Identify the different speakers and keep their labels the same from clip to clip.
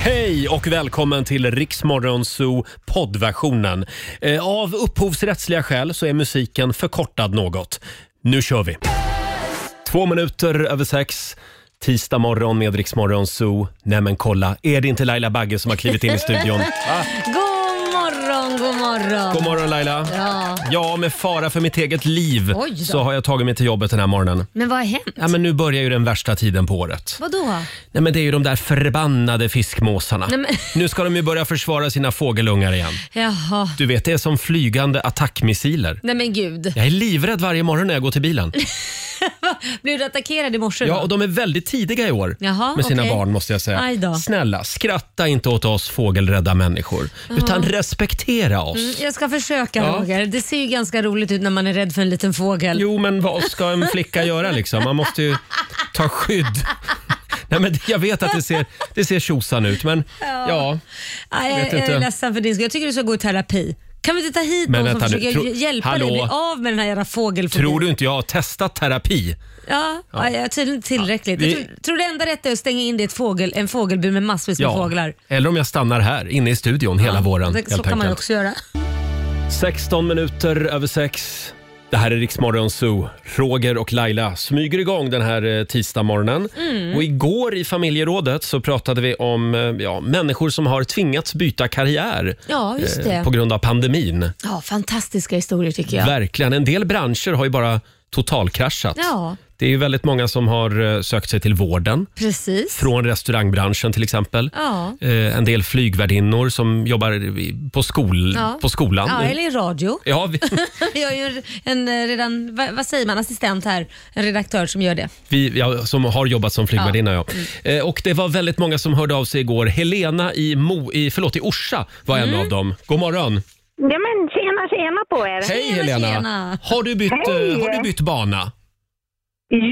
Speaker 1: Hej och välkommen till Riksmorgon Zoo poddversionen. Eh, Av upphovsrättsliga skäl så är musiken förkortad något. Nu kör vi! Två minuter över sex. Tisdag morgon med Riksmorgon Zoo. Nej men kolla, är det inte Laila Bagge som har klivit in i studion?
Speaker 2: God morgon, god morgon.
Speaker 1: God morgon Laila!
Speaker 2: Ja.
Speaker 1: Ja, med fara för mitt eget liv
Speaker 2: Oj då.
Speaker 1: så har jag tagit mig till jobbet den här morgonen.
Speaker 2: Men vad har hänt?
Speaker 1: Ja, men nu börjar ju den värsta tiden på året.
Speaker 2: Vadå?
Speaker 1: Nej, men det är ju de där förbannade fiskmåsarna.
Speaker 2: Nej, men-
Speaker 1: Nu ska de ju börja försvara sina fågelungar igen.
Speaker 2: Jaha.
Speaker 1: Du vet, det är som flygande attackmissiler.
Speaker 2: Nej men gud.
Speaker 1: Jag är livrädd varje morgon när jag går till bilen.
Speaker 2: Blev du attackerad i morse
Speaker 1: Ja,
Speaker 2: då?
Speaker 1: och de är väldigt tidiga i år
Speaker 2: Jaha,
Speaker 1: med sina
Speaker 2: okej.
Speaker 1: barn måste jag
Speaker 2: Aj
Speaker 1: säga.
Speaker 2: då.
Speaker 1: Snälla, skratta inte åt oss fågelrädda människor. Utan respektera oss.
Speaker 2: Mm, Jag ska försöka
Speaker 1: Ja.
Speaker 2: Roger. Det ser ju ganska roligt ut när man är rädd för en liten fågel.
Speaker 1: Mm. Jo, men vad ska en flicka göra liksom? Man måste ju ta skydd. Nej, men jag vet att det ser, det ser tjosan ut, men ja.
Speaker 2: Nej, jag,
Speaker 1: vet
Speaker 2: jag
Speaker 1: inte.
Speaker 2: är ledsen för din skull. Jag tycker du ska gå i terapi. Kan vi inte ta hit
Speaker 1: Men
Speaker 2: någon som
Speaker 1: vänta nu,
Speaker 2: försöker
Speaker 1: tro-
Speaker 2: hj- hjälpa dig
Speaker 1: hallå?
Speaker 2: bli av med den här jävla fågelfobin?
Speaker 1: Tror du inte jag har testat terapi?
Speaker 2: Ja, ja. jag är tydligen inte tillräckligt.
Speaker 1: vi-
Speaker 2: Jag tror, tror det enda rätta är att stänga in dig i ett fågel, en fågelbur med massvis med fåglar.
Speaker 1: Eller om jag stannar här inne i studion hela våren.
Speaker 2: det,
Speaker 1: helt
Speaker 2: så kan man ju
Speaker 1: enkelt.
Speaker 2: också göra.
Speaker 1: 16 minuter över sex. Det här är Riksmorgon Zoo. Roger och Laila smyger igång den här eh, tisdagmorgonen.
Speaker 2: Mm.
Speaker 1: Och igår i familjerådet så pratade vi om eh, ja, människor som har tvingats byta karriär
Speaker 2: Ja, just
Speaker 1: eh,
Speaker 2: det.
Speaker 1: på grund av pandemin.
Speaker 2: Ja, fantastiska historier tycker jag.
Speaker 1: Verkligen. En del branscher har ju bara totalkraschat.
Speaker 2: Ja.
Speaker 1: Det är ju väldigt många som har eh, sökt sig till vården.
Speaker 2: Precis.
Speaker 1: Från restaurangbranschen till exempel.
Speaker 2: Ja.
Speaker 1: Eh, en del flygvärdinnor som jobbar i- på, skol,
Speaker 2: Ja.
Speaker 1: på skolan.
Speaker 2: Ja, eller i radio.
Speaker 1: Ja, vi,
Speaker 2: Jag är ju en, en eh, redan, vad, vad säger man, assistent här, en redaktör som gör det.
Speaker 1: vi, ja, som har jobbat som flygvärdinna. Ja. Eh, och det var väldigt många som hörde av sig igår. Helena i, Mo, i, förlåt, i Orsa var en av dem. God morgon.
Speaker 3: Ja men tjena tjena på er!
Speaker 1: Hej
Speaker 2: Tjena,
Speaker 1: Helena.
Speaker 2: tjena.
Speaker 1: Har, du bytt, eh,
Speaker 3: Hej.
Speaker 1: har du bytt bana?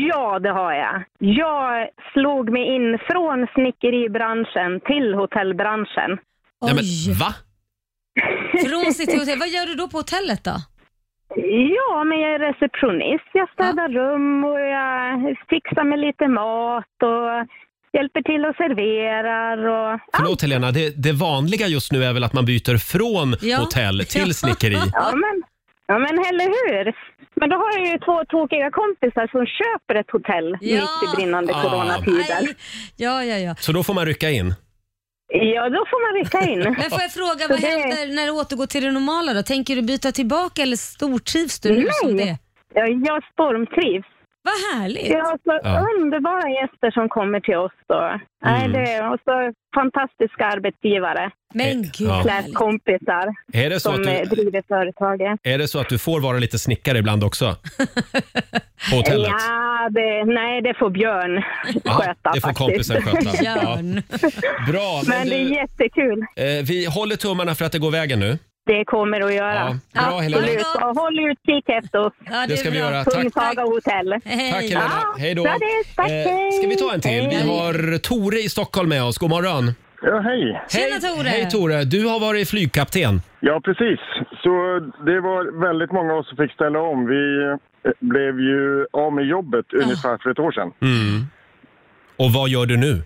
Speaker 3: Ja det har jag. Jag slog mig in från snickeribranschen till hotellbranschen.
Speaker 1: Nej, men,
Speaker 2: Oj!
Speaker 1: va?
Speaker 2: Från sitt hotell. Vad gör du då på hotellet då?
Speaker 3: Ja men jag är receptionist, jag städar rum och jag fixar med lite mat och hjälper till och serverar och...
Speaker 1: Förlåt Helena, det, det vanliga just nu är väl att man byter från
Speaker 2: Ja.
Speaker 1: hotell till
Speaker 2: Ja.
Speaker 1: snickeri.
Speaker 3: Ja men, ja men eller hur! Men då har jag ju två tokiga kompisar som köper ett hotell
Speaker 2: Ja.
Speaker 3: mitt i brinnande
Speaker 1: Ah.
Speaker 3: coronatider.
Speaker 2: Aj. Ja, ja, ja.
Speaker 1: Så då får man rycka in.
Speaker 3: Ja då får man rycka in.
Speaker 2: Men får jag fråga, vad
Speaker 3: Så det-
Speaker 2: händer när du återgår till det normala då? Tänker du byta tillbaka eller stortrivs du nu som
Speaker 3: Nej.
Speaker 2: det?
Speaker 3: Ja, jag stormtrivs.
Speaker 2: Vad härligt!
Speaker 3: Vi har så
Speaker 1: Ja. Mm.
Speaker 3: underbara gäster som kommer till oss. Då. Nej, det, och så fantastiska arbetsgivare,
Speaker 2: Men
Speaker 1: Eh,
Speaker 2: gud
Speaker 1: ja.
Speaker 2: vad
Speaker 3: slash
Speaker 2: härligt.
Speaker 3: kompisar,
Speaker 1: Är det så,
Speaker 3: som
Speaker 1: att
Speaker 3: eh,
Speaker 1: du,
Speaker 3: driver företaget.
Speaker 1: är det så att du får vara lite snickare ibland också? På hotellet?
Speaker 3: Ja, det, nej, det får Björn
Speaker 1: Ja,
Speaker 3: sköta
Speaker 1: det får
Speaker 3: faktiskt.
Speaker 1: kompisen sköta.
Speaker 2: Björn.
Speaker 1: Bra, men,
Speaker 3: Men det är
Speaker 1: du,
Speaker 3: jättekul.
Speaker 1: eh, vi håller tummarna för att det går vägen nu.
Speaker 3: Det kommer att göra.
Speaker 1: Ja, bra
Speaker 2: Ja,
Speaker 1: Helena.
Speaker 2: absolut.
Speaker 3: Absolut. Och håll utkik efter oss.
Speaker 2: Ja,
Speaker 1: Det ska
Speaker 2: är
Speaker 1: vi
Speaker 2: bra.
Speaker 1: göra. Tack.
Speaker 3: Kungshaga hotell.
Speaker 2: Hej.
Speaker 1: Tack Helena. Hej då. Eh,
Speaker 3: Ja, det är- tack, hej.
Speaker 1: ska vi ta en till? Vi
Speaker 3: Hej.
Speaker 1: har Tore i Stockholm med oss. God morgon.
Speaker 4: Ja, hej.
Speaker 2: Tjena, Tore.
Speaker 1: Hej Tore. Du har varit flygkapten.
Speaker 4: Ja, precis. Så det var väldigt många av oss som fick ställa om. Vi eh, blev ju av med jobbet ungefär för ett år sedan.
Speaker 1: Mm. Och vad gör du nu?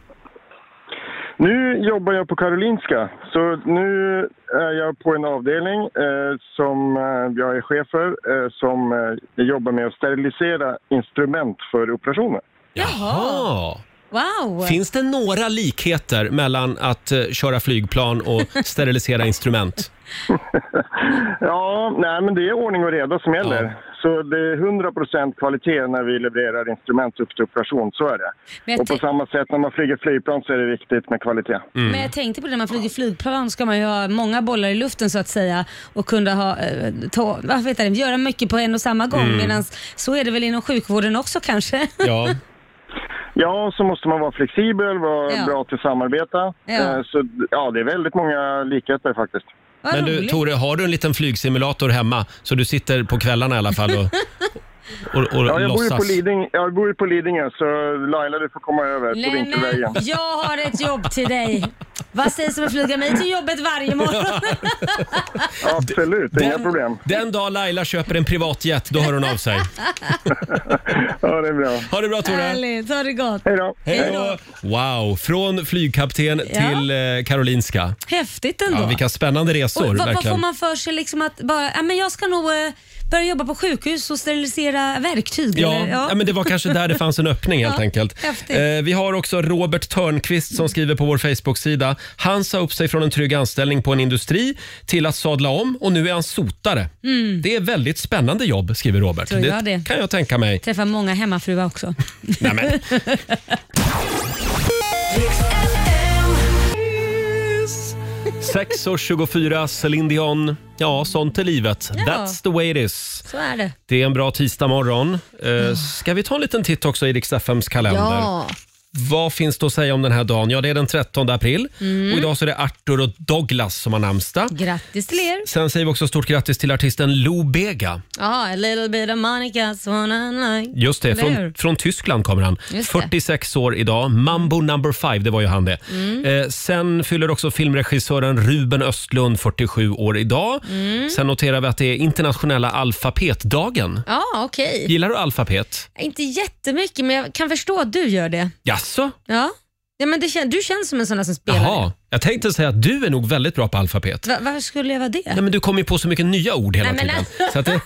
Speaker 4: Nu jobbar jag på Karolinska. Så nu är jag på en avdelning eh, som eh, jag är chef för eh, som eh, jobbar med att sterilisera instrument för operationer.
Speaker 1: Jaha.
Speaker 2: Wow!
Speaker 1: Ah. Finns det några likheter mellan att eh, köra flygplan och sterilisera instrument?
Speaker 4: Ja, nej, men det är ordning och reda som gäller. Så det är 100% kvalitet när vi levererar instrument upp till operation, så är det.
Speaker 2: Men jag
Speaker 4: Och på
Speaker 2: tänk-
Speaker 4: samma sätt när man flyger flygplan så är det viktigt med kvalitet.
Speaker 1: Mm.
Speaker 2: Men jag tänkte på det, när man flyger flygplan ska man ju ha många bollar i luften så att säga och kunna ha, eh, ta, vad heter det, göra mycket på en och samma gång.
Speaker 1: Mm.
Speaker 2: Medan så är det väl inom sjukvården också kanske?
Speaker 1: Ja.
Speaker 4: Ja, så måste man vara flexibel, vara
Speaker 2: Ja.
Speaker 4: bra till att samarbeta.
Speaker 2: Ja.
Speaker 4: Eh, Så ja, det är väldigt många likheter faktiskt.
Speaker 2: Vad
Speaker 1: Men du
Speaker 2: roligt.
Speaker 1: Tore, har du en liten flygsimulator hemma så du sitter på kvällarna i alla fall och, och, och
Speaker 4: Ja, jag bor ju på
Speaker 1: låtsas?
Speaker 4: Lidingö, jag bor ju på Lidingö så Laila du får komma över på
Speaker 2: Nej,
Speaker 4: Vinkelvägen.
Speaker 2: men jag har ett jobb till dig. Vad sägs om att flyga mig till jobbet varje morgon?
Speaker 5: Absolut, inga problem.
Speaker 1: Den dag Laila köper en privatjet, då hör hon av sig.
Speaker 5: Ja, det är bra.
Speaker 1: Ha det bra Tore!
Speaker 2: Härligt, ha det gott.
Speaker 5: Hej då.
Speaker 1: Hej då! Wow, från flygkapten
Speaker 2: Ja.
Speaker 1: till eh, Karolinska.
Speaker 2: Häftigt ändå.
Speaker 1: Ja, vilka spännande resor.
Speaker 2: Och vad, vad
Speaker 1: verkligen.
Speaker 2: får man för sig liksom att bara, ja, men jag ska nog eh, börja jobba på sjukhus och sterilisera verktyg?
Speaker 1: Ja,
Speaker 2: eller,
Speaker 1: ja. men det var kanske där det fanns en öppning helt
Speaker 2: Ja,
Speaker 1: enkelt. Eh,
Speaker 2: häftigt.
Speaker 1: vi har också Robert Törnqvist som skriver på vår Facebook-sida. Han sa upp sig från en trygg anställning på en industri till att sadla om och nu är han sotare. Det är väldigt spännande jobb, skriver Robert.
Speaker 2: Mm. Tror jag det.
Speaker 1: kan jag tänka mig.
Speaker 2: Träffar många hemmafruar också.
Speaker 1: Nej, men. Sex och 24, Celine Dion. Ja, sånt är livet. That's the way it is.
Speaker 2: Så är det.
Speaker 1: Det är en bra tisdag morgon. Eh, ska vi ta en liten titt också i Rix FMs kalender?
Speaker 2: Ja.
Speaker 1: Vad finns det att säga om den här dagen? Ja, det är den 13 april. Och idag så är det Arthur och Douglas som har namnsdag.
Speaker 2: Grattis till er.
Speaker 1: Sen säger vi också stort grattis till artisten Lou Bega.
Speaker 2: Ja, a little bit of Monica's one and I.
Speaker 1: Just det,
Speaker 2: Eller
Speaker 1: från,
Speaker 2: hur?
Speaker 1: från Tyskland kommer han.
Speaker 2: Just det. Mm.
Speaker 1: 46 år idag. Mambo number five, det var ju han det. Eh, sen fyller också filmregissören Ruben Östlund 47 år idag.
Speaker 2: Mm.
Speaker 1: Sen noterar vi att det är internationella alfabetdagen.
Speaker 2: Ja, okej.
Speaker 1: Gillar du alfabet?
Speaker 2: Inte jättemycket, men jag kan förstå att du gör det.
Speaker 1: Jaså?
Speaker 2: Ja. ja men det kän- du känns som en sån där som spelar. Va-
Speaker 1: Jaha, jag tänkte säga att du är nog väldigt bra på alfabet.
Speaker 2: varför skulle jag vara det?
Speaker 1: Nej, men du kommer ju på så mycket nya ord hela
Speaker 2: Nej, men
Speaker 1: tiden. Så att det,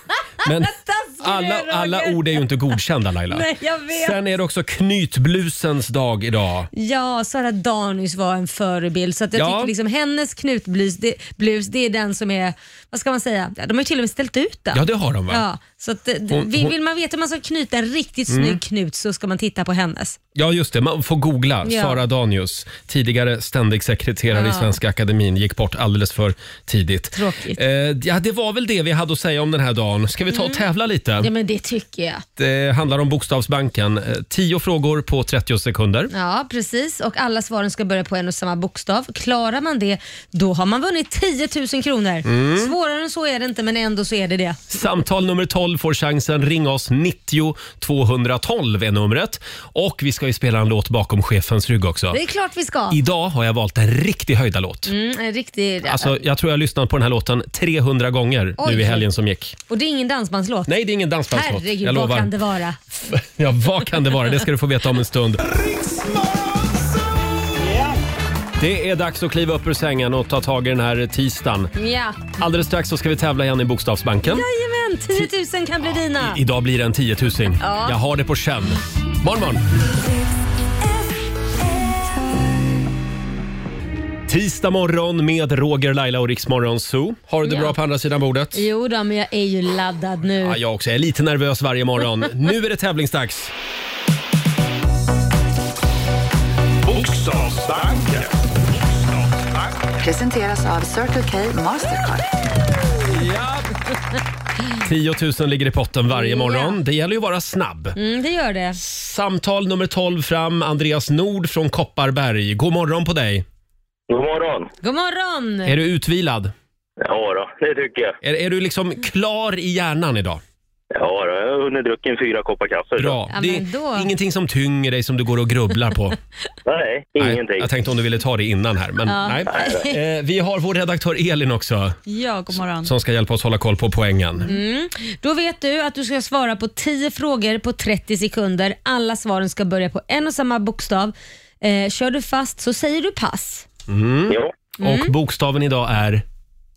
Speaker 1: men
Speaker 2: Taskig
Speaker 1: alla,
Speaker 2: du är,
Speaker 1: alla
Speaker 2: Roger.
Speaker 1: ord är ju inte godkända Laila.
Speaker 2: Nej, jag vet.
Speaker 1: Sen är det också knytblusens dag idag.
Speaker 2: Ja, Sara Danius var en förebild. Så att jag
Speaker 1: Ja.
Speaker 2: tycker liksom hennes knutblus, det, blus, det är den som är, vad ska man säga, Ja, de har ju till och med ställt ut den.
Speaker 1: Ja, det har de va? Ja,
Speaker 2: Ja, så att, det-
Speaker 1: Hon-
Speaker 2: vill,
Speaker 1: hon- Mm.
Speaker 2: vill man veta hur man ska knyta en riktigt snygg knut så ska man titta på hennes.
Speaker 1: just det. Man får googla.
Speaker 2: Ja.
Speaker 1: Sara Danius, tidigare ständig sekreterare i
Speaker 2: Ja.
Speaker 1: Svenska Akademin gick bort alldeles för tidigt.
Speaker 2: Tråkigt. Mm.
Speaker 1: Eh, ja, det var väl det vi hade att säga om den här dagen. Ska vi ta och tävla lite?
Speaker 2: Ja, men det tycker jag.
Speaker 1: Det handlar om Bokstavsbanken. Eh, 10 frågor på 30 sekunder.
Speaker 2: Ja, precis. Och alla svaren ska börja på en och samma bokstav. Klarar man det, då har man vunnit 10 000 kronor.
Speaker 1: Mm.
Speaker 2: Svårare än så är det inte, men ändå så är det det.
Speaker 1: Samtal nummer 12 får chansen. Ring oss. 90 212 är numret. Och vi ska ju spela en låt bakom chefens rygg också.
Speaker 2: Det är klart vi ska.
Speaker 1: Idag har jag valt en riktig höjdarlåt.
Speaker 2: Mm, en riktig...
Speaker 1: Alltså, jag tror jag har lyssnat på den här låten 300 gånger
Speaker 2: Oj.
Speaker 1: nu i helgen som gick.
Speaker 2: Och det är ingen dansbandslåt.
Speaker 1: Nej, det är ingen dansbandslåt.
Speaker 2: Herregud, vad
Speaker 1: jag lovar.
Speaker 2: kan det vara?
Speaker 1: Ja, vad kan det vara? Det ska du få veta om en stund. Det är dags att kliva upp ur sängen och ta tag i den här tisdagen.
Speaker 2: Ja.
Speaker 1: Alldeles strax så ska vi tävla igen i Bokstavsbanken.
Speaker 2: Jajamän, 10 000 kan bli dina.
Speaker 1: Idag blir det en tiotusing.
Speaker 2: Ja.
Speaker 1: Jag har det på känn. Morgon, morgon. Tisdag morgon med Roger, Laila och Riksmorgon Zoo. Har du det
Speaker 2: Ja.
Speaker 1: bra på andra sidan bordet?
Speaker 2: Jo då, men jag är ju laddad nu.
Speaker 1: Ja, jag också. Jag är lite nervös varje morgon. nu är det tävlingsdags.
Speaker 6: Bokstavsbanken.
Speaker 7: Presenteras av Circle K Mastercard.
Speaker 1: 10 000 ligger i potten varje
Speaker 2: Ja.
Speaker 1: morgon. Det gäller ju att vara snabb.
Speaker 2: Mm, det gör det.
Speaker 1: Samtal nummer 12 fram. Andreas Nord från Kopparberg. God morgon på dig.
Speaker 8: God morgon.
Speaker 2: God morgon!
Speaker 1: Är du utvilad?
Speaker 8: Ja då, det tycker jag.
Speaker 1: Är, är du liksom klar i hjärnan idag?
Speaker 8: Ja då, jag har hunnit druckit en fyra koppar kaffe.
Speaker 1: Bra.
Speaker 2: Ja,
Speaker 1: det är
Speaker 2: men då-
Speaker 1: ingenting som tynger dig som du går och grubblar på.
Speaker 8: Nej,
Speaker 1: Nej,
Speaker 8: ingenting.
Speaker 1: jag tänkte om du ville ta det innan här, men
Speaker 2: Ja.
Speaker 1: nej. Eh, vi har vår redaktör Elin också
Speaker 9: Ja, god morgon.
Speaker 1: som ska hjälpa oss hålla koll på poängen.
Speaker 2: Mm. Då vet du att du ska svara på 10 frågor på 30 sekunder. Alla svaren ska börja på en och samma bokstav. Eh, kör du fast så säger du pass.
Speaker 8: Ja,
Speaker 1: Mm. Och bokstaven idag är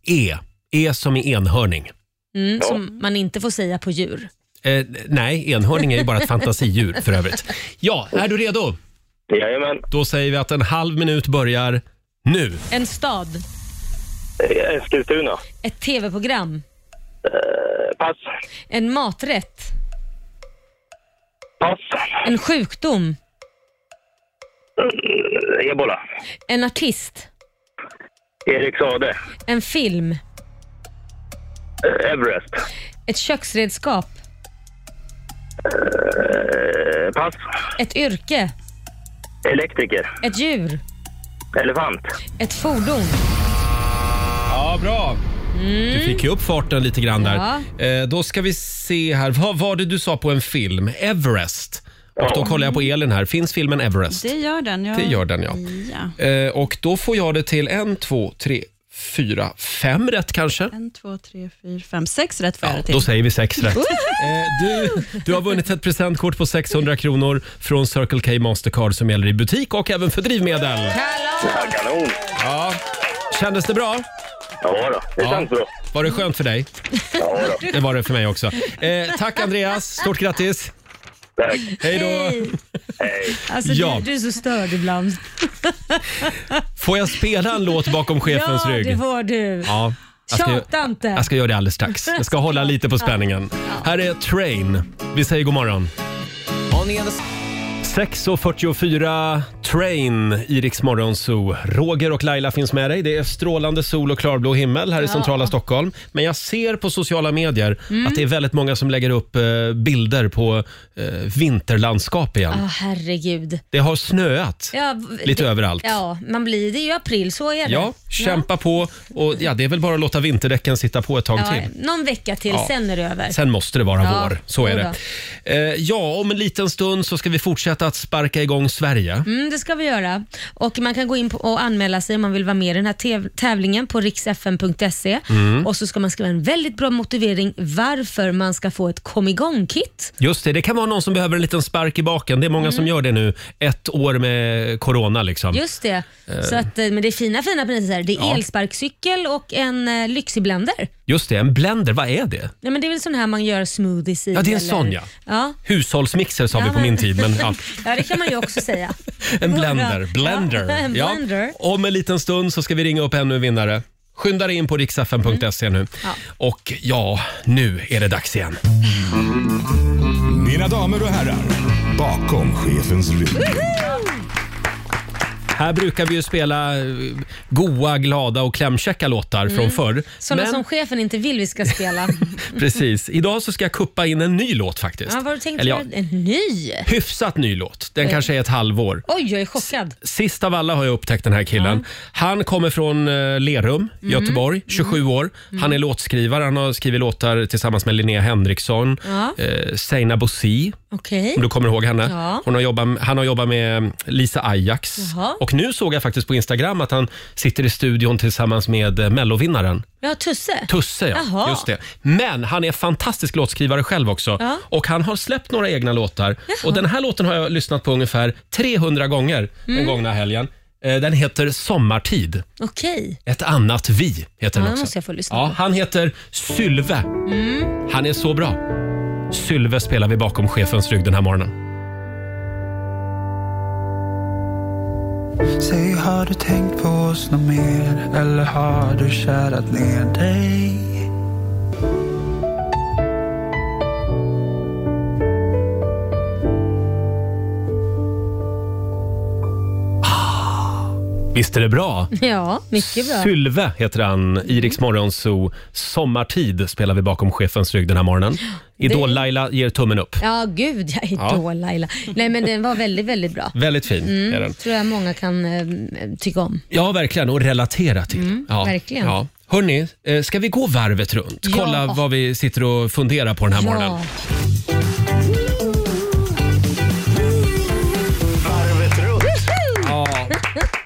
Speaker 1: E. E som i enhörning.
Speaker 2: Mm, Som man inte får säga på djur.
Speaker 1: Eh, nej, enhörning är ju bara ett fantasidjur för övrigt. Ja, är du redo?
Speaker 8: jajamän.
Speaker 1: Då säger vi att en halv minut börjar nu.
Speaker 2: En stad.
Speaker 8: Eh, Eskilstuna.
Speaker 2: Ett tv-program.
Speaker 8: Eh, Pass.
Speaker 2: En maträtt.
Speaker 8: Pass.
Speaker 2: En sjukdom.
Speaker 8: Ebola.
Speaker 2: En artist.
Speaker 8: Erik Sade.
Speaker 2: En film.
Speaker 8: Eh, Everest.
Speaker 2: Ett köksredskap.
Speaker 8: Eh, Pass.
Speaker 2: Ett yrke.
Speaker 8: Elektriker.
Speaker 2: Ett djur.
Speaker 8: Elefant.
Speaker 2: Ett fordon. Mm.
Speaker 1: Ja, bra. Du fick ju upp farten lite grann där.
Speaker 2: Ja.
Speaker 1: Eh, då ska vi se här. Vad var det du sa på en film? Everest. Och då kollar jag på Elin här. Finns filmen Everest?
Speaker 6: Det gör den. Jag...
Speaker 1: Det gör den, ja.
Speaker 6: ja.
Speaker 1: Eh, och då får jag det till en, två, tre, fyra, fem rätt kanske.
Speaker 6: En, två, tre, fyra, fem, sex rätt får jag det till.
Speaker 1: Då säger vi sex rätt. Eh, du, du har vunnit ett presentkort på 600 kronor från Circle K Mastercard som gäller i butik och även för drivmedel.
Speaker 8: Ja, kanon.
Speaker 1: Ja. Kändes det bra?
Speaker 8: Ja, då. det känns bra.
Speaker 1: Var det skönt för dig?
Speaker 8: Ja, då.
Speaker 1: Det var det för mig också. Eh, tack Andreas, stort grattis.
Speaker 8: Tack.
Speaker 1: Hej då.
Speaker 8: Hej.
Speaker 2: Alltså,
Speaker 1: Ja.
Speaker 2: du, du är så störd ibland.
Speaker 1: Får jag spela en låt bakom chefens
Speaker 2: ja,
Speaker 1: rygg?
Speaker 2: det får du.
Speaker 1: Ja. Jag ska,
Speaker 2: Tjata inte.
Speaker 1: jag ska göra det alldeles strax. Jag ska hålla lite på spänningen. Här är Train. Vi säger god morgon. 6.44 Train i Rix Morgon Zoo. Roger och Laila finns med dig. Det är strålande sol och klarblå himmel här i centrala Stockholm. Men jag ser på sociala medier
Speaker 2: Mm.
Speaker 1: att det är väldigt många som lägger upp eh, bilder på eh, vinterlandskap igen.
Speaker 2: Ja, herregud.
Speaker 1: Det har snöat
Speaker 2: Ja, v-
Speaker 1: lite
Speaker 2: det,
Speaker 1: överallt.
Speaker 2: Ja, man blir, det är ju april, så är det.
Speaker 1: Ja, kämpa på. Och ja, det är väl bara att låta vinterdäcken sitta på ett tag
Speaker 2: Ja,
Speaker 1: till.
Speaker 2: någon vecka till,
Speaker 1: Ja.
Speaker 2: sen är det över.
Speaker 1: Sen måste det vara
Speaker 2: Ja,
Speaker 1: vår, så är det.
Speaker 2: jodå.
Speaker 1: Eh, ja, om en liten stund så ska vi fortsätta att sparka igång Sverige.
Speaker 2: Mm, det ska vi göra. Och Man kan gå in på och anmäla sig om man vill vara med i den här täv- tävlingen på riksfn.se.
Speaker 1: Mm.
Speaker 2: Och så ska man skriva en väldigt bra motivering varför man ska få ett kom igång-kit.
Speaker 1: Just det, det kan vara någon som behöver en liten spark i baken. Det är många som gör det nu, ett år med corona liksom.
Speaker 2: Mm. Just det. Så att, eh, men det är fina, fina priser. Det är
Speaker 1: Ja.
Speaker 2: elsparkcykel och en eh, lyxig blender.
Speaker 1: Just det, en blender, vad är det?
Speaker 2: Nej, men det är väl sån här man gör smoothies i.
Speaker 1: Ja, det är en
Speaker 2: eller-
Speaker 1: sån, ja.
Speaker 2: Ja.
Speaker 1: Hushållsmixer sa vi på min tid, men ja.
Speaker 2: ja, det kan man ju också säga.
Speaker 1: En blender.
Speaker 2: Ja,
Speaker 1: blender.
Speaker 2: en
Speaker 1: Ja.
Speaker 2: blender.
Speaker 1: Om en liten stund så ska vi ringa upp ännu en vinnare. Skynda dig in på riksfn.se
Speaker 2: Mm.
Speaker 1: nu. Och ja, nu är det dags igen.
Speaker 9: Mina damer och herrar, bakom chefens rygg.
Speaker 1: Här brukar vi ju spela eh, goa, glada och klämkäcka låtar från förr.
Speaker 2: Mm. Såna som chefen inte vill vi ska spela.
Speaker 1: Precis. Idag så ska jag kuppa in en ny låt faktiskt.
Speaker 2: ja, vad har du tänkt?
Speaker 1: Eller ja,
Speaker 2: göra? En ny?
Speaker 1: hyfsat ny låt. Den kanske är ett halvår.
Speaker 2: Oj, jag är chockad.
Speaker 1: Sist av alla har jag upptäckt den här killen. Han kommer från eh, Lerum,
Speaker 2: Mm.
Speaker 1: Göteborg, 27 år. Han är låtskrivare. Han har skrivit låtar tillsammans med Linnea Henriksson,
Speaker 2: Ja.
Speaker 1: eh, Seina Bosi,
Speaker 2: Okej.
Speaker 1: om du kommer ihåg henne.
Speaker 2: Ja.
Speaker 1: Hon har jobbat, han har jobbat med mm, Lisa Ajax.
Speaker 2: Jaha.
Speaker 1: Och nu såg jag faktiskt på Instagram att han sitter i studion tillsammans med eh, Mellovinnaren
Speaker 2: Ja, Tusse.
Speaker 1: Tusse. Ja.
Speaker 2: Jaha.
Speaker 1: Just det. Men han är fantastisk låtskrivare själv också.
Speaker 2: Ja.
Speaker 1: Och Han har släppt några egna låtar. Och Den här låten har jag lyssnat på ungefär 300 gånger
Speaker 2: Mm.
Speaker 1: den gångna helgen. Eh, Den heter Sommartid.
Speaker 2: Okej.
Speaker 1: Ett annat vi heter
Speaker 2: Ja,
Speaker 1: den
Speaker 2: den
Speaker 1: också.
Speaker 2: måste jag få lyssna Mm.
Speaker 1: ja, han heter Sylve. Han är så bra. Sylve spelar vi bakom chefens rygg den här morgonen.
Speaker 10: Säg, har du tänkt på oss något mer? Eller har du kärat ner dig?
Speaker 1: Visst är det bra?
Speaker 2: Ja, Mm. mycket bra.
Speaker 1: Sylve heter han. I Rix Morgon Zoo. Sommartid spelar vi bakom chefens rygg den här morgonen. Idol-Laila ger tummen upp.
Speaker 2: Ja, gud, jag är
Speaker 1: Ja.
Speaker 2: då Laila. Nej, men den var väldigt, väldigt bra.
Speaker 1: Väldigt fin
Speaker 2: Mm.
Speaker 1: är den.
Speaker 2: Tror jag många kan eh, tycka om.
Speaker 1: Ja, verkligen. Och relatera till. ja.
Speaker 2: Mm, verkligen.
Speaker 1: Ja. Hörni, eh, ska vi gå varvet runt?
Speaker 2: Ja.
Speaker 1: Kolla vad vi sitter och funderar på den här morgonen.
Speaker 2: Ja.
Speaker 1: Ja.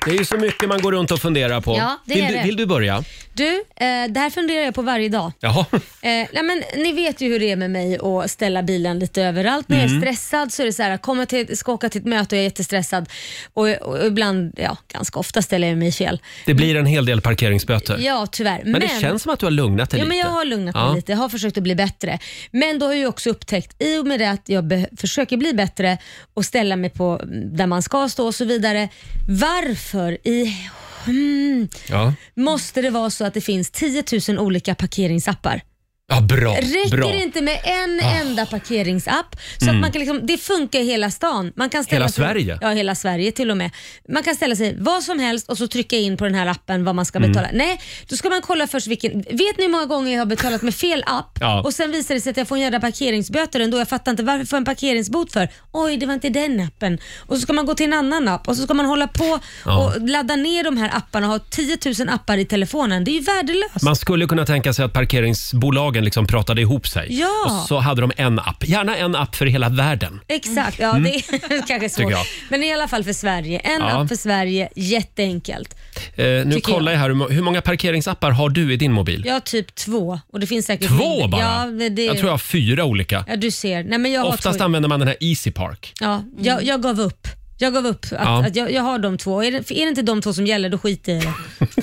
Speaker 1: Det är ju så mycket man går runt och funderar på.
Speaker 2: Ja, det
Speaker 1: vill,
Speaker 2: är
Speaker 1: du,
Speaker 2: det.
Speaker 1: vill du börja?
Speaker 2: Du, eh, det här funderar jag på varje dag.
Speaker 1: Jaha.
Speaker 2: Eh, nej men, ni vet ju hur det är med mig och ställa bilen lite överallt. När
Speaker 1: Mm.
Speaker 2: jag är stressad så är det så här, kommer jag till, ska åka till ett möte och jag är jättestressad. Och, och ibland, ja ganska ofta ställer jag mig fel.
Speaker 1: Det blir en hel del parkeringsböter.
Speaker 2: Ja tyvärr.
Speaker 1: men, det känns som att du har lugnat dig
Speaker 2: Ja,
Speaker 1: lite.
Speaker 2: men jag har lugnat
Speaker 1: Ja.
Speaker 2: mig lite. Jag har försökt att bli bättre. Men då har jag ju också upptäckt, i och med det att jag be- försöker bli bättre och ställa mig på mm, där man ska stå och så vidare. Varför i hmm,
Speaker 1: Ja.
Speaker 2: måste det vara så att det finns 10 000 olika parkeringsappar?
Speaker 1: ja, bra.
Speaker 2: Räcker
Speaker 1: bra. Ah. Mm.
Speaker 2: det inte med en enda parkeringsapp? Så att man kan liksom, det funkar i hela stan. Man kan ställa
Speaker 1: Hela
Speaker 2: sig,
Speaker 1: Sverige?
Speaker 2: Ja, hela Sverige till och med. Man kan ställa sig vad som helst och så trycka in på den här appen vad man
Speaker 1: Mm.
Speaker 2: ska betala. Nej, då ska man kolla först vilken... Vet ni hur många gånger jag har betalat med fel app
Speaker 1: Ja.
Speaker 2: och sen visar det sig att jag får en jävla parkeringsböter ändå. Jag fattar inte varför får jag en parkeringsbot för? Oj, det var inte den appen. Och så ska man gå till en annan app och så ska man hålla på
Speaker 1: Ja.
Speaker 2: och ladda ner de här apparna och ha 10 000 appar i telefonen. Det är ju värdelöst.
Speaker 1: Man skulle kunna tänka sig att företagen liksom pratade ihop sig.
Speaker 2: Ja.
Speaker 1: Och så hade de en app. Gärna en app för hela världen.
Speaker 2: Exakt, ja det är kanske
Speaker 1: Mm. Tycker
Speaker 2: svårt.
Speaker 1: jag.
Speaker 2: Men i alla fall för Sverige. En
Speaker 1: Ja.
Speaker 2: app för Sverige, jätteenkelt.
Speaker 1: Eh, nu
Speaker 2: Tycker
Speaker 1: kollar jag här, hur mo- hur många parkeringsappar har du i din mobil?
Speaker 2: Jag har typ två och det finns säkert
Speaker 1: Två
Speaker 2: mindre.
Speaker 1: bara?
Speaker 2: Ja, det, det,
Speaker 1: Jag tror jag har fyra olika.
Speaker 2: ja, du ser. Nej, men jag har
Speaker 1: Oftast
Speaker 2: två.
Speaker 1: använder man den här Easy Park.
Speaker 2: Ja, jag, jag gav upp. Jag gav upp att,
Speaker 1: Ja.
Speaker 2: att jag, jag har de två. Är det, är det inte de två som gäller, då skiter jag i det.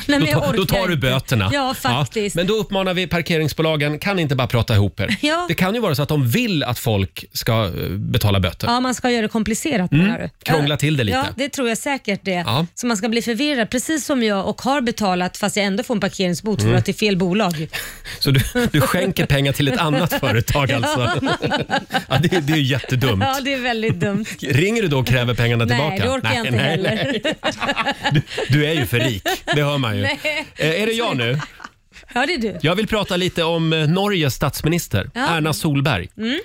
Speaker 2: Nej, men
Speaker 1: Då
Speaker 2: jag
Speaker 1: tar- Då
Speaker 2: orkar
Speaker 1: tar du
Speaker 2: inte.
Speaker 1: böterna.
Speaker 2: Ja, faktiskt.
Speaker 1: Men då uppmanar vi parkeringsbolagen, kan ni inte bara prata ihop er?
Speaker 2: Ja.
Speaker 1: Det kan ju vara så att de vill att folk ska eh, betala böter.
Speaker 2: Ja, man ska göra det komplicerat menar du?
Speaker 1: Mm. Krångla
Speaker 2: Ja.
Speaker 1: till det lite.
Speaker 2: Ja, det tror jag säkert det.
Speaker 1: Ja.
Speaker 2: Så man ska bli förvirrad, precis som jag och har betalat fast jag ändå får en parkeringsbot
Speaker 1: Mm.
Speaker 2: för att det är fel bolag.
Speaker 1: Så du, du skänker pengar till ett annat företag alltså? Ja, det, är- det är ju jättedumt.
Speaker 2: Ja, det är väldigt dumt.
Speaker 1: Ringer du då och kräver pengarna
Speaker 2: Nej,
Speaker 1: tillbaka?
Speaker 2: det orkar jag inte heller.
Speaker 1: Du, du är ju för rik, det hör man ju.
Speaker 2: Nej.
Speaker 1: Eh, är det jag nu?
Speaker 2: Ja, det är du.
Speaker 1: Jag vill prata lite om eh, Norges statsminister, Erna Solberg.
Speaker 2: Mm.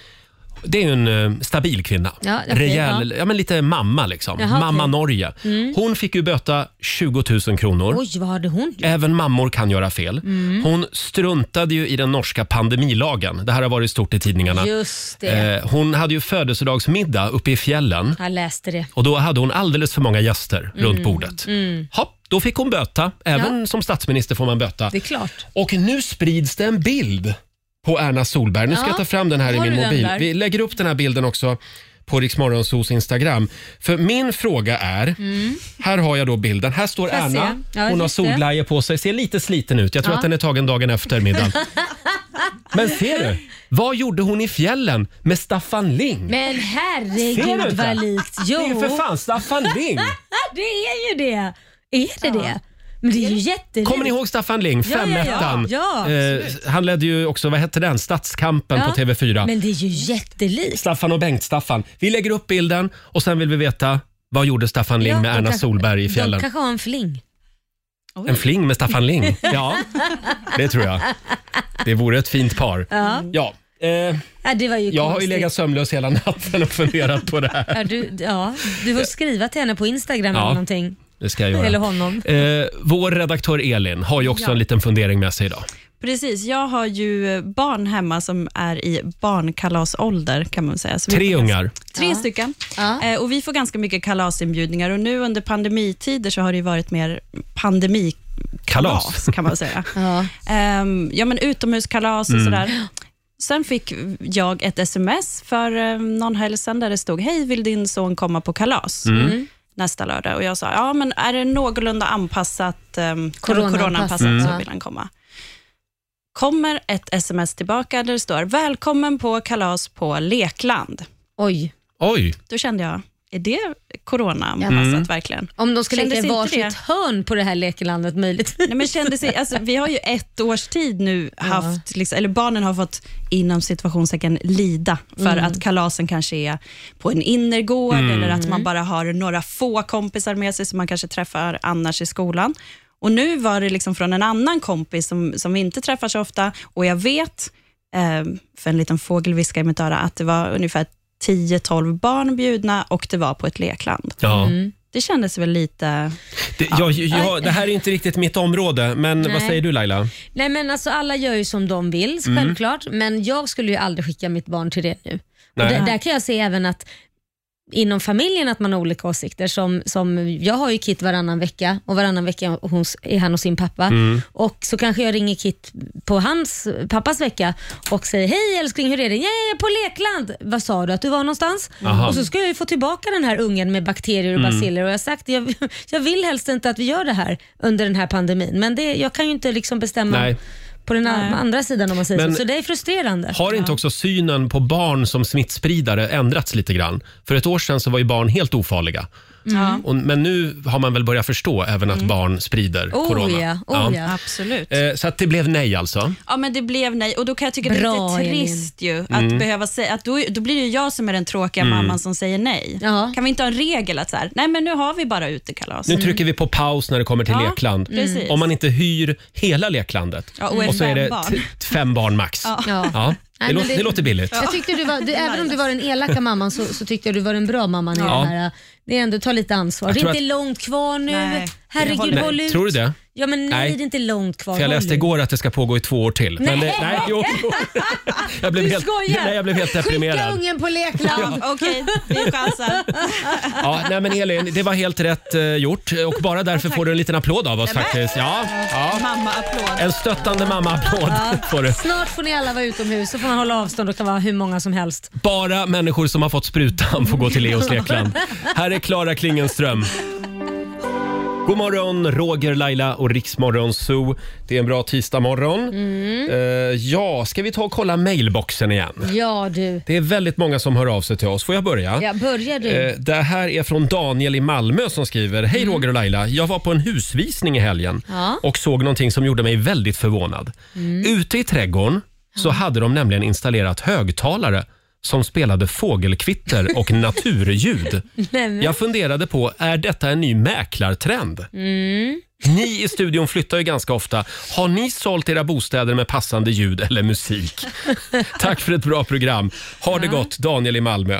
Speaker 1: Det är ju en eh, stabil kvinna.
Speaker 2: Ja, okej,
Speaker 1: Rejäl, ja. men lite mamma liksom.
Speaker 2: Jaha, okej.
Speaker 1: mamma
Speaker 2: Mm.
Speaker 1: Norge. Hon fick ju böta 20 000 kronor.
Speaker 2: Oj, Mm. vad hade hon gjort?
Speaker 1: Även mammor kan göra fel. Hon struntade ju i den norska pandemilagen. Det här har varit stort i tidningarna.
Speaker 2: Just det.
Speaker 1: Eh, Hon hade ju födelsedagsmiddag uppe i fjällen
Speaker 2: Jag läste det.
Speaker 1: och då hade hon alldeles för många gäster
Speaker 2: Mm.
Speaker 1: runt bordet. Hopp, då fick hon böta. Även som statsminister får man böta.
Speaker 2: Det är klart.
Speaker 1: Och nu sprids det en bild på Erna Solberg. Nu ska
Speaker 2: Ja,
Speaker 1: jag ta fram den här i
Speaker 2: har
Speaker 1: min
Speaker 2: du den
Speaker 1: mobil.
Speaker 2: där?
Speaker 1: Vi lägger upp den här bilden också på Riksmorgonsos Instagram. För min fråga är,
Speaker 2: Mm.
Speaker 1: här har jag då bilden. Här står
Speaker 2: jag se?
Speaker 1: Erna.
Speaker 2: Ja,
Speaker 1: Hon har
Speaker 2: just det.
Speaker 1: solglajjor på sig. Ser lite sliten ut. Jag tror att den är tagen dagen efter middagen. Men ser du? Vad gjorde hon i fjällen med Staffan Ling?
Speaker 2: Men
Speaker 1: Ser du
Speaker 2: herregud
Speaker 1: inte?
Speaker 2: vad likt.
Speaker 1: Det
Speaker 2: Jo,
Speaker 1: är ju för fan Staffan Ling!
Speaker 2: det är ju det. Är det det? Men det är ju jättelikt.
Speaker 1: Kommer ni ihåg Staffan Ling?
Speaker 2: ja, ja.
Speaker 1: Femettan.
Speaker 2: Ja,
Speaker 1: eh, han ledde ju också, vad hette den? Stadskampen på TV4.
Speaker 2: Men det är ju jättelikt.
Speaker 1: Staffan och Bengt-Staffan. Vi lägger upp bilden och sen vill vi veta vad gjorde Staffan Ling
Speaker 2: Ja,
Speaker 1: med
Speaker 2: de
Speaker 1: Erna
Speaker 2: kanske-
Speaker 1: Solberg i fjällen?
Speaker 2: De kanske har en fling.
Speaker 1: En fling med Staffan Ling? Ja, det tror jag. Det vore ett fint par. Ja. Eh,
Speaker 2: Ja, det var ju
Speaker 1: jag har ju
Speaker 2: konstigt.
Speaker 1: legat sömnlös hela natten och funderat på det här.
Speaker 2: Ja, du, ja, du får skriva till henne på Instagram
Speaker 1: Ja.
Speaker 2: eller någonting.
Speaker 1: Det ska jag göra.
Speaker 2: Eller honom.
Speaker 1: Eh, vår redaktör Elin har ju också
Speaker 6: Ja.
Speaker 1: en liten fundering med sig idag.
Speaker 6: Precis, jag har ju barn hemma som är i barnkalasålder kan man
Speaker 2: Alltså,
Speaker 6: säga. Så vi
Speaker 1: Tre
Speaker 6: får
Speaker 1: ungar.
Speaker 6: Tre stycken.
Speaker 2: Ja.
Speaker 6: Eh, och Vi får ganska mycket kalasinbjudningar och nu under pandemitider så har det ju varit mer pandemikalas
Speaker 1: Kalas.
Speaker 6: kan man säga.
Speaker 2: Ja.
Speaker 6: Ehm, ja, men utomhuskalas och sådär. Sen fick jag ett sms för eh, någon helg sedan där det stod, hej vill din son komma på kalas?
Speaker 2: Mm.
Speaker 6: nästa lördag och jag sa, ja men är det någorlunda anpassat, um,
Speaker 2: Coronaanpassat.
Speaker 6: coronaanpassat så
Speaker 2: Mm.
Speaker 6: vill han komma. Kommer ett sms tillbaka där det står, välkommen på kalas på Lekland.
Speaker 2: Oj,
Speaker 1: Oj,
Speaker 6: Då kände jag, är det coronaanpassat verkligen?
Speaker 2: om de skulle
Speaker 6: Kändes
Speaker 2: leka i
Speaker 6: inte
Speaker 2: varsitt
Speaker 6: det?
Speaker 2: hörn på det här lekelandet möjligt.
Speaker 6: Nej, men kände sig, alltså, vi har ju ett års tid nu haft, liksom, eller barnen har fått inom situationstecken lida för
Speaker 2: Mm.
Speaker 6: att kalasen kanske är på en innergård eller att
Speaker 2: Mm.
Speaker 6: man bara har några få kompisar med sig som man kanske träffar annars i skolan. Och Nu var det liksom från en annan kompis som, som vi inte träffar så ofta och jag vet, eh, för en liten fågelviska i mitt öra, att det var ungefär 10-12 barn bjudna och det var på ett lekland.
Speaker 1: ja.
Speaker 2: Mm.
Speaker 6: Det kändes väl lite...
Speaker 1: Det, jag, jag, det här är inte riktigt mitt område, men vad
Speaker 2: Nej.
Speaker 1: säger du Laila?
Speaker 2: Nej men alltså alla gör ju som de vill
Speaker 1: Mm.
Speaker 2: självklart, men jag skulle ju aldrig skicka mitt barn till det nu. Och
Speaker 1: Nej.
Speaker 2: där, där kan jag se även att inom familjen att man har olika åsikter. Som, som, jag har ju Kit varannan vecka och varannan vecka hos, är han hos sin pappa.
Speaker 1: Mm.
Speaker 2: Och Så kanske jag ringer Kit på hans pappas vecka och säger hej älskling hur är det? Ja, jag är på lekland. Vad sa du att du var någonstans?
Speaker 1: Aha. Mm.
Speaker 2: Och så ska jag ju få tillbaka den här ungen med bakterier och baciller och jag har sagt jag, jag vill helst inte att vi gör det här under den här pandemin. Men det, jag kan ju inte liksom bestämma
Speaker 1: Nej.
Speaker 2: på den andra sidan om man säger
Speaker 1: Men-
Speaker 2: så. Så det är frustrerande.
Speaker 1: Har inte också synen på barn som smittspridare ändrats lite grann? För ett år sedan så var ju barn helt ofarliga.
Speaker 2: Mm.
Speaker 1: Och, men nu har man väl börjat förstå även att barn sprider
Speaker 2: Oh
Speaker 1: corona.
Speaker 2: ja, oh ja.
Speaker 6: Absolut.
Speaker 1: Eh, Så att det blev nej alltså.
Speaker 6: Ja, men det blev nej. Och då kan jag tycka
Speaker 2: Bra,
Speaker 6: det är lite
Speaker 2: Elin.
Speaker 6: trist ju, att
Speaker 1: Mm.
Speaker 6: behöva säga, att då, då blir det ju jag som är den tråkiga mamman som säger nej.
Speaker 2: Ja.
Speaker 6: Kan vi inte ha en regel att så här, nej men nu har vi bara utekalas.
Speaker 2: Alltså,
Speaker 1: Nu
Speaker 2: mm.
Speaker 1: trycker vi på paus när det kommer till
Speaker 6: Ja,
Speaker 1: lekland.
Speaker 6: precis.
Speaker 1: Om man inte hyr hela leklandet.
Speaker 6: Ja, och är
Speaker 1: så är
Speaker 6: fem
Speaker 1: det
Speaker 6: barn.
Speaker 1: t- fem barn max. Ja.
Speaker 2: Ja.
Speaker 1: Det,
Speaker 2: Nej, men
Speaker 1: låter, det...
Speaker 2: det-
Speaker 1: låter billigt.
Speaker 2: Jag tyckte du var, du, även om du var den elaka mamman så, så tyckte jag du var den bra mamman. I
Speaker 1: Ja.
Speaker 2: det, här. det är ändå ta lite ansvar.
Speaker 1: Jag
Speaker 2: Det är
Speaker 1: tror
Speaker 2: inte långt kvar nu.
Speaker 6: Nej.
Speaker 2: Herregud,
Speaker 1: Nej,
Speaker 2: håll ut.
Speaker 1: tror du det?
Speaker 2: Ja, men nej,
Speaker 1: Nej.
Speaker 2: det är inte långt kvar.
Speaker 1: För jag
Speaker 2: Håll
Speaker 1: läste
Speaker 2: ut.
Speaker 1: igår att det ska pågå i två år till. Men,
Speaker 2: Nej.
Speaker 1: eh, nej jo, jo. Jag blev
Speaker 2: Du
Speaker 1: helt,
Speaker 2: skojar.
Speaker 1: nej, jag blev helt
Speaker 4: Skicka
Speaker 1: deprimerad.
Speaker 4: ungen på lekland.
Speaker 6: Ja, Okej, vi chansar.
Speaker 1: Ja, nej, men Elin, det var helt rätt eh, gjort och bara därför får du en liten applåd av oss faktiskt. Ja, ja.
Speaker 6: Mamma, applåd.
Speaker 1: En stöttande mamma-applåd får du.
Speaker 2: Snart får ni alla vara utomhus så får man hålla avstånd och kan vara hur många som helst.
Speaker 1: Bara människor som har fått sprutan får gå till Leos lekland. Här är Klara Klingenström. God morgon, Roger, Laila och Riksmorgon Zoo. Det är en bra tisdagmorgon. Eh, ja, ska vi ta och kolla mailboxen igen?
Speaker 2: Ja du.
Speaker 1: Det är väldigt många som hör av sig till oss. Får jag börja?
Speaker 2: Ja, börjar du?
Speaker 1: Eh, Det här är från Daniel i Malmö som skriver. Hej Roger och Laila. Jag var på en husvisning i helgen
Speaker 2: Mm. Ja.
Speaker 1: och såg någonting som gjorde mig väldigt förvånad.
Speaker 2: Mm.
Speaker 1: Ute i trädgården så hade de nämligen installerat högtalare som spelade fågelkvitter och naturljud.
Speaker 2: Nej, men,
Speaker 1: Jag funderade på, är detta en ny mäklartrend?
Speaker 2: Mm.
Speaker 1: Ni i studion flyttar ju ganska ofta. Har ni sålt era bostäder med passande ljud eller musik? Tack för ett bra program. Har det gott, Daniel i Malmö.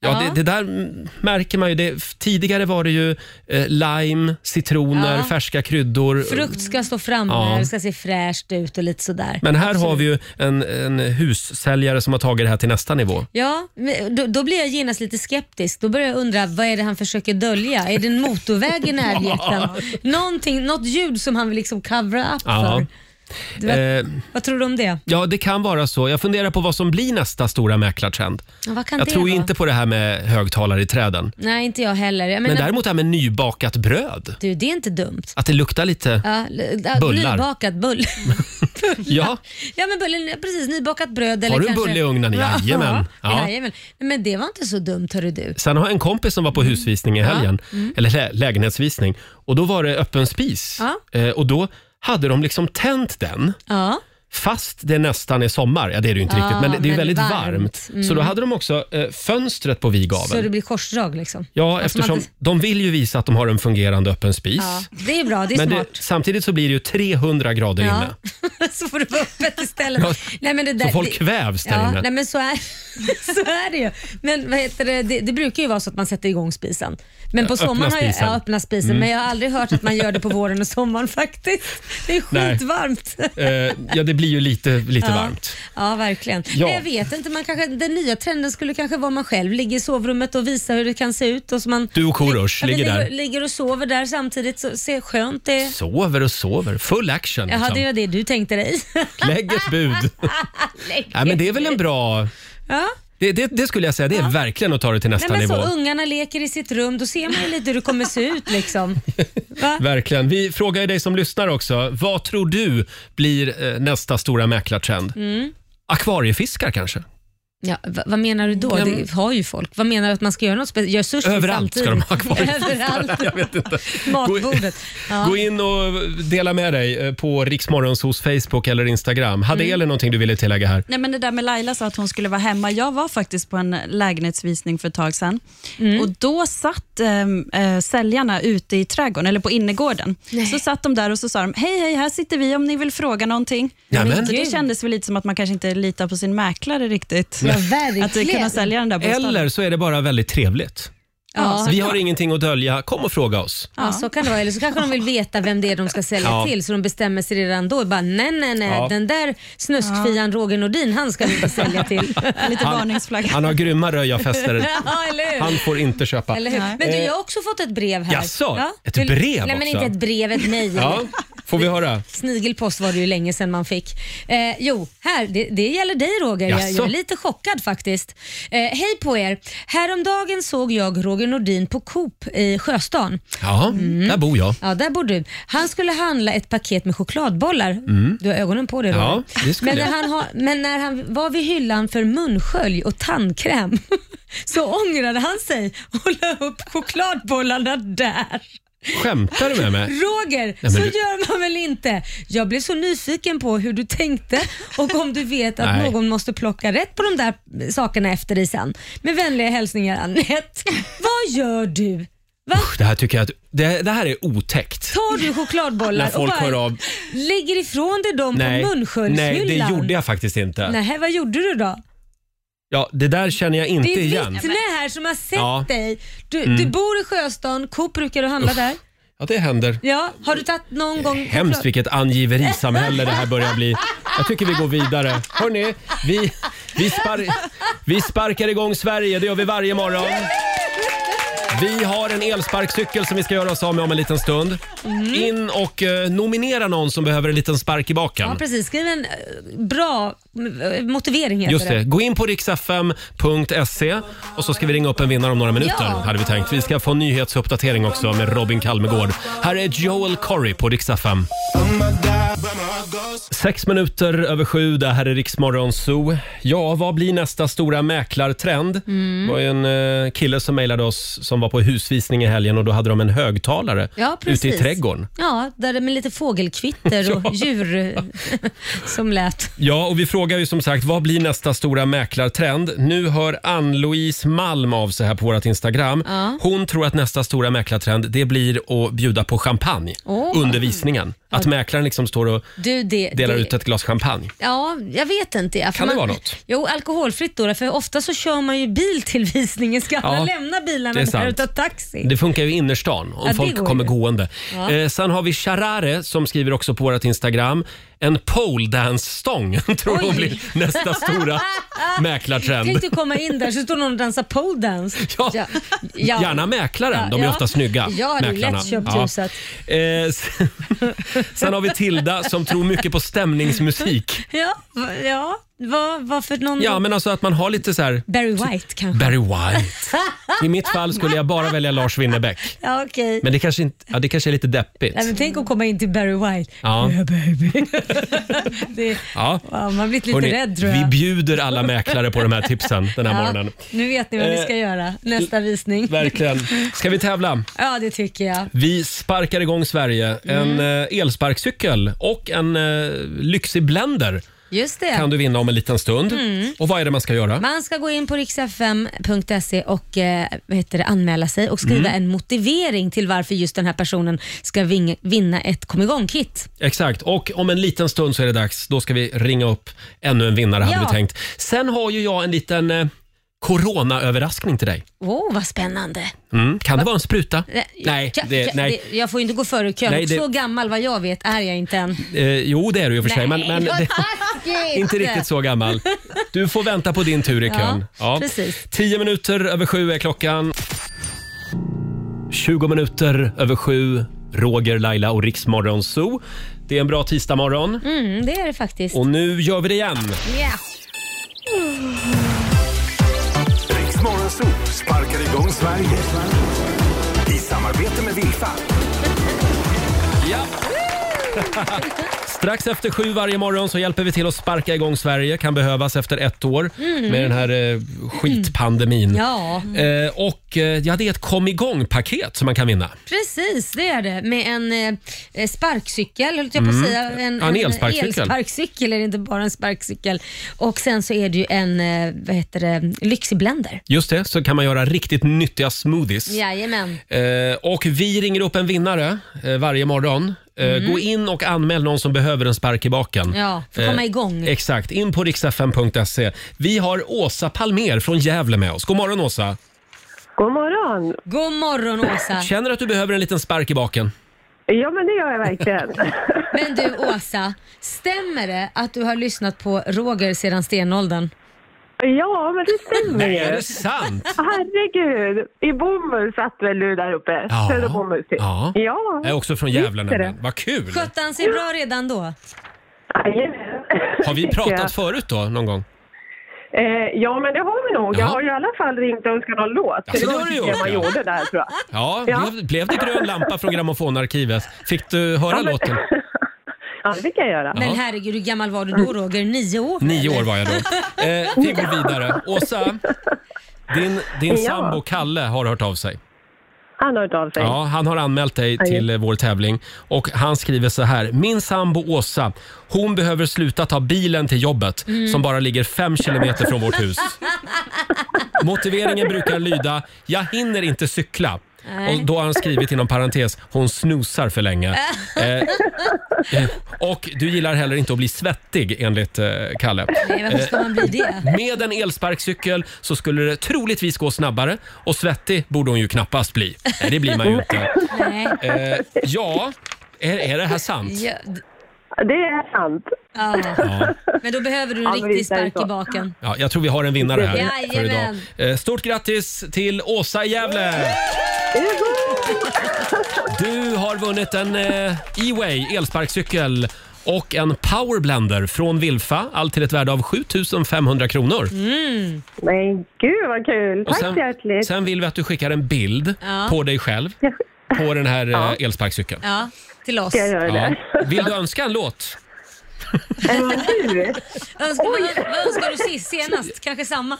Speaker 1: Ja,
Speaker 2: Ja.
Speaker 1: det, det där mm, märker man ju. Det, tidigare var det ju eh, lime, citroner,
Speaker 2: Ja.
Speaker 1: färska kryddor.
Speaker 2: Frukt ska stå framme,
Speaker 1: Ja.
Speaker 2: det ska se fräscht ut och lite sådär.
Speaker 1: Men här har vi ju en, en hussäljare som har tagit det här till nästa nivå.
Speaker 2: Ja, men då, då blir jag genast lite skeptisk. Då börjar jag undra, vad är det han försöker dölja? Är det en motorväg i närheten? Någonting, något ljud som han vill liksom covera up
Speaker 1: Ja.
Speaker 2: för. Du vet,
Speaker 1: Eh,
Speaker 2: vad tror du om det?
Speaker 1: ja, det kan vara så. Jag funderar på vad som blir nästa stora mäklartrend.
Speaker 2: Ja, Vad kan
Speaker 1: Jag
Speaker 2: det
Speaker 1: tror
Speaker 2: vara?
Speaker 1: inte på det här med högtalare i träden.
Speaker 2: Nej, inte jag heller. Jag
Speaker 1: Men
Speaker 2: menar,
Speaker 1: däremot det här med nybakat bröd.
Speaker 2: du, det är inte dumt.
Speaker 1: Att det luktar lite...
Speaker 2: Ja, l- ja,
Speaker 1: Bullar.
Speaker 2: Nybakat bull.
Speaker 1: Ja.
Speaker 2: ja, men bullen, precis. Nybakat bröd. Eller
Speaker 1: Har du en
Speaker 2: kanske...
Speaker 1: bulle i ugnen? Jajamän. Ja.
Speaker 2: Ja. Jajamän. Men det var inte så dumt, hörru du.
Speaker 1: Sen har jag en kompis som var på
Speaker 2: Mm.
Speaker 1: husvisning i helgen, eller lä- lägenhetsvisning, och då var det öppen spis.
Speaker 2: Ja.
Speaker 1: Eh, och då hade de liksom tänt den,
Speaker 2: Ja.
Speaker 1: fast det nästan är sommar. Ja, det är det ju inte
Speaker 2: Ja,
Speaker 1: riktigt, men det är ju
Speaker 2: men
Speaker 1: väldigt varmt.
Speaker 2: varmt. Mm.
Speaker 1: Så då hade de också eh, fönstret på
Speaker 2: Så det
Speaker 1: vigaveln.
Speaker 2: blir korsdrag liksom.
Speaker 1: Ja,
Speaker 2: Att man
Speaker 1: eftersom
Speaker 2: inte-
Speaker 1: de vill ju visa att de har en fungerande öppen spis.
Speaker 2: Ja, det är bra, det är
Speaker 1: Men det,
Speaker 2: smart.
Speaker 1: samtidigt så blir det ju 300 grader inne.
Speaker 2: Ja. så får du vara öppet istället.
Speaker 1: Ja,
Speaker 2: Nej, men det där,
Speaker 1: Så folk
Speaker 2: det-
Speaker 1: kvävs där
Speaker 2: Ja,
Speaker 1: inne.
Speaker 2: nej men så är, så är det ju. Men vad heter det? Det, det brukar ju vara så att man sätter igång spisen. Men på
Speaker 1: Öppna
Speaker 2: sommaren har jag
Speaker 1: spisen. Mm.
Speaker 2: ja, öppna spisen, men jag har aldrig hört att man gör det på våren och sommaren faktiskt. Det är
Speaker 1: Nej.
Speaker 2: skitvarmt.
Speaker 1: Eh, ja, det blir ju lite, lite
Speaker 2: Ja.
Speaker 1: varmt.
Speaker 2: Ja, verkligen.
Speaker 1: Ja.
Speaker 2: Men jag vet inte, man kanske, den nya trenden skulle kanske vara man själv ligger i sovrummet och visar hur det kan se ut. Och så man,
Speaker 1: Du och Korosh
Speaker 2: Ja, men
Speaker 1: ligger
Speaker 2: ligger,
Speaker 1: där.
Speaker 2: ligger och sover där samtidigt, så ser skönt det
Speaker 1: Sover och sover. Full action.
Speaker 2: Jaha,
Speaker 1: liksom.
Speaker 2: det var det du tänkte dig.
Speaker 1: Lägg ett bud. Nej, men det är väl en bra...
Speaker 2: Ja.
Speaker 1: Det, det, det skulle jag säga, det är verkligen att ta det till
Speaker 2: Nej,
Speaker 1: nästa
Speaker 2: men
Speaker 1: nivå.
Speaker 2: så ungarna leker i sitt rum, då ser man ju lite hur det kommer se ut liksom. Va?
Speaker 1: Verkligen. Vi frågar ju dig som lyssnar också. Vad tror du blir eh, nästa stora mäklartrend?
Speaker 2: Mm.
Speaker 1: Akvariefiskar kanske?
Speaker 2: Ja, va, vad menar du då? Det har ju folk. Vad menar du att man ska göra något speciellt? Gör sushi
Speaker 1: Överallt ska
Speaker 2: samtidigt?
Speaker 1: de ha akvarier.
Speaker 2: Överallt.
Speaker 1: Jag vet inte.
Speaker 2: Matbordet. Ja.
Speaker 1: Gå in och dela med dig eh, på Riksmorgonsos Facebook eller Instagram. Hade
Speaker 2: Mm.
Speaker 1: Elin någonting du ville tillägga här?
Speaker 6: Nej, men det där med Laila sa att hon skulle vara hemma. Jag var faktiskt på en lägenhetsvisning för ett tag sedan.
Speaker 2: Mm.
Speaker 6: Och då satt ehm, eh, säljarna ute i trädgården, eller på innergården. Så satt de där och så sa de, hej, hej, här sitter vi om ni vill fråga någonting.
Speaker 1: Nämen.
Speaker 6: Så det kändes väl lite som att man kanske inte litar på sin mäklare riktigt.
Speaker 2: Ja,
Speaker 6: Att du kunde
Speaker 2: verkligen.
Speaker 6: sälja den där bostaden.
Speaker 1: Eller så är det bara väldigt trevligt.
Speaker 2: Ja.
Speaker 1: Vi har ingenting att dölja. Kom och fråga oss.
Speaker 2: Ja, så kan det vara. Eller så kanske de vill veta vem det är de ska sälja
Speaker 1: Ja.
Speaker 2: till så de bestämmer sig redan då. Bara, nej, nej, nej.
Speaker 1: Ja.
Speaker 2: Den där snuskfian Roger Nordin, han ska vi inte sälja till.
Speaker 6: Lite varningsflagga.
Speaker 1: Han har grymma röjarfester.
Speaker 2: ja, eller hur?
Speaker 1: Han får inte köpa.
Speaker 2: Eller hur? Men du, jag har också fått ett brev här.
Speaker 1: Jaså, ett
Speaker 2: Vill-
Speaker 1: brev
Speaker 2: Nej, men
Speaker 1: också?
Speaker 2: inte ett brev, ett mejl.
Speaker 1: Ja, får vi höra?
Speaker 2: Snigelpost var det ju länge sedan man fick. Eh, jo, här, det, det gäller dig Roger. Jag,
Speaker 1: Jaså?
Speaker 2: jag är lite chockad faktiskt. Eh, hej på er. Häromdagen såg jag Roger Nordin på Coop i Sjöstan. Mm.
Speaker 1: Ja, där bor jag.
Speaker 2: Ja, där bor du. Han skulle handla ett paket med chokladbollar. Du har ögonen på dig Roger.
Speaker 1: Mm. Ja, det skulle
Speaker 2: men, när
Speaker 1: jag.
Speaker 2: han har, men när han var vid hyllan för munskölj och tandkräm så ångrade han sig och la upp chokladbollarna där.
Speaker 1: Skämtar du med mig?
Speaker 2: Roger,
Speaker 1: men
Speaker 2: så
Speaker 1: du-
Speaker 2: gör man väl inte? Jag blev så nyfiken på hur du tänkte och om du vet att
Speaker 1: Nej.
Speaker 2: någon måste plocka rätt på de där sakerna efter dig sen. Med vänliga hälsningar Anette. Vad gör du? Va?
Speaker 1: Det här tycker jag att, det, det här är otäckt.
Speaker 2: Tar du chokladbollar
Speaker 1: När folk
Speaker 2: och
Speaker 1: hör
Speaker 2: bara
Speaker 1: av.
Speaker 2: lägger ifrån dig dem
Speaker 1: Nej,
Speaker 2: på
Speaker 1: nej,
Speaker 2: munsköljshyllan?
Speaker 1: det gjorde jag faktiskt inte.
Speaker 2: Nej, vad gjorde du då?
Speaker 1: Ja, det där känner jag inte
Speaker 2: Det är ett
Speaker 1: igen.
Speaker 2: vittne här som har sett
Speaker 1: Ja. Mm.
Speaker 2: dig. Du, du bor i Sjöstan, Coop brukar du handla där.
Speaker 1: Ja, det händer.
Speaker 2: Ja, har du tagit någon gång...
Speaker 1: Hemskt vilket angiverisamhälle det här börjar bli. Jag tycker vi går vidare. Hörni, vi, vi, spar, vi sparkar igång Sverige. Det gör vi varje morgon. Vi har en elsparkcykel som vi ska göra oss av med om en liten stund.
Speaker 2: Mm.
Speaker 1: In och eh, nominera någon som behöver en liten spark i
Speaker 2: Ja,
Speaker 1: baken.
Speaker 2: precis. Skriv en eh, bra eh, motivering heter
Speaker 1: Just det. Gå in på riksfm.se och så ska vi ringa upp en vinnare om några minuter.
Speaker 2: Ja.
Speaker 1: Hade vi tänkt. Vi ska få en nyhetsuppdatering också med Robin Kalmegård. Här är Joel Corry på riksfm. Sex minuter över sju, det här är Riksmorgon Zoo. Ja, vad blir nästa stora mäklartrend?
Speaker 2: Mm.
Speaker 1: Det var ju en eh, kille som mejlade oss som var på husvisning i helgen och då hade de en högtalare
Speaker 2: Ja, precis.
Speaker 1: ute i trädgården.
Speaker 2: Ja, där det med lite fågelkvitter och djur eh, som lät.
Speaker 1: Ja, och vi frågar ju som sagt, vad blir nästa stora mäklartrend? Nu hör Ann-Louise Malm av sig här på vårt Instagram.
Speaker 2: Ja.
Speaker 1: Hon tror att nästa stora mäklartrend, det blir att bjuda på champagne
Speaker 2: Åh.
Speaker 1: under visningen. Att mäklaren liksom står och
Speaker 2: Du, det,
Speaker 1: delar
Speaker 2: det,
Speaker 1: ut ett glas champagne.
Speaker 2: Ja, jag vet inte. För
Speaker 1: Kan det vara något?
Speaker 2: Jo, alkoholfritt då. För ofta så kör man ju bil till visningen. Ska alla
Speaker 1: Ja,
Speaker 2: lämna
Speaker 1: det
Speaker 2: bilarna
Speaker 1: är
Speaker 2: där
Speaker 1: sant.
Speaker 2: och ta taxi?
Speaker 1: Det funkar ju i innerstan om
Speaker 2: Ja, det
Speaker 1: folk
Speaker 2: går
Speaker 1: kommer
Speaker 2: ju.
Speaker 1: gående.
Speaker 2: Ja.
Speaker 1: Eh, sen har vi Charare som skriver också på vårt Instagram. En poledance-stång tror hon
Speaker 2: Oj.
Speaker 1: blir nästa stora mäklartrend.
Speaker 2: Tänk du komma in där så står någon och dansar pole dance.
Speaker 1: Ja.
Speaker 2: ja.
Speaker 1: Gärna mäklaren, de är
Speaker 2: Ja.
Speaker 1: ofta snygga.
Speaker 2: Ja, det är
Speaker 1: mäklarna.
Speaker 2: lättköpt huset.
Speaker 1: Eh, sen, sen har vi Tilda som tror mycket på stämningsmusik.
Speaker 2: Ja, va- ja. Vad vad för någon?
Speaker 1: Ja, men alltså att man har lite så här
Speaker 2: Barry White kanske?
Speaker 1: Barry White. I mitt fall skulle jag bara välja Lars Winnerbäck.
Speaker 2: Ja, okej.
Speaker 1: Men det kanske, inte, ja, det kanske är lite deppigt.
Speaker 2: Nej, men tänk att komma in till Barry White.
Speaker 1: Ja.
Speaker 2: Yeah, baby. det,
Speaker 1: Ja.
Speaker 2: wow, man blir lite
Speaker 1: Hörrni,
Speaker 2: rädd tror jag.
Speaker 1: Vi bjuder alla mäklare på de här tipsen den här
Speaker 2: ja,
Speaker 1: morgonen.
Speaker 2: Nu vet ni vad ni ska
Speaker 1: Eh,
Speaker 2: göra nästa visning.
Speaker 1: Verkligen. Ska vi tävla?
Speaker 2: Ja, det tycker jag.
Speaker 1: Vi sparkar igång Sverige. En
Speaker 2: Mm.
Speaker 1: eh, elsparkcykel och en eh, lyxig blender
Speaker 2: Just det.
Speaker 1: kan du vinna om en liten stund. Och vad är det man ska göra?
Speaker 2: Mm. Man ska gå in på riksfm.se och eh, vad heter det, anmäla sig och skriva
Speaker 1: Mm.
Speaker 2: en motivering till varför just den här personen ska ving- vinna ett kom igång-kit.
Speaker 1: Exakt. Och om en liten stund så är det dags. Då ska vi ringa upp ännu en vinnare hade
Speaker 2: Ja.
Speaker 1: vi tänkt. Sen har ju jag en liten eh, Corona-överraskning till dig.
Speaker 2: Åh, vad spännande.
Speaker 1: Mm. Kan det vara en spruta? Nej,
Speaker 2: jag,
Speaker 1: det, nej.
Speaker 2: Det, jag får ju inte gå före kön.
Speaker 1: Nej, det-
Speaker 2: Så gammal vad jag vet är jag inte än.
Speaker 1: Eh, jo, det är du ju i och för sig. Men, men,
Speaker 2: vad
Speaker 1: det,
Speaker 2: taskigt!
Speaker 1: Inte riktigt så gammal. Du får vänta på din tur i
Speaker 2: Ja,
Speaker 1: kön.
Speaker 2: precis.
Speaker 1: Tio minuter över sju är klockan. 20 minuter över sju. Roger, Laila och Riksmorgon Zoo. Det är en bra tisdagmorgon
Speaker 2: Mm, det är det faktiskt.
Speaker 1: och nu gör vi det igen.
Speaker 2: Ja.
Speaker 9: Riksmorgon Zoo sparkar igång Sverige. I samarbete med Vilfa.
Speaker 1: Ja. Strax efter sju varje morgon så hjälper vi till att sparka igång Sverige. Kan behövas efter ett år med den här eh, skitpandemin.
Speaker 2: Mm. Ja,
Speaker 1: Eh, och eh, ja, det är ett kom igång-paket som man kan vinna.
Speaker 2: precis det är det. Med en eh, sparkcykel, höll jag på att säga. En,
Speaker 1: Mm. Ja, en elsparkcykel.
Speaker 2: elsparkcykel är det inte bara en sparkcykel. Och sen så är det ju en, eh, vad heter det, lyxig blender.
Speaker 1: Just det, så kan man göra riktigt nyttiga smoothies.
Speaker 2: Jajamän.
Speaker 1: Eh, och vi ringer upp en vinnare eh, varje morgon. Eh, Gå in och anmäl någon som behöver en spark i baken.
Speaker 2: Mm. Ja, för att komma
Speaker 1: Eh,
Speaker 2: igång.
Speaker 1: Exakt, in på riksfm.se. Vi har Åsa Palmer från Gävle med oss. God morgon Åsa!
Speaker 11: God morgon!
Speaker 2: God morgon Åsa.
Speaker 1: Känner att du behöver en liten spark i baken?
Speaker 11: Ja, men det gör jag verkligen.
Speaker 2: Men du Åsa, stämmer det att du har lyssnat på Roger sedan stenåldern?
Speaker 11: ja, men det stämmer
Speaker 1: Är
Speaker 11: ju.
Speaker 1: det sant?
Speaker 11: Herregud! I bomull satt väl du där uppe?
Speaker 1: Ja.
Speaker 11: Söder bomull typ.
Speaker 1: Ja.
Speaker 11: Ja.
Speaker 1: Jag är också från Gävle
Speaker 11: Visst är det.
Speaker 1: nämligen. Vad kul!
Speaker 2: Skötte han sig bra redan då?
Speaker 11: Jajamän.
Speaker 1: Har vi
Speaker 11: Ja.
Speaker 1: pratat förut då någon gång?
Speaker 11: Eh, ja, men det har vi nog.
Speaker 1: Ja.
Speaker 11: Jag har ju i alla fall ringt och önskat någon låt.
Speaker 1: Ja, så det har du gjort,
Speaker 11: det man
Speaker 1: ja.
Speaker 11: gjorde där tror jag.
Speaker 1: Ja,
Speaker 11: Ja.
Speaker 1: Blev, blev det grön lampa från grammofonarkivet? Fick du höra
Speaker 11: men-
Speaker 1: låten?
Speaker 11: ja, det fick jag göra.
Speaker 1: Ja.
Speaker 2: Men herregud, hur gammal var du då Roger? Nio år?
Speaker 1: Nio
Speaker 2: eller?
Speaker 1: år var jag då. Eh, vi går vidare. Åsa, din,
Speaker 11: Ja.
Speaker 1: din sambo Kalle har hört av sig.
Speaker 11: Han har hört av sig.
Speaker 1: Ja, han har anmält dig till eh, vår tävling och han skriver så här. Min sambo Åsa, hon behöver sluta ta bilen till jobbet som bara ligger fem kilometer från vårt hus. Motiveringen brukar lyda, jag hinner inte cykla.
Speaker 2: Nej.
Speaker 1: Och då har han skrivit inom parentes, hon snusar för länge. Eh, eh, och du gillar heller inte att bli svettig enligt eh, Kalle. Eh,
Speaker 2: Nej, varför ska man bli det?
Speaker 1: Med en elsparkcykel så skulle det troligtvis gå snabbare och svettig borde hon ju knappast bli. Nej, det blir man ju inte.
Speaker 2: Nej.
Speaker 1: Eh, ja, är, är det här sant?
Speaker 2: Ja, d-
Speaker 11: Det är sant.
Speaker 2: ja. Men då behöver du en
Speaker 11: Ja, men
Speaker 2: riktig
Speaker 11: visst är det
Speaker 2: spark
Speaker 11: så.
Speaker 2: i baken.
Speaker 1: Ja, jag tror vi har en vinnare här för idag.
Speaker 2: Jajamän.
Speaker 1: Eh, Stort grattis till Åsa i Gävle! Du har vunnit en eh, E-way elsparkcykel och en powerblender från Wilfa. Allt till ett värde av 7 500 kronor.
Speaker 11: Mm. Men gud vad kul!
Speaker 1: Och
Speaker 11: Tack så hjärtligt!
Speaker 1: sen vill vi att du skickar en bild
Speaker 2: Ja.
Speaker 1: på dig själv på den här eh, elsparkcykeln.
Speaker 2: Ja, till oss.
Speaker 11: Ska jag göra
Speaker 1: Ja.
Speaker 11: det?
Speaker 1: Vill du önska en låt?
Speaker 11: Eh, Du?
Speaker 2: Önskar, vad, vad önskar du sist, senast? Kanske samma?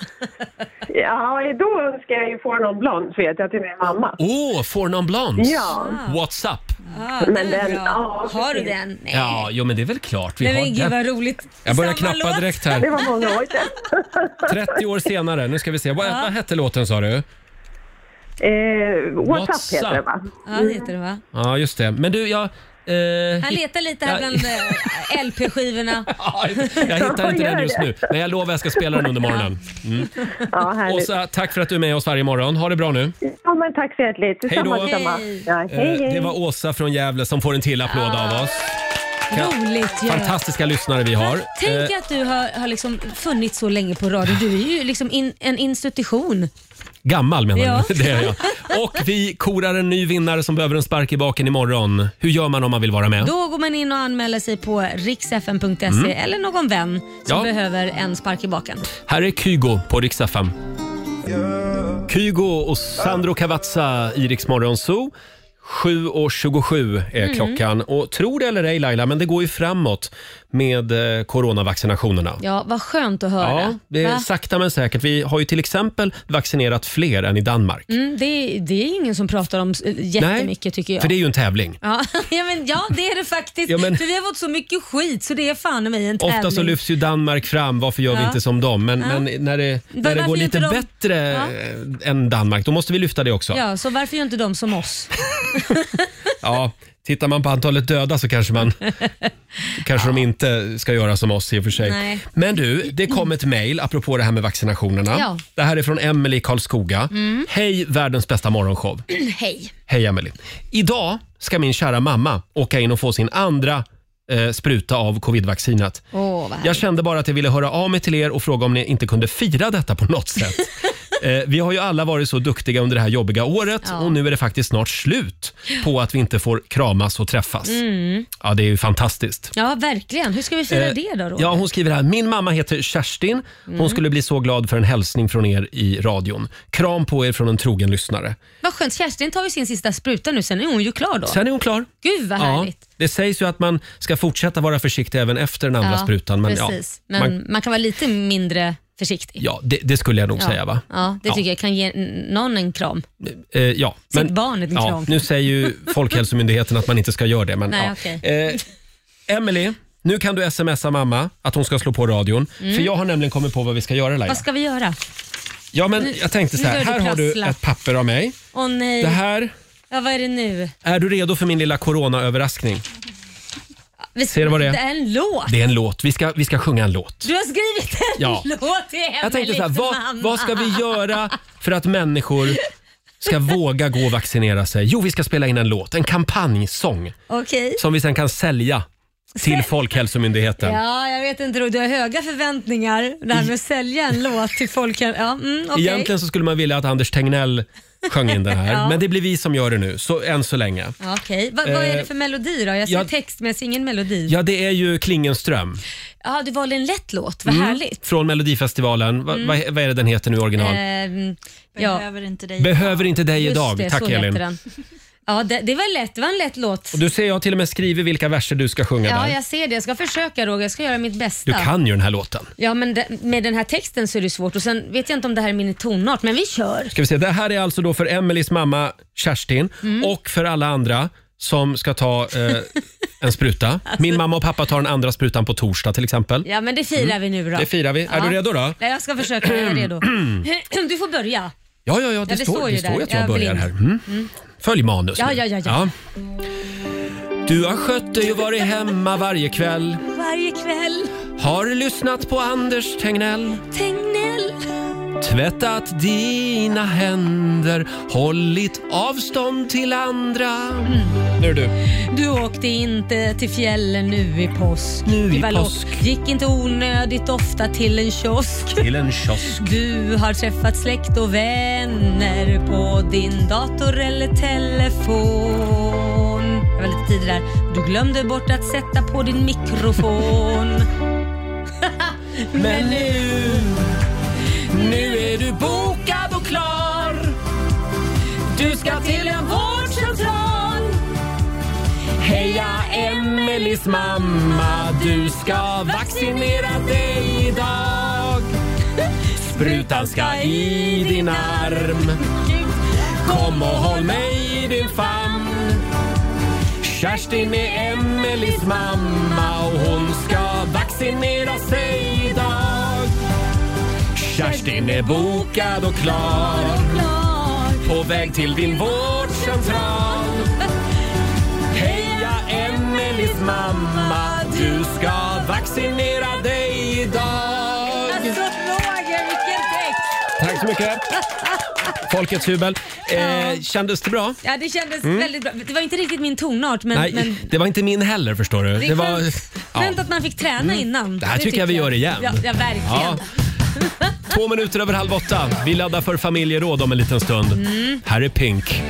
Speaker 11: Ja, då önskar jag ju få någon blond vet jag till min mamma.
Speaker 1: Åh, oh, For Non Blondes!
Speaker 11: Ja.
Speaker 2: Ah.
Speaker 1: What's up?
Speaker 2: Ja,
Speaker 11: Men
Speaker 2: är
Speaker 11: den-
Speaker 2: bra.
Speaker 11: ja,
Speaker 2: har du
Speaker 11: precis.
Speaker 2: den? Nej.
Speaker 1: Ja, jo, men det är väl klart vi
Speaker 2: Nej,
Speaker 1: har
Speaker 2: men gud
Speaker 1: den.
Speaker 2: vad roligt.
Speaker 1: Jag börjar
Speaker 2: Samma
Speaker 1: knappa
Speaker 2: låt.
Speaker 1: direkt
Speaker 11: Det
Speaker 1: här.
Speaker 11: var många år sedan.
Speaker 1: 30 år senare. Nu ska vi se. Vad, vad hette låten sa du?
Speaker 11: Eh,
Speaker 1: What's
Speaker 11: What's up heter det
Speaker 1: up?
Speaker 11: va?
Speaker 2: Ja, det heter det va?
Speaker 1: Ja, just det. Men du, jag... Eh,
Speaker 2: Han
Speaker 1: hitt-
Speaker 2: letar lite här
Speaker 1: Ja.
Speaker 2: bland eh, LP-skivorna.
Speaker 1: Ja, jag hittar inte
Speaker 11: gör
Speaker 1: den just
Speaker 11: det.
Speaker 1: nu, men jag lovar jag ska spela den under morgonen. Mm.
Speaker 11: Ja, härligt.
Speaker 1: Åsa, tack för att du är med oss varje morgon. Ha det bra nu.
Speaker 11: Ja, men tack så hjärtligt. Detsamma,
Speaker 1: Hej då.
Speaker 11: detsamma.
Speaker 2: Hej.
Speaker 11: Ja, hej,
Speaker 1: Eh,
Speaker 11: hej.
Speaker 1: Det var Åsa från Gävle som får en till applåd av oss.
Speaker 2: Roligt ju.
Speaker 1: Fantastiska lyssnare vi har.
Speaker 2: Tänk
Speaker 1: Eh,
Speaker 2: att du har, har liksom funnits så länge på radio. Du är ju liksom in, en institution.
Speaker 1: gammal menar
Speaker 2: Ja.
Speaker 1: du? Det är jag. Och vi korar en ny vinnare som behöver en spark i baken imorgon. Hur gör man om man vill vara med?
Speaker 2: Då går man in och anmäler sig på riksfn.se eller någon vän som
Speaker 1: Mm. Ja.
Speaker 2: behöver en spark i baken.
Speaker 1: Här är Kygo på Rix FM. Kygo och Sandro Cavazza i Rix Morgon Zoo. 7.27 är
Speaker 2: Mm.
Speaker 1: klockan. Och tro det eller ej Laila, men det går ju framåt med eh, coronavaccinationerna.
Speaker 2: Ja, vad skönt att höra.
Speaker 1: Ja, det är
Speaker 2: Va?
Speaker 1: sakta men säkert. Vi har ju till exempel vaccinerat fler än i Danmark.
Speaker 2: Mm, det, är- det är ingen som pratar om eh, jättemycket tycker jag.
Speaker 1: För det är ju en tävling.
Speaker 2: Ja, ja, men, ja, det är det faktiskt.
Speaker 1: Ja, men-
Speaker 2: För vi har fått så mycket skit så det är fan i mig en tävling.
Speaker 1: Ofta så lyfts ju Danmark fram, varför gör vi
Speaker 2: Ja.
Speaker 1: inte som dem? Men, men när det, när det
Speaker 2: varför
Speaker 1: går
Speaker 2: gör
Speaker 1: lite
Speaker 2: inte de-
Speaker 1: bättre
Speaker 2: Ja.
Speaker 1: eh, än Danmark, då måste vi lyfta det också.
Speaker 2: Ja, så varför gör inte de som oss?
Speaker 1: Ja, tittar man på antalet döda så kanske man kanske de inte ska göra som oss i och för sig.
Speaker 2: Nej.
Speaker 1: Men du, det kom ett mejl apropå det här med vaccinationerna.
Speaker 2: Ja. Mm.
Speaker 1: Det här är från Emelie Karlskoga. Hej, världens bästa morgonshow.
Speaker 2: Hej.
Speaker 1: Hej Emelie. Idag ska min kära mamma åka in och få sin andra eh, spruta av covidvaccinet.
Speaker 2: Åh, vad härligt.
Speaker 1: Jag kände bara att jag ville höra av mig till er och fråga om ni inte kunde fira detta på något sätt. Eh, Vi har ju alla varit så duktiga under det här jobbiga året och nu är det faktiskt snart slut på att vi inte får kramas och träffas. Ja, det är ju fantastiskt.
Speaker 2: Ja, verkligen. Mm. Hur ska vi fira
Speaker 1: Eh,
Speaker 2: det då, Roger? Mm.
Speaker 1: Ja, hon skriver här. Min mamma heter Kerstin. Hon skulle bli så glad för en hälsning från er i radion. Kram på er från en trogen lyssnare.
Speaker 2: Vad skönt. Kerstin tar ju sin sista spruta nu, sen är hon ju klar då.
Speaker 1: Sen är hon klar.
Speaker 2: Gud vad
Speaker 1: Ja,
Speaker 2: härligt.
Speaker 1: det sägs ju att man ska fortsätta vara försiktig även efter den andra sprutan. Men,
Speaker 2: precis.
Speaker 1: ja,
Speaker 2: men
Speaker 1: man,
Speaker 2: man... kan vara lite mindre försiktig.
Speaker 1: ja det, det skulle jag nog
Speaker 2: Ja.
Speaker 1: säga va?
Speaker 2: Ja, det tycker jag. Kan ge n- någon en kram.
Speaker 1: Eh, ja,
Speaker 2: Sitt barn är din
Speaker 1: ja,
Speaker 2: kram.
Speaker 1: Nu säger ju Folkhälsomyndigheten att man inte ska göra det. Men,
Speaker 2: Nej,
Speaker 1: ja.
Speaker 2: okej.
Speaker 1: eh, Emily, nu kan du smsa mamma att hon ska slå på radion. För jag har nämligen kommit på vad vi ska göra Laila.
Speaker 2: Mm. Vad ska vi göra?
Speaker 1: Ja, men jag tänkte så
Speaker 2: nu
Speaker 1: här,
Speaker 2: börjar
Speaker 1: här
Speaker 2: du
Speaker 1: har du
Speaker 2: prassla.
Speaker 1: ett papper av mig.
Speaker 2: Åh nej.
Speaker 1: Det här,
Speaker 2: Ja, vad är det nu?
Speaker 1: är du redo för min lilla coronaöverraskning?
Speaker 2: Vi...
Speaker 1: Ser du vad det är?
Speaker 2: Det är en låt.
Speaker 1: Det är en låt, vi ska, vi ska sjunga en låt.
Speaker 2: Du har skrivit en
Speaker 1: Ja.
Speaker 2: låt till Emelie
Speaker 1: Jag tänkte så här, vad,
Speaker 2: mamma.
Speaker 1: vad ska vi göra för att människor ska våga gå och vaccinera sig? Jo, vi ska spela in en låt, en kampanjsång
Speaker 2: Okej.
Speaker 1: som vi sen kan sälja till Folkhälsomyndigheten.
Speaker 2: Ja, jag vet inte. Roger. Du har höga förväntningar. Det här med att sälja en låt till folk. här. Ja, mm, okej.
Speaker 1: Egentligen så skulle man vilja att Anders Tegnell sjöng in den här,
Speaker 2: Ja.
Speaker 1: men det blir vi som gör det nu, så än så länge.
Speaker 2: Ja, Okej, Va, vad
Speaker 1: Eh,
Speaker 2: är det för melodi då? Jag ser
Speaker 1: jag-
Speaker 2: text men jag ser ingen melodi. Ja,
Speaker 1: Ja, det är ju Klingenström
Speaker 2: du valde en lätt låt,
Speaker 1: Mm.
Speaker 2: vad härligt.
Speaker 1: från Melodifestivalen.
Speaker 2: Mm.
Speaker 1: Va, va, vad är det den heter nu i original?
Speaker 2: Ehm, ja,
Speaker 6: Behöver inte dig.
Speaker 1: Behöver inte dig
Speaker 2: just
Speaker 1: idag.
Speaker 2: det,
Speaker 1: Tack
Speaker 2: så heter
Speaker 1: Elin.
Speaker 2: den. Ja, det, det var lätt. Det var en lätt låt.
Speaker 1: Och du ser, jag har till och med skrivit vilka verser du ska sjunga
Speaker 2: Ja,
Speaker 1: där.
Speaker 2: jag ser det. Jag ska försöka Roger. Jag ska göra mitt bästa.
Speaker 1: Du kan ju den här låten.
Speaker 2: Ja, men de, med den här texten så är det svårt. Och Sen vet jag inte om det här är min tonart, men vi kör.
Speaker 1: Ska vi se, det här är alltså då för Emelies mamma Kerstin
Speaker 2: Mm.
Speaker 1: och för alla andra som ska ta eh, en spruta.
Speaker 2: Alltså-
Speaker 1: Min mamma och pappa tar den andra sprutan på torsdag till exempel.
Speaker 2: Ja, men det firar vi nu då.
Speaker 1: Det Mm. firar vi. Är
Speaker 2: Ja.
Speaker 1: du redo då?
Speaker 2: Nej, jag ska försöka. Jag är redo. Du får börja.
Speaker 1: Ja, ja, ja det,
Speaker 2: det
Speaker 1: står,
Speaker 2: står ju
Speaker 1: det står
Speaker 2: där.
Speaker 1: ju att jag,
Speaker 2: Jag är
Speaker 1: börjar
Speaker 2: blind.
Speaker 1: här. Mm. Följ manus
Speaker 2: Ja,
Speaker 1: nu.
Speaker 2: ja, ja, ja.
Speaker 1: Du har skött dig och varit hemma varje kväll.
Speaker 2: Varje kväll,
Speaker 1: Har lyssnat på Anders Tegnell.
Speaker 2: Tegnell.
Speaker 1: Tvättat dina händer. Hållit avstånd till andra.
Speaker 2: Mm.
Speaker 1: Nu är det du.
Speaker 2: Du åkte inte till fjällen nu i påsk.
Speaker 1: Nu i
Speaker 2: Det var lågt.
Speaker 1: påsk.
Speaker 2: Gick inte onödigt ofta till en kiosk.
Speaker 1: Till en kiosk.
Speaker 2: Du har träffat släkt och vänner på din dator eller telefon. Jag var lite tidig där. Du glömde bort att sätta på din mikrofon.
Speaker 1: Men nu, nu är du bokad och klar. Du ska till en vårdcentral. Heja Emelies mamma, du ska vaccinera dig idag. Sprutan ska i din arm. Kom och håll mig i din famn. Kerstin är Emelies mamma och hon ska vaccinera sig idag. Kerstin är bokad och klar, på väg till din vårdcentral. Heja Emelies mamma, du ska vaccinera dig idag.
Speaker 2: Alltså Roger, vilken text!
Speaker 1: Tack så mycket. Folkets jubel. Eh, kändes det bra?
Speaker 2: Ja, det kändes väldigt bra. Det var inte riktigt min tonart, men,
Speaker 1: Mm. Nej,
Speaker 2: men
Speaker 1: det var inte min heller förstår du.
Speaker 2: det,
Speaker 1: Det
Speaker 2: är
Speaker 1: var... Mm.
Speaker 2: skönt. Skönt att man fick träna innan.
Speaker 1: Det här tycker jag vi gör igen.
Speaker 2: Ja, ja verkligen.
Speaker 1: Ja. Två minuter över halv åtta. Vi laddar för familjeråd om en liten stund.
Speaker 2: Mm.
Speaker 1: Här är Pink.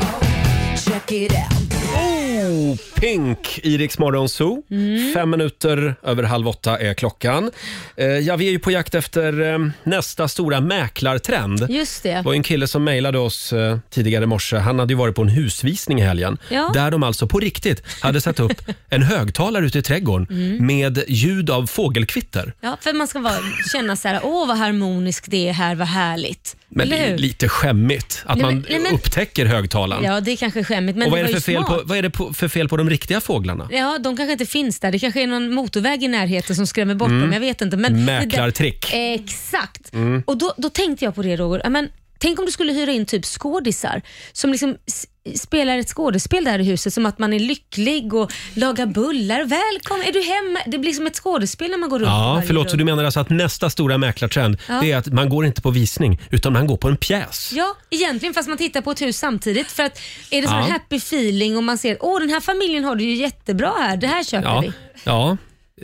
Speaker 1: Oh, Pink i Rix Morgon Zoo.
Speaker 2: Mm.
Speaker 1: Fem minuter över halv åtta är klockan. Eh, ja, vi är ju på jakt efter eh, nästa stora mäklartrend.
Speaker 2: Just
Speaker 1: Det
Speaker 2: det.
Speaker 1: var ju en kille som mejlade oss eh, tidigare i morse. Han hade ju varit på en husvisning i helgen.
Speaker 2: Ja.
Speaker 1: Där de alltså på riktigt hade satt upp en högtalare ute i trädgården
Speaker 2: Mm.
Speaker 1: med ljud av fågelkvitter.
Speaker 2: Ja, för man ska vara, känna så här, åh vad harmonisk det är här, vad härligt.
Speaker 1: Men det
Speaker 2: Eller
Speaker 1: är ju
Speaker 2: hur?
Speaker 1: lite skämmigt att
Speaker 2: Nej,
Speaker 1: man
Speaker 2: men- nej, men-
Speaker 1: upptäcker högtalaren.
Speaker 2: Ja, det är kanske skämmigt, men
Speaker 1: och vad är
Speaker 2: det,
Speaker 1: det,
Speaker 2: var
Speaker 1: för
Speaker 2: ju
Speaker 1: fel
Speaker 2: smart.
Speaker 1: på, vad är det på, för fel på de riktiga fåglarna?
Speaker 2: Ja, de kanske inte finns där. Det kanske är någon motorväg i närheten som skrämmer bort dem. Jag vet inte. Men
Speaker 1: Mm. Mäklartrick.
Speaker 2: Det där, exakt. Och då, då tänkte jag på det Roger. Ja, Men, tänk om du skulle hyra in typ skådisar som liksom s- spelar ett skådespel där i huset som att man är lycklig och lagar bullar. Välkommen, är du hemma? Det blir som ett skådespel när man går runt. i
Speaker 1: Ja,
Speaker 2: varje
Speaker 1: förlåt. Så
Speaker 2: rum.
Speaker 1: du menar alltså att nästa stora mäklartrend
Speaker 2: Ja.
Speaker 1: det är att man går inte på visning utan man går på en pjäs?
Speaker 2: Ja, egentligen fast man tittar på ett hus samtidigt för att är det sån
Speaker 1: Ja.
Speaker 2: här happy feeling och man ser åh den här familjen har det ju jättebra här, det här köper
Speaker 1: Ja.
Speaker 2: vi.
Speaker 1: ja.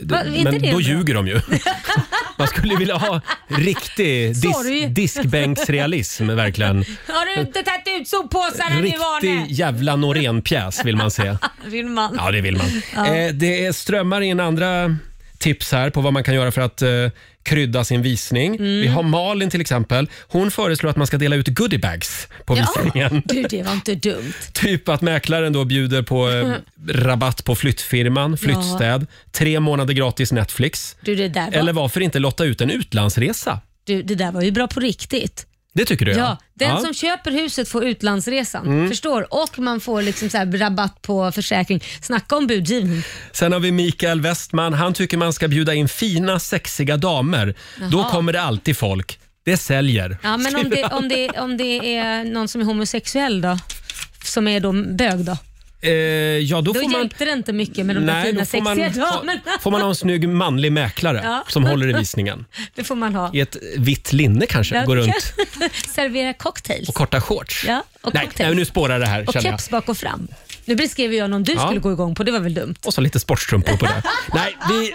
Speaker 2: Va, är inte
Speaker 1: Men
Speaker 2: det
Speaker 1: då
Speaker 2: bra?
Speaker 1: ljuger de ju. Man skulle vilja ha riktig
Speaker 2: Sorry.
Speaker 1: dis- diskbänksrealism verkligen.
Speaker 2: Har du inte tagit ut soppåsarna nu
Speaker 1: Riktig
Speaker 2: Arne?
Speaker 1: jävla Norén-pjäs vill man se.
Speaker 2: Vill man.
Speaker 1: Ja, det vill man. Eh, det är- strömmar in andra tips här på vad man kan göra för att eh, krydda sin visning.
Speaker 2: Mm.
Speaker 1: Vi har Malin till exempel. Hon föreslår att man ska dela ut goodiebags på visningen.
Speaker 2: Du, det var inte dumt.
Speaker 1: Typ att mäklaren då bjuder på eh, rabatt på flyttfirman, flyttstäd, tre månader gratis Netflix.
Speaker 2: Du, det där var,
Speaker 1: Eller varför inte lotta ut en utlandsresa?
Speaker 2: du, det där var ju bra på riktigt.
Speaker 1: Det tycker du?
Speaker 2: Ja, den som köper huset får utlandsresan,
Speaker 1: Mm.
Speaker 2: förstår? Och man får liksom så här rabatt på försäkring. Snacka om budgivning.
Speaker 1: Sen har vi Mikael Westman. Han tycker man ska bjuda in fina, sexiga damer. Då kommer det alltid folk. Det säljer.
Speaker 2: Ja, men om det, om, det, om det är någon som är homosexuell då? Som är då bög då?
Speaker 1: Eh, ja, då,
Speaker 2: Då
Speaker 1: får man...
Speaker 2: hjälpte det inte mycket med de där fina
Speaker 1: får man,
Speaker 2: sexiga damerna.
Speaker 1: ha- får man ha en snygg manlig mäklare
Speaker 2: Ja.
Speaker 1: som håller i visningen.
Speaker 2: Det får man ha.
Speaker 1: I ett vitt linne kanske,
Speaker 2: Ja,
Speaker 1: går
Speaker 2: det kan-
Speaker 1: runt
Speaker 2: Servera cocktails.
Speaker 1: och korta shorts.
Speaker 2: Ja, och
Speaker 1: nej,
Speaker 2: cocktails.
Speaker 1: nej, nu spårar det här
Speaker 2: Och
Speaker 1: känner jag.
Speaker 2: keps bak och fram. Nu beskrev jag någon du
Speaker 1: Ja.
Speaker 2: skulle gå igång på, det var väl dumt?
Speaker 1: Och så lite sportstrumpor på det. nej, vi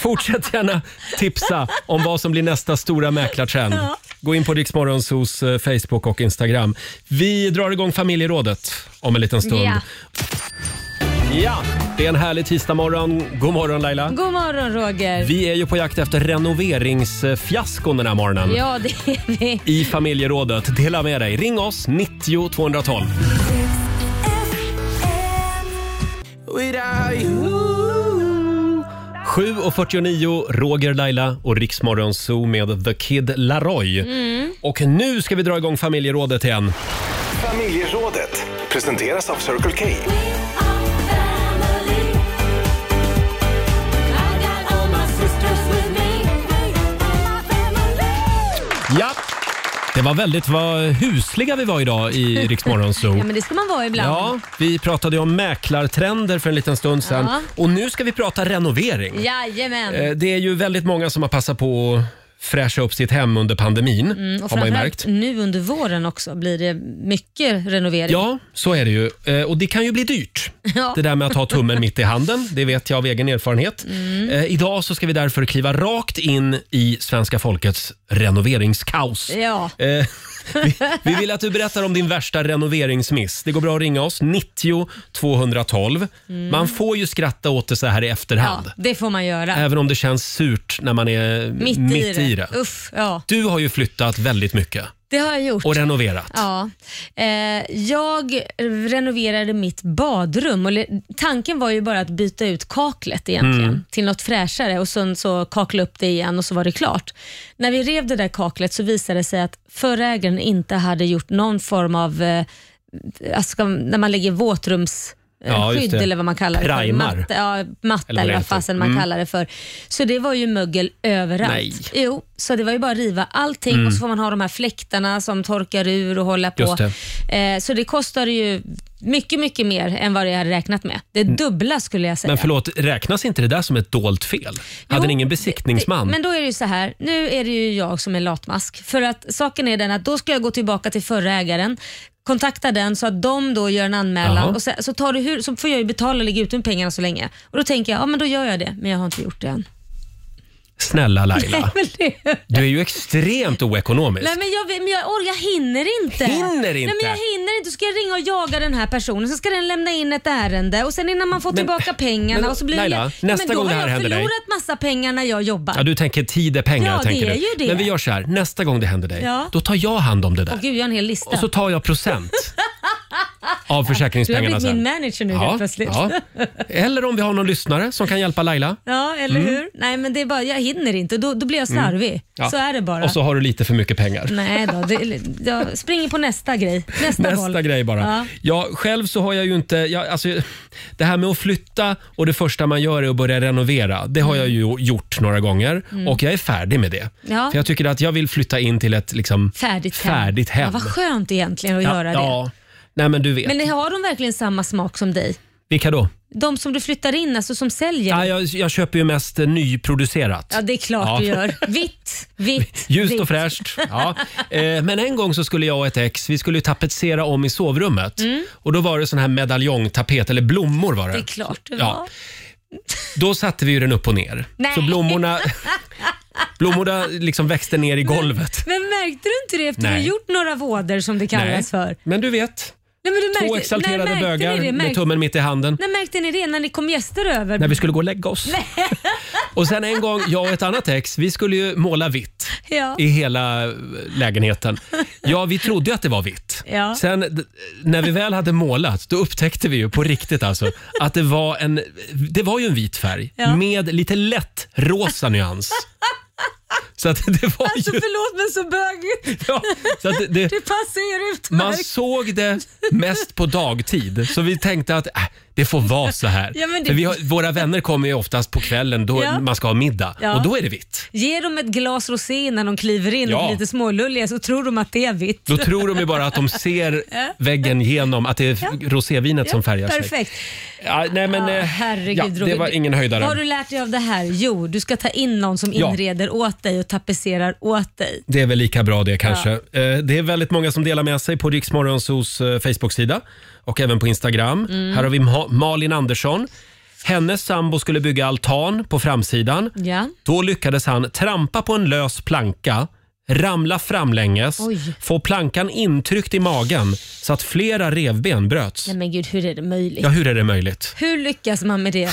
Speaker 1: fortsätt gärna tipsa om vad som blir nästa stora mäklartrend. Gå in på Rix Morgonzos eh, Facebook och Instagram. Vi drar igång familjerådet om en liten stund.
Speaker 2: Ja.
Speaker 1: Ja, det är en härlig tisdagmorgon. God morgon Laila.
Speaker 2: God morgon Roger.
Speaker 1: Vi är ju på jakt efter renoveringsfiaskon den här morgonen.
Speaker 2: Ja, det är vi.
Speaker 1: I familjerådet. Dela med dig. Ring oss, 90 212.
Speaker 9: Without you
Speaker 1: 7.49, Roger, Laila och Riksmorgon Zoo med The Kid Laroi.
Speaker 2: Mm.
Speaker 1: Och nu ska vi dra igång familjerådet igen.
Speaker 9: Familjerådet presenteras av Circle K.
Speaker 1: Ja, det var väldigt vad husliga vi var idag i Rix Morgon Zoo.
Speaker 2: Ja, men det ska man vara ibland.
Speaker 1: Ja, vi pratade ju om mäklartrender för en liten stund sedan.
Speaker 2: Ja.
Speaker 1: Och nu ska vi prata renovering.
Speaker 2: Jajamän.
Speaker 1: Eh, Det är ju väldigt många som har passat på att fräscha upp sitt hem under pandemin.
Speaker 2: Mm, och
Speaker 1: har man ju
Speaker 2: framförallt
Speaker 1: märkt.
Speaker 2: nu under våren också blir det mycket renovering.
Speaker 1: Ja, så är det ju. Eh, Och det kan ju bli dyrt.
Speaker 2: Ja.
Speaker 1: Det där med att ha tummen mitt i handen, det vet jag av egen erfarenhet.
Speaker 2: Mm.
Speaker 1: Eh, Idag så ska vi därför kliva rakt in i svenska folkets renoveringskaos.
Speaker 2: Ja.
Speaker 1: Eh, vi, vi vill att du berättar om din värsta renoveringsmiss. Det går bra att ringa oss, 90 212. Man får ju skratta åt det så här i efterhand.
Speaker 2: Mm. ja, det får man göra.
Speaker 1: Även om det känns surt när man är
Speaker 2: mitt,
Speaker 1: mitt,
Speaker 2: i det.
Speaker 1: i det.
Speaker 2: Uff, ja.
Speaker 1: Du har ju flyttat väldigt mycket
Speaker 2: Det har jag gjort.
Speaker 1: och renoverat.
Speaker 2: Ja. Eh, jag renoverade mitt badrum och le- tanken var ju bara att byta ut kaklet egentligen
Speaker 1: Mm.
Speaker 2: till något fräschare och sen så kakla upp det igen och så var det klart. När vi rev det där kaklet så visade det sig att förra ägaren inte hade gjort någon form av, eh, alltså, ska- när man lägger våtrums eh,
Speaker 1: Ja, just
Speaker 2: skydd
Speaker 1: det.
Speaker 2: eller vad man kallar det för.
Speaker 1: Primar.
Speaker 2: Matte, ja, matta
Speaker 1: Eller vad
Speaker 2: eller
Speaker 1: det
Speaker 2: vad
Speaker 1: heter.
Speaker 2: fasen man kallar det för. Så det var ju mögel överallt.
Speaker 1: Nej.
Speaker 2: Jo, så det var ju bara att riva allting och så får man ha de här fläktarna som torkar ur och hålla på.
Speaker 1: Mm. Just
Speaker 2: Eh, så det kostar ju mycket, mycket mer än vad jag hade räknat med. Det dubbla skulle jag säga.
Speaker 1: Mm. Men förlåt, räknas inte det där som ett dolt fel?
Speaker 2: Jo,
Speaker 1: Hade ni ingen
Speaker 2: det-
Speaker 1: besiktningsman?
Speaker 2: det- Men då är det ju så här, nu är det ju jag som är latmask. För att saken är den att då ska jag gå tillbaka till förra ägaren, kontakta den så att de då gör en
Speaker 1: Jaha.
Speaker 2: anmälan och sen, så, tar du hur, så får jag ju betala och lägga ut de pengarna så länge. Och då tänker jag, ja men då gör jag det, men jag har inte gjort det än.
Speaker 1: Snälla Laila,
Speaker 2: Men det-
Speaker 1: du är ju extremt oekonomisk.
Speaker 2: Nej, men jag, vet- men jag, orkar- jag hinner inte.
Speaker 1: Hinner inte?
Speaker 2: Nej, men jag hinner inte. Så ska jag ringa och jaga den här personen, så ska den lämna in ett ärende och sen innan man får
Speaker 1: Men-
Speaker 2: tillbaka pengarna
Speaker 1: men
Speaker 2: och så blir
Speaker 1: Laila,
Speaker 2: det...
Speaker 1: nästa
Speaker 2: men då
Speaker 1: gång det här
Speaker 2: har jag
Speaker 1: händer dig-
Speaker 2: förlorat massa pengar när jag jobbar.
Speaker 1: Ja, du tänker tid är pengar.
Speaker 2: Ja, det
Speaker 1: tänker
Speaker 2: är
Speaker 1: du.
Speaker 2: ju det.
Speaker 1: Men vi gör så här, nästa gång det händer dig,
Speaker 2: Ja.
Speaker 1: då tar jag hand om det
Speaker 2: Åh
Speaker 1: där.
Speaker 2: gud, jag har en hel lista.
Speaker 1: Och så tar jag procent av
Speaker 2: Du har
Speaker 1: försäkringspengarna
Speaker 2: blivit
Speaker 1: sen.
Speaker 2: min manager nu helt plötsligt. Ja.
Speaker 1: Eller om vi har någon lyssnare som kan hjälpa Laila.
Speaker 2: eller hur? Nej, men det är bara, jag hinner inte. Då, då blir jag slarvig.
Speaker 1: Mm. Ja.
Speaker 2: Så är det bara.
Speaker 1: Och så har du lite för mycket pengar.
Speaker 2: Nej då, det, jag springer på nästa grej. Nästa, boll.
Speaker 1: Nästa grej bara.
Speaker 2: Ja.
Speaker 1: Ja, själv så har jag ju inte... Jag, alltså, det här med att flytta och det första man gör är att börja renovera. Det har jag ju gjort några gånger och jag är färdig med det.
Speaker 2: Mm. Ja.
Speaker 1: För jag tycker att jag vill flytta in till ett liksom,
Speaker 2: Färdigt hem.
Speaker 1: färdigt hem.
Speaker 2: Ja, vad skönt egentligen att göra det.
Speaker 1: Ja. Nej, men du vet.
Speaker 2: Men har de verkligen samma smak som dig?
Speaker 1: Vilka då?
Speaker 2: De som du flyttar in, alltså som säljer?
Speaker 1: Ja, jag, jag köper ju mest eh, nyproducerat.
Speaker 2: Ja, det är klart
Speaker 1: Ja.
Speaker 2: du gör. Vitt, vitt,
Speaker 1: Ljust
Speaker 2: vitt.
Speaker 1: och fräscht. Ja. Eh, Men en gång så skulle jag och ett ex vi skulle ju tapetsera om i sovrummet. Och Då var det sån här medaljongtapet, eller blommor var det.
Speaker 2: Mm. Det är klart du
Speaker 1: Ja.
Speaker 2: var.
Speaker 1: Då satte vi ju den upp och ner.
Speaker 2: Nej.
Speaker 1: Så blommorna, blommorna liksom växte ner i golvet.
Speaker 2: Men märkte du inte det efter
Speaker 1: Nej.
Speaker 2: du gjort några vådor som det kallas för?
Speaker 1: Men du vet,
Speaker 2: Nej, men du märkte,
Speaker 1: två
Speaker 2: när
Speaker 1: exalterade
Speaker 2: märkte
Speaker 1: bögar
Speaker 2: ni det?
Speaker 1: med
Speaker 2: Märkte,
Speaker 1: tummen mitt i handen.
Speaker 2: när märkte ni det? När ni kom gäster över?
Speaker 1: När vi skulle gå och lägga oss. Och sen en gång, jag och ett annat ex, vi skulle ju måla vitt.
Speaker 2: Ja.
Speaker 1: i hela lägenheten. Ja, vi trodde ju att det var vitt.
Speaker 2: Ja.
Speaker 1: Sen d- när vi väl hade målat, då upptäckte vi ju på riktigt alltså att det var en, det var ju en vit färg
Speaker 2: Ja.
Speaker 1: med lite lätt rosa nyans. Så att det var
Speaker 2: Alltså
Speaker 1: ju...
Speaker 2: förlåt men så bögigt.
Speaker 1: Ja, så att det, det,
Speaker 2: Det passar er utmärkt.
Speaker 1: man såg det mest på dagtid, så vi tänkte att äh, det får vara så här.
Speaker 2: Ja, men det-
Speaker 1: För vi har, våra vänner kommer ju oftast på kvällen då
Speaker 2: Ja.
Speaker 1: man ska ha middag
Speaker 2: Ja.
Speaker 1: och då är det vitt.
Speaker 2: Ge dem ett glas rosé innan de kliver in,
Speaker 1: Ja.
Speaker 2: lite smålulliga, så tror de att det är vitt.
Speaker 1: Då tror de ju bara att de ser väggen genom, att det är rosévinet som färgar sig.
Speaker 2: Perfekt.
Speaker 1: Ja, nej, men,
Speaker 2: Ja,
Speaker 1: eh,
Speaker 2: Ah, herregud,
Speaker 1: ja, det
Speaker 2: Roger.
Speaker 1: var ingen
Speaker 2: Vad har
Speaker 1: höjdare.
Speaker 2: du lärt dig av det här? Jo, du ska ta in någon som
Speaker 1: Ja.
Speaker 2: inreder åt dig och tapetserar åt dig.
Speaker 1: Det är väl lika bra det kanske. Eh, Det är väldigt många som delar med sig på Riksmorgonsos Facebook-sida och även på Instagram.
Speaker 2: Mm.
Speaker 1: Här har vi Ma- Malin Andersson. Hennes sambo skulle bygga altan på framsidan.
Speaker 2: Ja.
Speaker 1: Då lyckades han trampa på en lös planka, ramla framlänges,
Speaker 2: Oj.
Speaker 1: få plankan intryckt i magen så att flera revben bröts.
Speaker 2: Nej men gud, hur är det möjligt?
Speaker 1: Ja, hur är det möjligt?
Speaker 2: Hur lyckas man med det?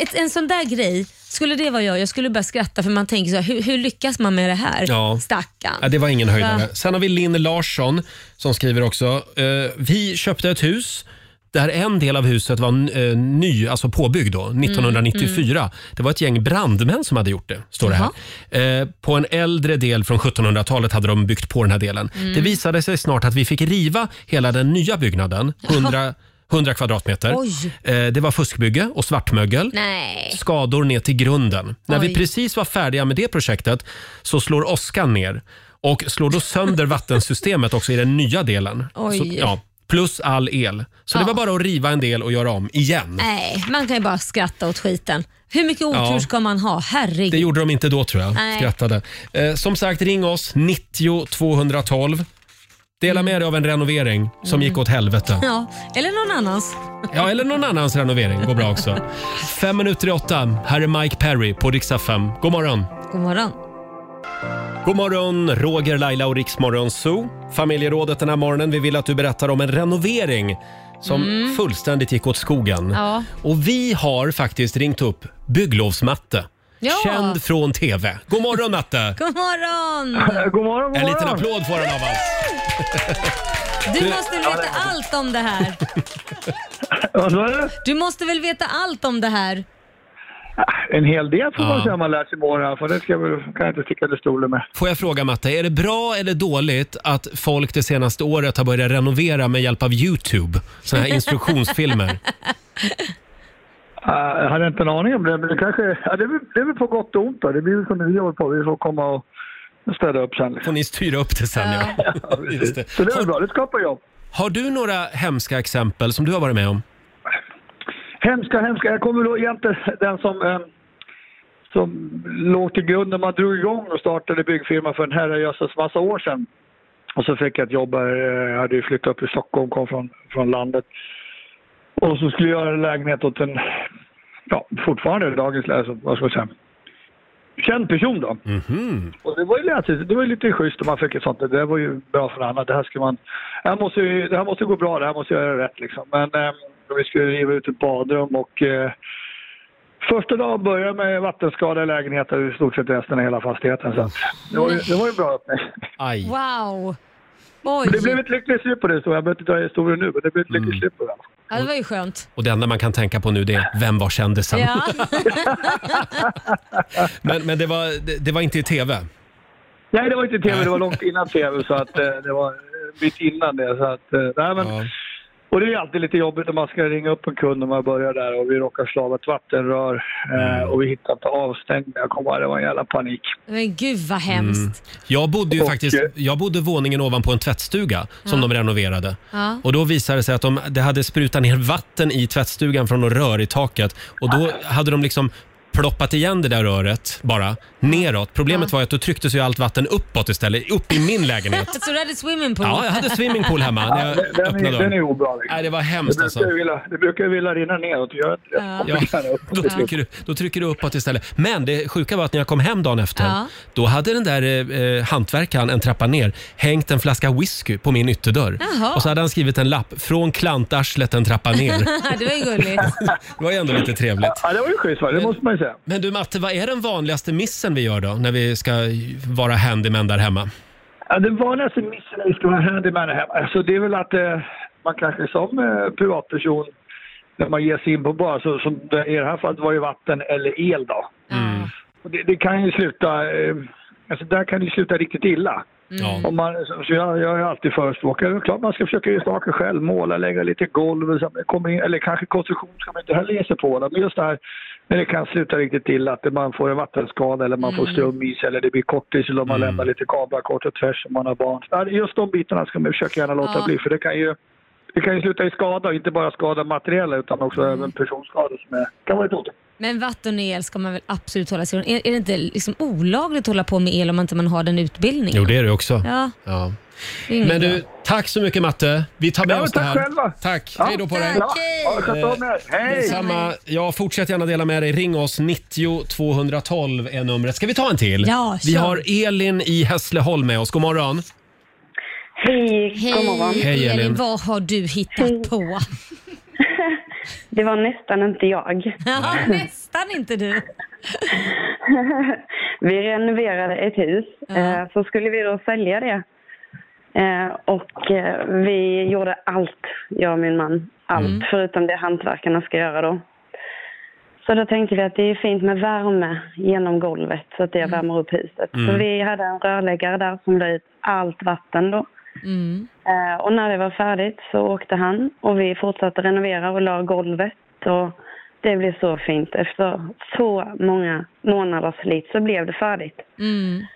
Speaker 2: Ett, en sån där grej, skulle det vara jag, jag skulle börja skratta för man tänker så här, hur, hur lyckas man med det här?
Speaker 1: Ja.
Speaker 2: Stackarn.
Speaker 1: Ja, det var ingen höjdare.
Speaker 2: Va?
Speaker 1: Sen har vi Linn Larsson som skriver också. Eh, vi köpte ett hus där en del av huset var eh, ny, alltså påbyggd då,
Speaker 2: Mm,
Speaker 1: 1994. Det var ett gäng brandmän som hade gjort det, står det här. Eh, på en äldre del från 1700-talet hade de byggt på den här delen.
Speaker 2: Mm.
Speaker 1: Det visade sig snart att vi fick riva hela den nya byggnaden, 100, 100 kvadratmeter.
Speaker 2: Oj.
Speaker 1: Eh, det var fuskbygge och svartmögel
Speaker 2: Nej.
Speaker 1: skador ner till grunden. När vi
Speaker 2: Oj.
Speaker 1: precis var färdiga med det projektet så slår åskan ner och slår då sönder vattensystemet också i den nya delen.
Speaker 2: Oj.
Speaker 1: Så, ja, plus all el. Så det
Speaker 2: Ja.
Speaker 1: var bara att riva en del och göra om igen.
Speaker 2: Nej, man kan ju bara skratta åt skiten. Hur mycket otur
Speaker 1: Ja.
Speaker 2: ska man ha? Herregud.
Speaker 1: Det gjorde de inte då tror jag.
Speaker 2: Nej.
Speaker 1: Skrattade. Eh, som sagt, ring oss 90 212. Dela
Speaker 2: Mm.
Speaker 1: med dig av en renovering som gick åt helvete.
Speaker 2: Ja, eller någon annans.
Speaker 1: Ja, eller någon annans renovering går bra också. Fem minuter i åtta. Här är Mike Perry på riksdag 5. God morgon!
Speaker 2: God morgon.
Speaker 1: God morgon, Roger, Laila och Riksmorgon Zoo. Familjerådet den här morgonen. Vi vill att du berättar om en renovering som fullständigt gick åt skogen.
Speaker 2: Mm. Ja.
Speaker 1: Och vi har faktiskt ringt upp bygglovsmatte.
Speaker 2: Ja.
Speaker 1: Känd från TV. God morgon Matte!
Speaker 2: God morgon!
Speaker 5: God morgon, god
Speaker 1: En liten
Speaker 5: morgon.
Speaker 1: applåd får han av oss.
Speaker 2: Du måste väl veta allt om det här?
Speaker 5: Vad sa du?
Speaker 2: Du måste väl veta allt om det här?
Speaker 5: En hel del får man
Speaker 1: Ja.
Speaker 5: säga om man lär sig måla, i alla fall. det ska jag, väl- kan jag inte sticka under stolen med.
Speaker 1: Får jag fråga Matte, är det bra eller dåligt att folk det senaste året har börjat renovera med hjälp av Youtube? Sådana här instruktionsfilmer.
Speaker 5: Ah, Jag hade inte en aning om det, men det kanske... Ja, det, är väl- det är väl på gott och ont då. Det blir väl som vi håller på. Vi får komma och städa upp sen.
Speaker 1: Får
Speaker 5: Liksom.
Speaker 1: ni styra upp det sen ja. Just det.
Speaker 5: Så det är väl
Speaker 1: Har-
Speaker 5: bra, det skapar jobb.
Speaker 1: Har du några hemska exempel som du har varit med om?
Speaker 5: Hemska, hemska. Jag kommer då egentligen den som, eh, som låg till grund när man drog igång och startade byggfirma för en herrejösses massa år sedan. Och så fick jag ett jobb här. eh, Jag hade ju flyttat upp till Stockholm, kom från, från landet. Och så skulle jag göra en lägenhet åt en, ja fortfarande dagens, alltså, vad ska jag säga, känd person då.
Speaker 1: Mhm.
Speaker 5: Och det var ju lätt, det var ju lite schysst om man fick ett sånt. Det där var ju bra för alla. Det här ska man... Det här måste, ju, det här måste gå bra. Det här måste jag göra rätt liksom. Men eh, vi skulle riva ut ett badrum och eh, första dagen började med vattenskada i lägenheten och i stort sett resten av hela fastigheten. Så att det, var ju, det var ju bra öppning.
Speaker 1: Aj.
Speaker 2: Wow! Oj,
Speaker 5: Men det blev ett lyckligt slut på det. Så jag behöver inte dra historien nu, men det blev ett lyckligt slut på det.
Speaker 2: ja, det var ju skönt.
Speaker 1: Och det enda man kan tänka på nu det är, vem var kändisen?
Speaker 2: Ja.
Speaker 1: Men, men det, var, det, det var inte i TV.
Speaker 5: Nej, det var inte tv. Det var långt innan tv. Så att eh, det var en bit innan det. Så att, eh, nej, men,
Speaker 1: Ja.
Speaker 5: Och det är alltid lite jobbigt när man ska ringa upp en kund när man börjar där och vi råkar slå av ett vattenrör
Speaker 1: Mm.
Speaker 5: eh, och vi hittar inte avstängning. Jag kommer ihåg, det var en jävla panik.
Speaker 2: Men gud vad hemskt.
Speaker 1: Mm. Jag bodde ju
Speaker 5: Och-
Speaker 1: faktiskt, jag bodde våningen ovanpå en tvättstuga som de renoverade.
Speaker 2: Ja.
Speaker 1: Och då visade det sig att de det hade sprutat ner vatten i tvättstugan från något rör i taket. Och då hade de liksom ploppat igen det där röret bara neråt. Problemet var ju att då trycktes ju allt vatten uppåt istället, upp i min lägenhet.
Speaker 2: Så du hade swimmingpool?
Speaker 1: Ja, jag hade swimmingpool hemma när jag
Speaker 5: Den är,
Speaker 1: öppnade
Speaker 5: den är
Speaker 1: Äh, dörren.
Speaker 5: obra. Liksom.
Speaker 1: Nej, det var
Speaker 5: Det
Speaker 1: hemskt alltså.
Speaker 5: brukar ju vilja, det brukar ju vilja rinna neråt. Gör inte det.
Speaker 2: Ja.
Speaker 1: Ja,
Speaker 5: Det kan jag upp.
Speaker 1: då, trycker du, då trycker du uppåt istället. Men det sjuka var att när jag kom hem dagen efter,
Speaker 2: Ja.
Speaker 1: då hade den där eh, eh, hantverkaren en trappa ner hängt en flaska whisky på min ytterdörr.
Speaker 2: Jaha.
Speaker 1: Och så hade han skrivit en lapp, från klantarslet en trappa ner.
Speaker 2: det var ju gulligt.
Speaker 1: det var ju ändå lite trevligt.
Speaker 5: Ja, det var ju schysst, va? det måste man ju säga.
Speaker 1: Men du Matte, vad är den vanligaste missen vi gör då när vi ska vara handyman där hemma?
Speaker 5: Ja, den vanligaste missen när vi ska vara handyman hemma, alltså det är väl att eh, man kanske som eh, privatperson, när man ger sig in på bar, så, som det- i det här fallet var det vatten eller el då.
Speaker 1: Mm.
Speaker 2: Ja.
Speaker 5: Och det, det kan ju sluta, eh, alltså där kan det ju sluta riktigt illa.
Speaker 1: Ja.
Speaker 5: Om man, så så jag, jag är alltid förespråkare. Det är klart man ska försöka göra saker själv. Måla, lägga lite golv. och så- Kommer in, eller kanske konstruktion ska man inte heller ge sig på. Men just det här när det kan sluta riktigt illa. Att man får en vattenskada eller man får ström i sig eller det blir kortis eller om man lämnar lite kablar kort och tvärs om man har barn. Ja, Just de bitarna ska man försöka gärna låta
Speaker 2: Ja.
Speaker 5: bli. För det kan ju det kan ju sluta i skada, och inte bara skada materiella utan också även personskador som är, kan vara ett otäckt.
Speaker 2: Men vatten och el ska man väl absolut hålla sig ifrån? Är, är det inte liksom olagligt att hålla på med el om inte man har den utbildningen?
Speaker 1: Jo, det är det också.
Speaker 2: Ja,
Speaker 1: Ja.
Speaker 2: det är inget
Speaker 1: Men
Speaker 2: bra.
Speaker 1: du, tack så mycket Matte. Vi tar med
Speaker 5: Ja,
Speaker 1: oss det
Speaker 5: tack
Speaker 1: här.
Speaker 5: själva.
Speaker 1: Tack,
Speaker 5: Ja.
Speaker 1: hej då på dig.
Speaker 5: Ja, ja, sköt om er. Hej!
Speaker 1: Samma. Ja, fortsätt gärna dela med dig. Ring oss. 90 212 är numret. Ska vi ta en till?
Speaker 2: Ja,
Speaker 1: vi
Speaker 2: kör.
Speaker 1: har Elin i Hässleholm med oss. God morgon.
Speaker 11: Hej, god morgon.
Speaker 2: Hej,
Speaker 1: Hej, Elin.
Speaker 2: Elin, vad har du hittat på?
Speaker 11: Det var nästan inte jag.
Speaker 2: Ja, nästan inte du.
Speaker 11: Vi renoverade ett hus, eh, så skulle vi då sälja det. Eh, Och eh, vi gjorde allt, jag och min man. Allt
Speaker 2: Mm.
Speaker 11: förutom det hantverkarna ska göra då. Så då tänkte vi att det är fint med värme genom golvet så att det
Speaker 2: Mm.
Speaker 11: värmer upp huset. Så vi hade en rörläggare där som la ut allt vatten då.
Speaker 2: Mm.
Speaker 11: Eh, Och när det var färdigt så åkte han och vi fortsatte renovera och la golvet. Och det blev så fint. Efter så många månaders slit så blev det färdigt.
Speaker 2: Mm.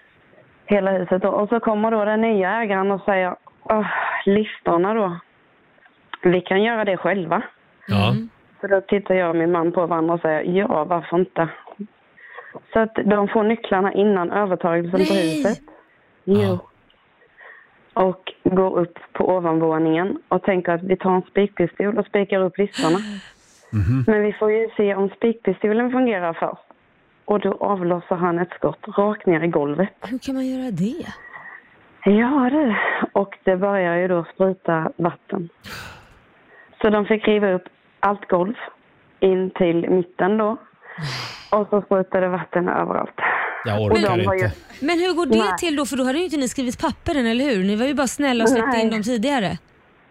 Speaker 11: hela huset. Då. Och så kommer då den nya ägaren och säger, "Åh, listorna då, vi kan göra det själva.
Speaker 1: Ja.
Speaker 2: Mm.
Speaker 11: Så då tittar jag och min man på varandra och säger, ja varför inte? Så att de får nycklarna innan övertagelsen på
Speaker 2: Nej.
Speaker 11: huset. Jo. Och går upp på ovanvåningen och tänker att vi tar en spikpistol och spikar upp listorna.
Speaker 2: Mhm.
Speaker 11: Men vi får ju se om spikpistolen fungerar först. Och då avlossar han ett skott rakt ner i golvet.
Speaker 2: Hur kan man göra det?
Speaker 11: Ja du, och det börjar ju då spruta vatten. Så de fick riva upp allt golv in till mitten då. Och så sprutade vatten överallt.
Speaker 1: Jag
Speaker 11: Och
Speaker 1: orkar
Speaker 11: de har ju,
Speaker 1: inte.
Speaker 2: Men hur går det
Speaker 11: Nej.
Speaker 2: till då? För då hade ju inte ni skrivit papperen, eller hur? Ni var ju bara snälla och släppte
Speaker 11: Nej.
Speaker 2: in dem tidigare.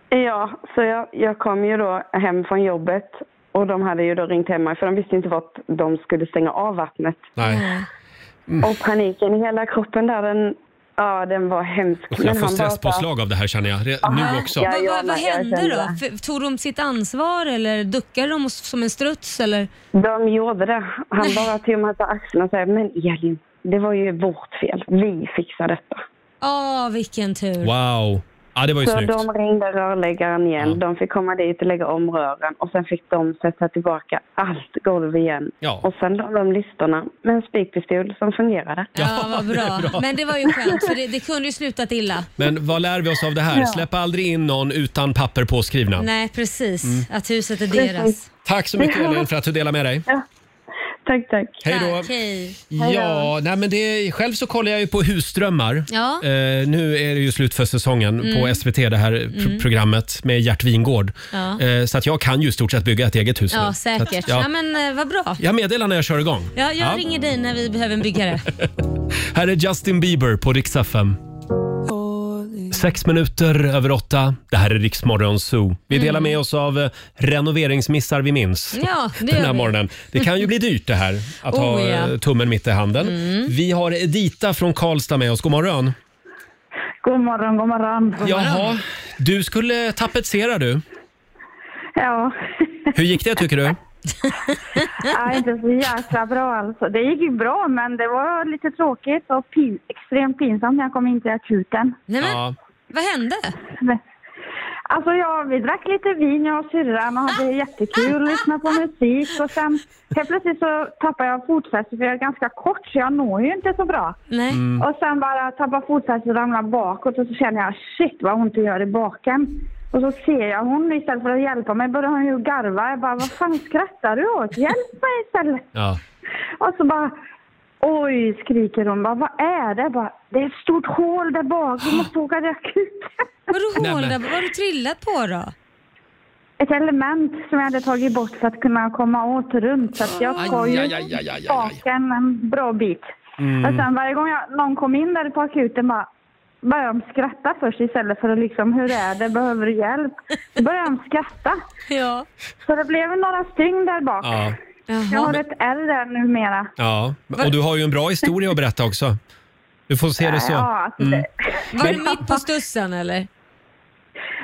Speaker 11: ja, så jag, jag kom ju då hem från jobbet och de hade ju då ringt hem mig för de visste inte vart de skulle stänga av vattnet.
Speaker 1: Nej.
Speaker 2: Mm.
Speaker 11: Och paniken i hela kroppen där, den, ja, den var hemsk.
Speaker 1: Usch, jag får
Speaker 11: han bara sa-
Speaker 1: stresspåslag av det här känner jag. Re- Nu också.
Speaker 11: Ah, Ja,
Speaker 2: vad,
Speaker 11: jag
Speaker 2: vad, vad
Speaker 11: med. Jag
Speaker 2: hände
Speaker 11: kände
Speaker 2: då? För, tog de sitt ansvar eller duckade de s- som en struts? Eller?
Speaker 11: De gjorde det. Han bara tog mig på axeln och sa, men Elin, det var ju vårt fel. Vi fixar detta.
Speaker 2: Åh, vilken tur.
Speaker 1: Wow. Ja, det var ju
Speaker 11: Så
Speaker 1: snyggt.
Speaker 11: de ringde rörläggaren igen. De fick komma dit och lägga om rören och sen fick de sätta tillbaka allt golv igen.
Speaker 1: Ja.
Speaker 11: Och sen la de listorna med en spikpistol som fungerade.
Speaker 2: Ja, vad bra. Men det var ju skönt, för det, det kunde ju slutat illa.
Speaker 1: Men vad lär vi oss av det här? Släpp aldrig in någon utan papper påskrivna.
Speaker 2: Nej, precis.
Speaker 1: Mm.
Speaker 2: Att huset är deras.
Speaker 1: Tack så mycket Elin för att du delade med dig.
Speaker 11: Tack, tack.
Speaker 1: Hej då.
Speaker 2: Tack, hej.
Speaker 1: Ja, nej men det, själv så kollar jag ju på Husdrömmar.
Speaker 2: Ja. Mm.
Speaker 1: Eh, nu är det ju slut för säsongen på SVT, det här pr- programmet med Gert Wingård.
Speaker 2: Ja.
Speaker 1: Eh, så att jag kan ju i stort sett bygga ett eget hus
Speaker 2: Ja,
Speaker 1: nu. Så
Speaker 2: säkert.
Speaker 1: Att,
Speaker 2: Ja.
Speaker 1: ja,
Speaker 2: men eh, vad bra.
Speaker 1: jag meddelar när jag kör igång.
Speaker 2: Ja, jag ringer dig när vi behöver en byggare.
Speaker 1: Här är Justin Bieber på Rix FM. Sex minuter över åtta. Det här är Riksmorgon Zoo. Vi delar med oss av eh, renoveringsmissar vi minns.
Speaker 2: Mm. Ja, det
Speaker 1: den
Speaker 2: gör
Speaker 1: här
Speaker 2: vi.
Speaker 1: morgonen. Det kan ju bli dyrt det här att
Speaker 2: Oh,
Speaker 1: ha eh,
Speaker 2: ja. Mm.
Speaker 1: tummen mitt i handen. Vi har Edita från Karlstad med oss. God morgon.
Speaker 11: God morgon, god morgon.
Speaker 1: Jaha, du skulle tapetsera du.
Speaker 11: Ja,
Speaker 1: Hur gick det tycker du?
Speaker 11: ja inte så jäkla bra alltså. Det gick ju bra, men det var lite tråkigt och extremt pinsamt när jag kom in till akuten.
Speaker 2: Nej, men,
Speaker 1: Ja.
Speaker 2: Vad hände?
Speaker 11: Alltså ja, vi drack lite vin jag och syrran och hade jättekul, lyssnade på musik och sen helt plötsligt så tappade jag fotfästet för jag är ganska kort så jag når ju inte så bra.
Speaker 2: Nej.
Speaker 1: Mm.
Speaker 11: Och sen bara tappar fotfästet och ramlar bakåt och så känner jag shit vad ont det gör i baken. Och så ser jag hon istället för att hjälpa mig börjar hon ju garva. Jag bara vad fan skrattar du åt? Hjälp mig istället!
Speaker 1: Ja.
Speaker 11: Och så bara oj skriker hon bara vad är det? Jag Bara, det är ett stort hål där bak, vi måste åka till akuten.
Speaker 2: Vadå
Speaker 1: Nej,
Speaker 2: hål
Speaker 1: men-
Speaker 2: där? Vad har du trillat på då?
Speaker 11: ett element som jag hade tagit bort för att kunna komma åt runt. Så att jag ska ju baken en bra bit.
Speaker 1: Mm.
Speaker 11: Och sen varje gång jag, någon kom in där på akuten bara började de skratta först istället för att liksom, hur är det, behöver du hjälp? Då började de skratta.
Speaker 2: Ja.
Speaker 11: Så det blev några stygn där bak.
Speaker 1: Ja.
Speaker 11: Jag har
Speaker 2: Jaha.
Speaker 11: ett R där numera.
Speaker 1: ja. Och du har ju en bra historia att berätta också. Du får se det så. Mm.
Speaker 11: Ja, alltså det.
Speaker 2: Var det mitt på stussen eller?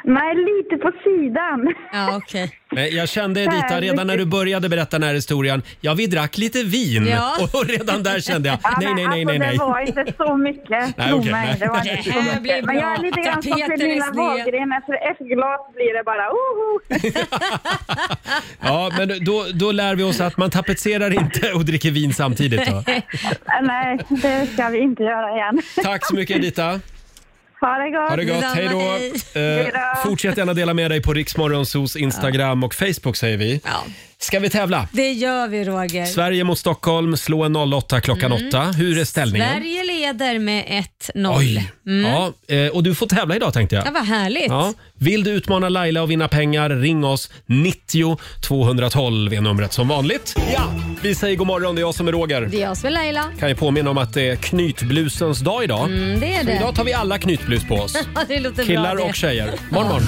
Speaker 11: Nej, lite på sidan.
Speaker 2: Ja, okej.
Speaker 1: Nej, Jag kände Edita redan när du började berätta den här historien. Ja, vi drack lite vin
Speaker 2: Ja.
Speaker 1: och, och redan där kände jag.
Speaker 11: Ja,
Speaker 1: Nej,
Speaker 11: men
Speaker 1: nej, nej, nej,
Speaker 11: alltså,
Speaker 1: nej.
Speaker 11: Det var inte så mycket,
Speaker 1: Nej,
Speaker 11: tro
Speaker 1: okej,
Speaker 11: mig.
Speaker 1: nej.
Speaker 11: Det var inte
Speaker 2: Det
Speaker 11: så
Speaker 2: här blir
Speaker 11: mycket. Men jag är lite
Speaker 2: bra.
Speaker 11: grann som
Speaker 2: Tapeten är
Speaker 11: Pernilla
Speaker 2: sned.
Speaker 11: Wahlgren. Efter ett glas blir det bara oho.
Speaker 1: Ja, men då, då lär vi oss att man tapetserar inte och dricker vin samtidigt. Då.
Speaker 11: Nej, det ska vi inte göra igen.
Speaker 1: Tack så mycket Edita.
Speaker 11: Ha det gott.
Speaker 1: Ha det gott.
Speaker 2: Detsamma,
Speaker 1: Hej då.
Speaker 2: hej.
Speaker 1: Eh,
Speaker 11: då.
Speaker 1: fortsätt gärna dela med dig på Riksmorgonsos Instagram och Facebook säger vi.
Speaker 2: Ja.
Speaker 1: Ska vi tävla?
Speaker 2: Det gör vi Roger.
Speaker 1: Sverige mot Stockholm, slå en 08 klockan 8. Hur är ställningen?
Speaker 2: Sverige leder med 1-0.
Speaker 1: Oj! Ja, eh, och du får tävla idag tänkte jag.
Speaker 2: Mm. Ja, vad härligt.
Speaker 1: Ja. Vill du utmana Laila och vinna pengar, ring oss. 90 212 är numret som vanligt. Ja, vi säger god morgon, det är jag som är Roger.
Speaker 2: Det är jag som är Laila.
Speaker 1: Kan ju påminna om att det är knytblusens dag idag.
Speaker 2: Mm, det är
Speaker 1: Så
Speaker 2: det.
Speaker 1: idag tar vi alla knytblus på oss.
Speaker 2: Ja, det låter
Speaker 1: Killar
Speaker 2: bra det.
Speaker 1: och tjejer. Morgon, morgon.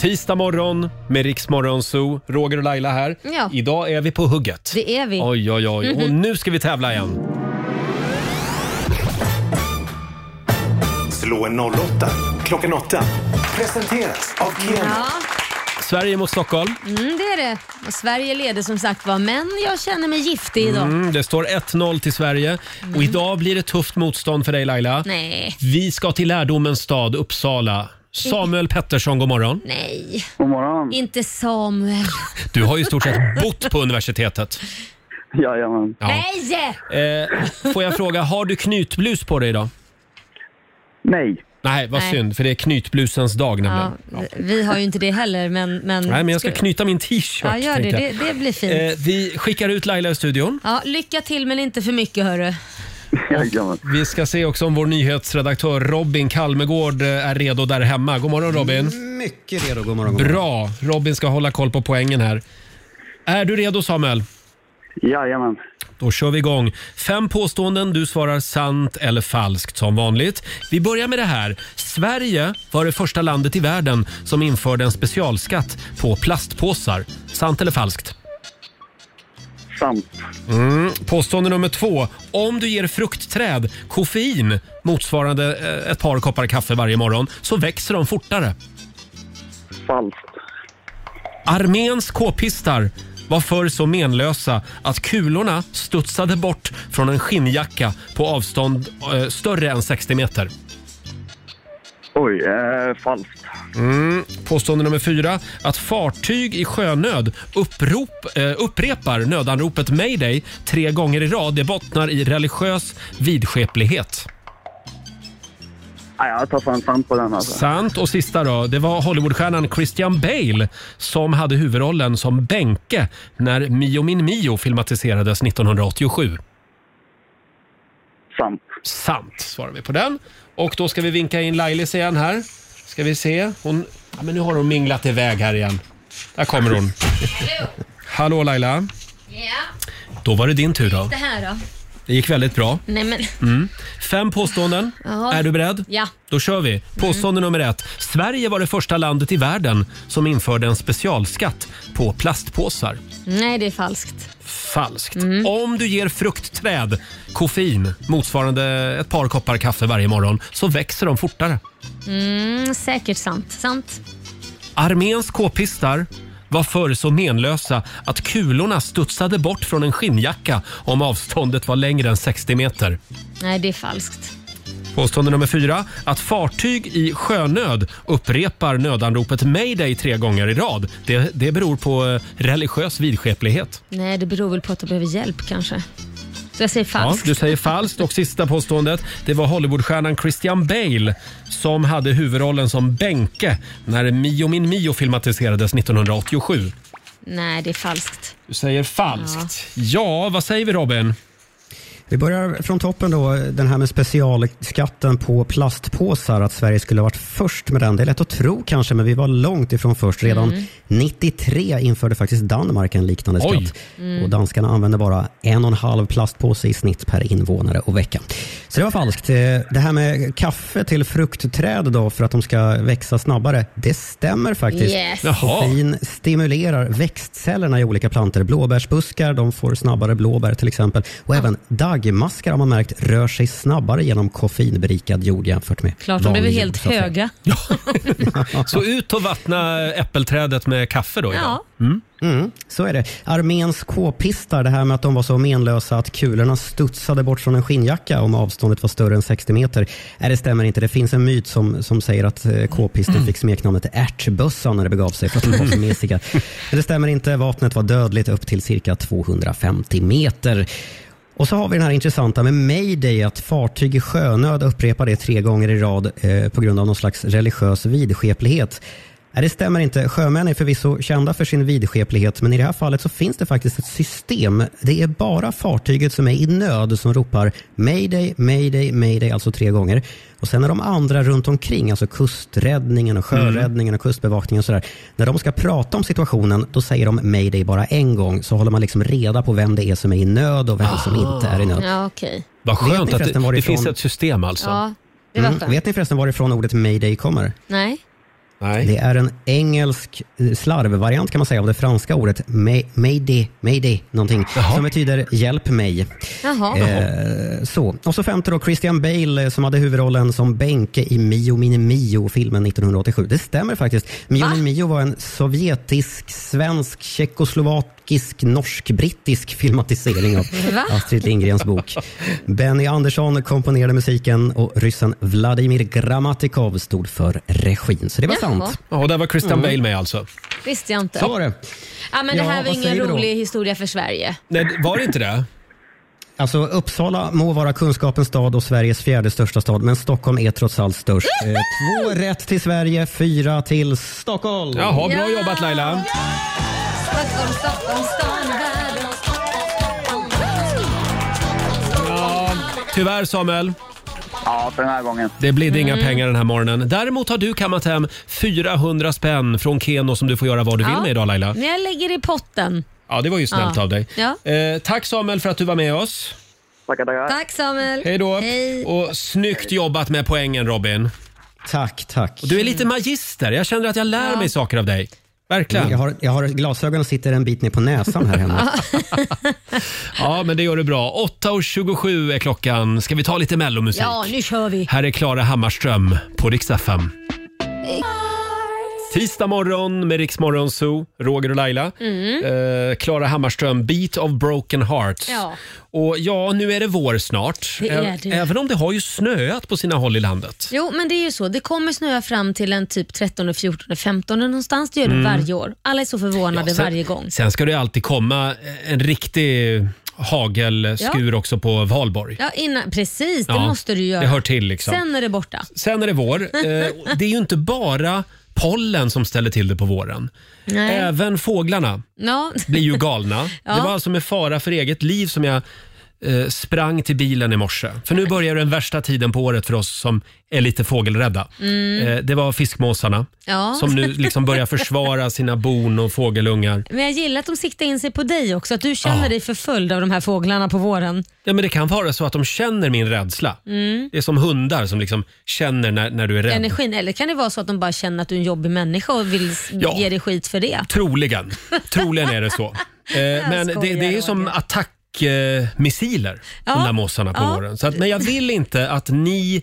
Speaker 1: Tisdag morgon med Riksmorgon Zoo. Roger och Laila här.
Speaker 2: Ja.
Speaker 1: Idag är vi på hugget.
Speaker 2: Det är vi. Mhm.
Speaker 1: Oj, oj, oj. Och nu ska vi tävla igen.
Speaker 9: Slå en 08 klockan åtta. Presenteras av Keno.
Speaker 2: Ja.
Speaker 1: Sverige mot Stockholm.
Speaker 2: Mm, det är det. Och Sverige leder som sagt var, men jag känner mig giftig idag. Mm.
Speaker 1: Mm, det står 1-0 till Sverige och idag blir det tufft motstånd för dig Laila.
Speaker 2: Nej,
Speaker 1: Vi ska till lärdomens stad Uppsala. Samuel Pettersson, god morgon.
Speaker 2: nej.
Speaker 4: God morgon.
Speaker 2: Inte Samuel.
Speaker 1: Du har ju i stort sett bott på universitetet.
Speaker 4: Jajamän.
Speaker 2: Nej!
Speaker 1: Eh, får jag fråga, har du knytblus på dig idag?
Speaker 4: Nej.
Speaker 1: Nej, vad
Speaker 2: Nej.
Speaker 1: synd, för det är knytblusens dag
Speaker 2: Ja,
Speaker 1: nämligen.
Speaker 2: vi har ju inte det heller, men... men
Speaker 1: Nej, men jag ska knyta min t-shirt.
Speaker 2: Mm. Ja, gör det.
Speaker 1: tänkte
Speaker 2: Det,
Speaker 1: jag.
Speaker 2: det blir fint.
Speaker 1: Eh, vi skickar ut Laila i studion.
Speaker 2: Ja, lycka till, men inte för mycket hörru.
Speaker 4: Jajamän.
Speaker 1: Vi ska se också om vår nyhetsredaktör Robin Kalmegård eh, är redo där hemma. God morgon Robin.
Speaker 12: Mycket redo. God morgon. God morgon.
Speaker 1: Bra! Robin ska hålla koll på poängen här. Är du redo Samuel?
Speaker 4: Jajamän.
Speaker 1: Då kör vi igång. Fem påståenden, du svarar sant eller falskt som vanligt. Vi börjar med det här. Sverige var det första landet i världen som införde en specialskatt på plastpåsar. Sant eller falskt?
Speaker 4: Sant.
Speaker 1: Mm. Påstående nummer två. Om du ger fruktträd koffein motsvarande eh, ett par koppar kaffe varje morgon så växer de fortare.
Speaker 4: Falskt.
Speaker 1: Arméns k-pistar var förr så menlösa att kulorna studsade bort från en skinnjacka på avstånd eh, större än 60 meter.
Speaker 4: Oj, eh, falskt.
Speaker 1: Mm. Påstående nummer fyra. Att fartyg i sjönöd upprop, eh, upprepar nödanropet mayday tre gånger i rad det bottnar i religiös vidskeplighet.
Speaker 4: Nej, jag tar fan sant på den alltså.
Speaker 1: Sant. Och sista då. Det var Hollywoodstjärnan Christian Bale som hade huvudrollen som Benke när Mio min Mio filmatiserades 1987.
Speaker 4: Sant.
Speaker 1: Sant svarar vi på den. Och då ska vi vinka in Lailis igen här. Ska vi se. Hon... Ja, men nu har hon minglat iväg här igen. Där kommer hon. Hallå Laila.
Speaker 2: Ja,
Speaker 1: Då var det din tur då.
Speaker 2: det här då?
Speaker 1: Det gick väldigt bra.
Speaker 2: Nej men,
Speaker 1: Mm. Fem påståenden.
Speaker 2: Ja.
Speaker 1: Är du beredd?
Speaker 2: ja.
Speaker 1: Då kör vi. Påstående nummer ett. Sverige var det första landet i världen som införde en specialskatt på plastpåsar.
Speaker 2: Nej, det är falskt.
Speaker 1: Falskt. Om du ger fruktträd koffein motsvarande ett par koppar kaffe varje morgon så växer de fortare.
Speaker 2: Mm, säkert sant. Sant.
Speaker 1: Arméns k-pistar var förr så menlösa att kulorna studsade bort från en skinnjacka om avståndet var längre än 60 meter.
Speaker 2: Nej, det är falskt.
Speaker 1: Påstående nummer fyra. Att fartyg i sjönöd upprepar nödanropet mayday tre gånger i rad. Det, det beror på eh, religiös vidskeplighet.
Speaker 2: Nej, det beror väl på att du behöver hjälp kanske. Så jag säger
Speaker 1: Ja,
Speaker 2: falskt.
Speaker 1: du säger falskt. Och sista påståendet. Det var Hollywoodstjärnan Christian Bale som hade huvudrollen som Benke när Mio min Mio filmatiserades 1987.
Speaker 2: Nej, det är falskt.
Speaker 1: Du säger falskt. Ja, vad säger vi Robin?
Speaker 12: Vi börjar från toppen då. Den här med specialskatten på plastpåsar. Att Sverige skulle ha varit först med den. Det är lätt att tro kanske, men vi var långt ifrån först. Redan
Speaker 1: Mm.
Speaker 12: 93 införde faktiskt Danmark en liknande
Speaker 1: Oj. Mm.
Speaker 12: skatt. Och danskarna använder bara en och en halv plastpåse i snitt per invånare och vecka. Så det var falskt. Eh, Det här med kaffe till fruktträd då för att de ska växa snabbare. Det stämmer faktiskt.
Speaker 2: Yes.
Speaker 1: Jaha.
Speaker 12: Koffein stimulerar växtcellerna i olika planter. Blåbärsbuskar de får snabbare blåbär till exempel. Och även daggmaskar har man märkt rör sig snabbare genom koffeinberikad jord jämfört med
Speaker 2: Klart de blev
Speaker 12: vanlig
Speaker 2: helt
Speaker 12: jord, så att säga.
Speaker 2: höga.
Speaker 1: Så ut och vattna äppelträdet med kaffe då. idag.
Speaker 2: Ja.
Speaker 12: Mm, så är det. Arméns k-pistar, det här med att de var så menlösa att kulorna studsade bort från en skinnjacka om avståndet var större än 60 meter. Nej, det stämmer inte. Det finns en myt som, som säger att eh,
Speaker 2: Mm.
Speaker 12: k-pisten fick smeknamnet ärtbössan när det begav sig för att de var så mesiga. Men det stämmer inte. Vapnet var dödligt upp till cirka 250 meter. Och så har vi den här intressanta med mayday, att fartyg i sjönöd upprepar det tre gånger i rad eh, på grund av någon slags religiös vidskeplighet. Nej, det stämmer inte. Sjömän är förvisso kända för sin vidskeplighet, men i det här fallet så finns det faktiskt ett system. Det är bara fartyget som är i nöd som ropar mayday, mayday, mayday, alltså tre gånger. Och sen när de andra runt omkring, alltså kusträddningen och sjöräddningen och kustbevakningen och sådär, när de ska prata om situationen, då säger de mayday bara en gång, så håller man liksom reda på vem det är som är i nöd och vem som inte är i nöd.
Speaker 2: Ah. Ja, okej.
Speaker 1: Vad
Speaker 12: Vet ni
Speaker 1: skönt att
Speaker 12: förresten
Speaker 1: det, det
Speaker 12: varifrån-
Speaker 1: finns ett system alltså.
Speaker 2: Ja, det var
Speaker 12: Mm.
Speaker 2: skönt.
Speaker 12: Vet ni förresten varifrån ordet mayday kommer?
Speaker 2: Nej.
Speaker 12: Det är en engelsk eh, slarvvariant kan man säga av det franska ordet may- mayday, mayday någonting, som betyder hjälp mig.
Speaker 2: Jaha.
Speaker 12: Eh, så. Och så femte då, Christian Bale eh, som hade huvudrollen som Benke i Mio Mini Mio-filmen 1987. Det stämmer faktiskt. Mio Mini Mio var en sovjetisk, svensk, tjeckoslovakisk, norsk-brittisk filmatisering av
Speaker 2: Va?
Speaker 12: Astrid Lindgrens bok. Benny Andersson komponerade musiken och ryssen Vladimir Grammatikov stod för regin. Så det var
Speaker 2: Jaha.
Speaker 12: sant. Mm.
Speaker 1: Ja, och där var Christian Bale med alltså.
Speaker 2: Visste jag inte.
Speaker 12: Så var det.
Speaker 2: Ja, men det
Speaker 12: Ja,
Speaker 2: här var
Speaker 12: vad
Speaker 2: ingen
Speaker 12: säger du då?
Speaker 2: rolig historia för Sverige.
Speaker 1: Nej, var det inte det?
Speaker 12: Alltså Uppsala må vara kunskapens stad och Sveriges fjärde största stad, men Stockholm är trots allt störst. Eh, Två rätt till Sverige, fyra till Stockholm.
Speaker 1: Jaha, bra jobbat Laila.
Speaker 2: Stockholm, Stockholm, stan är världens
Speaker 1: Ja, tyvärr Samuel.
Speaker 4: Ja, för den här gången.
Speaker 1: Det blir
Speaker 2: Mm.
Speaker 1: inga pengar den här morgonen. Däremot har du kammat hem 400 spänn från Keno som du får göra vad du vill med idag Laila.
Speaker 2: Men jag lägger i potten.
Speaker 1: Ja, det var ju snällt
Speaker 2: Ja.
Speaker 1: av dig.
Speaker 2: Ja.
Speaker 1: Eh, tack Samuel för att du var med oss.
Speaker 4: Tackar, tackar.
Speaker 2: Tack Samuel.
Speaker 1: Hej då. Och snyggt jobbat med poängen Robin.
Speaker 12: Tack, tack.
Speaker 1: Och du är lite magister. Jag känner att jag lär mig saker av dig. Verkligen.
Speaker 12: Jag har, jag har glasögon och sitter en bit ner på näsan här hemma.
Speaker 1: Ja, men det gör du bra. 8.27 är klockan. Ska vi ta lite mellomusik?
Speaker 2: Ja, nu kör vi.
Speaker 1: Här är Klara Hammarström på Rix FM. Tisdag morgon med Rix Morgon Zoo, Roger och Laila.
Speaker 2: Mm.
Speaker 1: Eh, Klara Hammarström, Beat of Broken Hearts.
Speaker 2: Ja.
Speaker 1: Och ja, nu är det vår snart.
Speaker 2: Det är
Speaker 1: Ä-
Speaker 2: det.
Speaker 1: Även om det har ju snöat på sina håll i landet.
Speaker 2: Jo, men det är ju så. Det kommer snöa fram till en typ 13, 14, 15 någonstans. Det gör det
Speaker 1: Mm.
Speaker 2: varje år. Alla är så förvånade varje gång.
Speaker 1: Sen ska det ju alltid komma en riktig hagelskur
Speaker 2: Ja.
Speaker 1: också på valborg.
Speaker 2: Ja, innan, precis, det
Speaker 1: Ja,
Speaker 2: måste du göra.
Speaker 1: det hör till, liksom.
Speaker 2: Sen är det borta.
Speaker 1: Sen är det vår. Eh, och Det är ju inte bara pollen som ställer till det på våren.
Speaker 2: Nej.
Speaker 1: Även fåglarna
Speaker 2: Ja.
Speaker 1: blir ju galna.
Speaker 2: Ja.
Speaker 1: Det var alltså med fara för eget liv som jag eh, sprang till bilen i morse. För nu börjar den värsta tiden på året för oss som är lite fågelrädda.
Speaker 2: Mm.
Speaker 1: Eh, det var fiskmåsarna
Speaker 2: Ja.
Speaker 1: som nu liksom börjar försvara sina bon och fågelungar.
Speaker 2: Men jag gillar att de siktar in sig på dig också, att du känner dig förföljd av de här fåglarna på våren.
Speaker 1: Ja, men det kan vara så att de känner min rädsla.
Speaker 2: Mm.
Speaker 1: Det är som hundar som liksom känner när, när du är rädd.
Speaker 2: Energin. Eller kan det vara så att de bara känner att du är en jobbig människa och vill s-
Speaker 1: Ja.
Speaker 2: ge dig skit för det?
Speaker 1: Troligen. Troligen är det så. Eh, men det,
Speaker 2: skojar,
Speaker 1: det är ju som attackmissiler, eh, missiler, de
Speaker 2: Ja,
Speaker 1: där måsarna på
Speaker 2: ja.
Speaker 1: våren. Så att, men jag vill inte att ni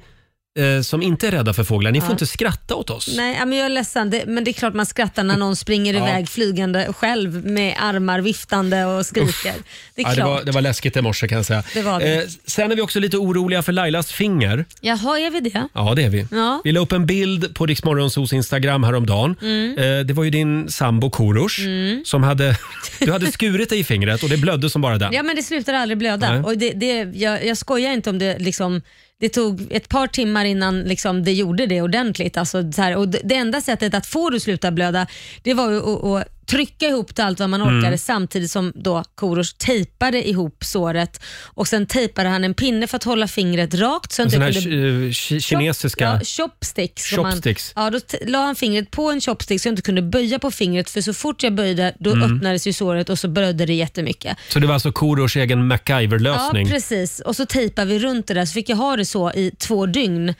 Speaker 1: eh, som inte är rädda för fåglar, ni får
Speaker 2: Ja.
Speaker 1: inte skratta åt oss.
Speaker 2: Nej, ja, men jag är ledsen. Det, men det är klart man skrattar när någon springer
Speaker 1: Ja.
Speaker 2: iväg flygande själv med armar viftande och skriker. Det är
Speaker 1: Ja,
Speaker 2: klart.
Speaker 1: det, var, det var läskigt i morse kan jag säga.
Speaker 2: Det var det.
Speaker 1: Eh, sen är vi också lite oroliga för Lailas finger.
Speaker 2: Jaha, är vi det?
Speaker 1: Ja, det är vi.
Speaker 2: Ja.
Speaker 1: Vi la upp en bild på Riksmorgonsos Instagram häromdagen.
Speaker 2: Mm.
Speaker 1: Eh, det var ju din sambo Korosh
Speaker 2: Mm.
Speaker 1: som hade, du hade skurit dig i fingret och det blödde som bara den.
Speaker 2: Ja, men det slutar aldrig blöda.
Speaker 1: Nej.
Speaker 2: Och det, det, jag, jag skojar inte om det liksom det tog ett par timmar innan liksom det gjorde det ordentligt. Alltså, så här, och det, det enda sättet att få det att sluta blöda det var ju att, att trycka ihop det allt vad man orkade
Speaker 13: Mm.
Speaker 2: samtidigt som då Korosh tejpade ihop såret och sen tejpade han en pinne för att hålla fingret rakt. Så att
Speaker 1: en sån
Speaker 2: det
Speaker 1: här
Speaker 2: kunde-
Speaker 1: ki- ki- kinesiska...
Speaker 2: Ja, chopsticks. som
Speaker 1: Chopsticks.
Speaker 2: Man, ja, då t- la han fingret på en chopstick så jag inte kunde böja på fingret för så fort jag böjde då
Speaker 1: Mm.
Speaker 2: öppnades ju såret och så blödde det jättemycket.
Speaker 1: Så det var alltså Korosh egen MacGyver-lösning?
Speaker 2: Ja, precis. Och så tejpade vi runt det där så fick jag ha det så i två dygn.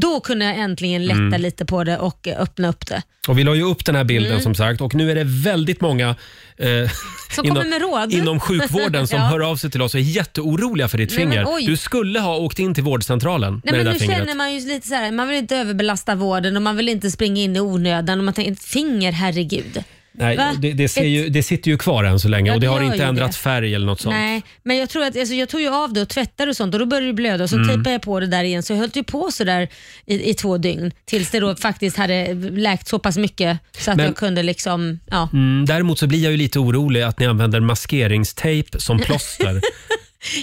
Speaker 2: Då kunde jag äntligen lätta
Speaker 1: Mm.
Speaker 2: lite på det och eh, öppna upp det.
Speaker 1: och vi la ju upp den här bilden
Speaker 2: Mm.
Speaker 1: som sagt och nu är det väldigt många eh,
Speaker 2: Som kommer med råd.
Speaker 1: inom sjukvården som
Speaker 2: Ja.
Speaker 1: hör av sig till oss och är jätteoroliga för ditt
Speaker 2: Nej, men
Speaker 1: finger.
Speaker 2: oj.
Speaker 1: du skulle ha åkt in till vårdcentralen
Speaker 2: Nej,
Speaker 1: med
Speaker 2: men nu
Speaker 1: det där fingret.
Speaker 2: känner man ju lite så här, man vill inte överbelasta vården och man vill inte springa in i onödan. Och man tänker, ett finger, herregud.
Speaker 1: Nej,
Speaker 2: Va?
Speaker 1: det, det, ser
Speaker 2: Ett-
Speaker 1: ju, det sitter ju kvar än så länge
Speaker 2: Ja,
Speaker 1: och det
Speaker 2: det
Speaker 1: har
Speaker 2: gör
Speaker 1: inte
Speaker 2: ju
Speaker 1: ändrat
Speaker 2: det.
Speaker 1: färg eller något sånt.
Speaker 2: Nej, men jag tror att alltså, jag tog ju av det och tvättade och sånt och då började det blöda och så
Speaker 1: Mm.
Speaker 2: tejpade jag på det där igen. Så jag höll ju på så där i, i två dygn tills det då faktiskt hade läkt så pass mycket så att
Speaker 1: Men-
Speaker 2: jag kunde liksom, ja.
Speaker 1: Mm, däremot så blir jag ju lite orolig att ni använder maskeringstejp som plåster.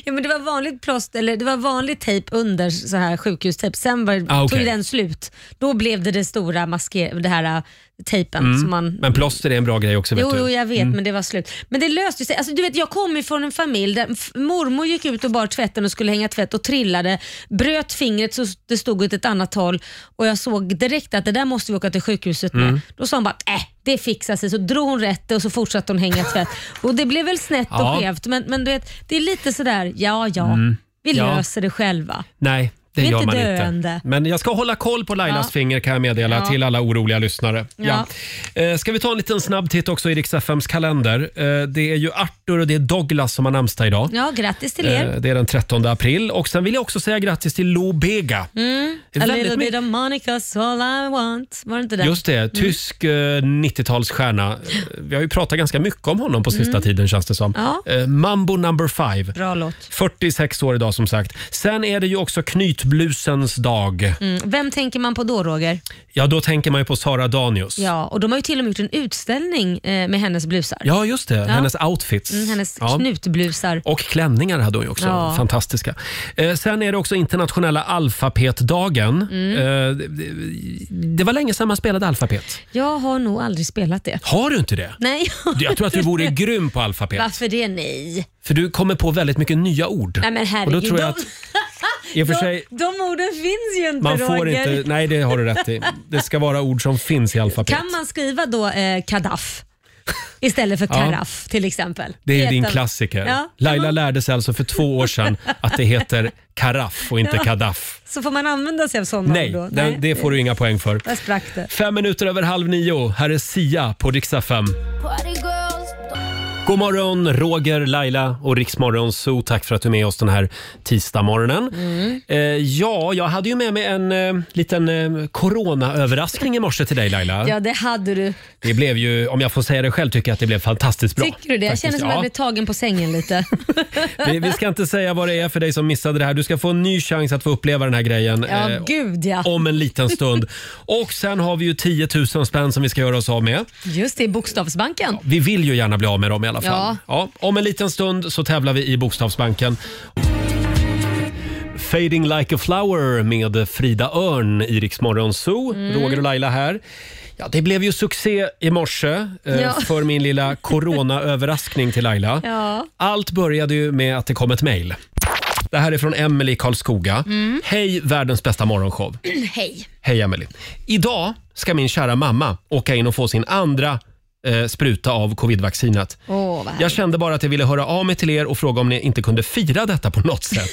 Speaker 2: ja men det var vanligt plåst, eller det var vanlig tejp under så här sjukhustejp. Sen var,
Speaker 1: Ah, okej.
Speaker 2: tog den slut. Då blev det det stora masker, det här äh, tejpen som man
Speaker 1: Mm. Men plåster är en bra grej också.
Speaker 2: Jo,
Speaker 1: vet du.
Speaker 2: jo, jag vet,
Speaker 1: Mm.
Speaker 2: men det var slut. Men det löste sig. Alltså, du vet, jag kommer från en familj där f- mormor gick ut och bar tvätten och skulle hänga tvätt och trillade, bröt fingret så det stod åt ett annat håll och jag såg direkt att det där måste vi åka till sjukhuset med.
Speaker 1: Mm.
Speaker 2: Då sa hon bara, äh, det fixar sig. Så drog hon rätt det och så fortsatte hon hänga tvätt. och det blev väl snett och
Speaker 1: Ja.
Speaker 2: skevt, men, men du vet, det är lite sådär, ja, ja,
Speaker 1: Mm.
Speaker 2: vi
Speaker 1: Ja.
Speaker 2: löser det själva.
Speaker 1: Nej, det
Speaker 2: Vi är
Speaker 1: gör man
Speaker 2: inte
Speaker 1: inte.
Speaker 2: döende.
Speaker 1: Men jag ska hålla koll på Lailas
Speaker 2: Ja.
Speaker 1: finger kan jag meddela
Speaker 2: Ja.
Speaker 1: till alla oroliga lyssnare. Ja. Eh, Ska vi ta en liten snabb titt också i Rix FMs kalender. Eh, Det är ju Arthur och det är Douglas som har namnsdag idag.
Speaker 2: Ja, grattis till
Speaker 1: Eh,
Speaker 2: er.
Speaker 1: Det är den 13 april. Och sen vill jag också säga grattis till Lo Bega.
Speaker 2: Mm.
Speaker 1: det är
Speaker 2: A
Speaker 1: väldigt
Speaker 2: little
Speaker 1: mycket-
Speaker 2: bit of Monica's all I want. Var det inte den?
Speaker 1: Just det,
Speaker 2: Mm.
Speaker 1: tysk eh, 90-talsstjärna. Eh, Vi har ju pratat ganska mycket om honom på sista
Speaker 2: Mm.
Speaker 1: tiden känns det som.
Speaker 2: Ja.
Speaker 1: Eh, Mambo number five.
Speaker 2: Bra låt.
Speaker 1: 46 år idag som sagt. Sen är det ju också knytblusens dag.
Speaker 2: Mm. Vem tänker man på då, Roger?
Speaker 1: Ja, då tänker man ju på Sara Danius.
Speaker 2: Ja, och de har ju till och med gjort en utställning eh, med hennes blusar.
Speaker 1: Ja, just det. Hennes outfits.
Speaker 2: Mm, hennes
Speaker 1: Ja.
Speaker 2: knutblusar.
Speaker 1: Och klänningar hade hon ju också.
Speaker 2: Ja.
Speaker 1: Fantastiska. Eh, sen är det också internationella alfabetdagen.
Speaker 2: Mm.
Speaker 1: Eh, det- det, det var länge sedan man spelade alfabet.
Speaker 2: Jag har nog aldrig spelat det.
Speaker 1: Har du inte det?
Speaker 2: Nej.
Speaker 1: Jag tror att du vore grym på alfabet.
Speaker 2: Varför det? Nej.
Speaker 1: För du kommer på väldigt mycket nya ord.
Speaker 2: Nej men herregud.
Speaker 1: Och då tror jag
Speaker 2: de-
Speaker 1: att i och för sig-
Speaker 2: de, de orden finns ju inte
Speaker 1: man får
Speaker 2: Roger.
Speaker 1: inte... Nej, det har du rätt i. Det ska vara ord som finns i alfabet.
Speaker 2: Kan man skriva då eh, kadaff istället för
Speaker 1: Ja.
Speaker 2: karaff till exempel?
Speaker 1: Det är ju din
Speaker 2: Heter-
Speaker 1: klassiker.
Speaker 2: Ja.
Speaker 1: Laila lärde sig alltså för två år sedan att det heter karaff och inte
Speaker 2: Ja.
Speaker 1: kadaff.
Speaker 2: Så får man använda sig av sådana
Speaker 1: Nej,
Speaker 2: ord då?
Speaker 1: den, det får du inga poäng för.
Speaker 2: Där sprack det.
Speaker 1: Fem minuter över halv nio. Här är Sia på riksdag 5. God morgon, Roger, Laila och Riksmorgon Zoo. Tack för att du är med oss den här tisdagmorgonen.
Speaker 2: Mm.
Speaker 1: Eh, ja, jag hade ju med mig en eh, liten eh, coronaöverraskning i morse till dig Laila.
Speaker 2: Ja, det hade du.
Speaker 1: Det blev ju, om jag får säga det själv, tycker jag att det blev fantastiskt bra.
Speaker 2: Tycker du det? Jag
Speaker 1: Faktiskt,
Speaker 2: känner som att jag
Speaker 1: ja.
Speaker 2: blev tagen på sängen lite.
Speaker 1: vi, vi ska inte säga vad det är för dig som missade det här. Du ska få en ny chans att få uppleva den här grejen.
Speaker 2: Ja,
Speaker 1: eh,
Speaker 2: gud ja.
Speaker 1: om en liten stund. Och sen har vi ju 10 000 spänn som vi ska göra oss av med.
Speaker 2: Just det, Bokstavsbanken.
Speaker 1: Vi vill ju gärna bli av med dem i alla fall. Ja.
Speaker 2: Ja.
Speaker 1: om en liten stund så tävlar vi i Bokstavsbanken. Fading like a flower med Frida Örn i Rix Morgon Zoo.
Speaker 2: Mm.
Speaker 1: Roger och Laila här. Ja, det blev ju succé i morse eh,
Speaker 2: Ja.
Speaker 1: för min lilla coronaöverraskning till Laila.
Speaker 2: Ja.
Speaker 1: Allt började ju med att det kom ett mejl. Det här är från Emelie i Karlskoga.
Speaker 2: Mm.
Speaker 1: Hej, världens bästa morgonshow.
Speaker 2: Hej.
Speaker 1: Hej Emily. Idag ska min kära mamma åka in och få sin andra eh, spruta av covidvaccinet.
Speaker 2: Åh, vad härligt.
Speaker 1: Jag kände bara att jag ville höra av mig till er och fråga om ni inte kunde fira detta på något sätt.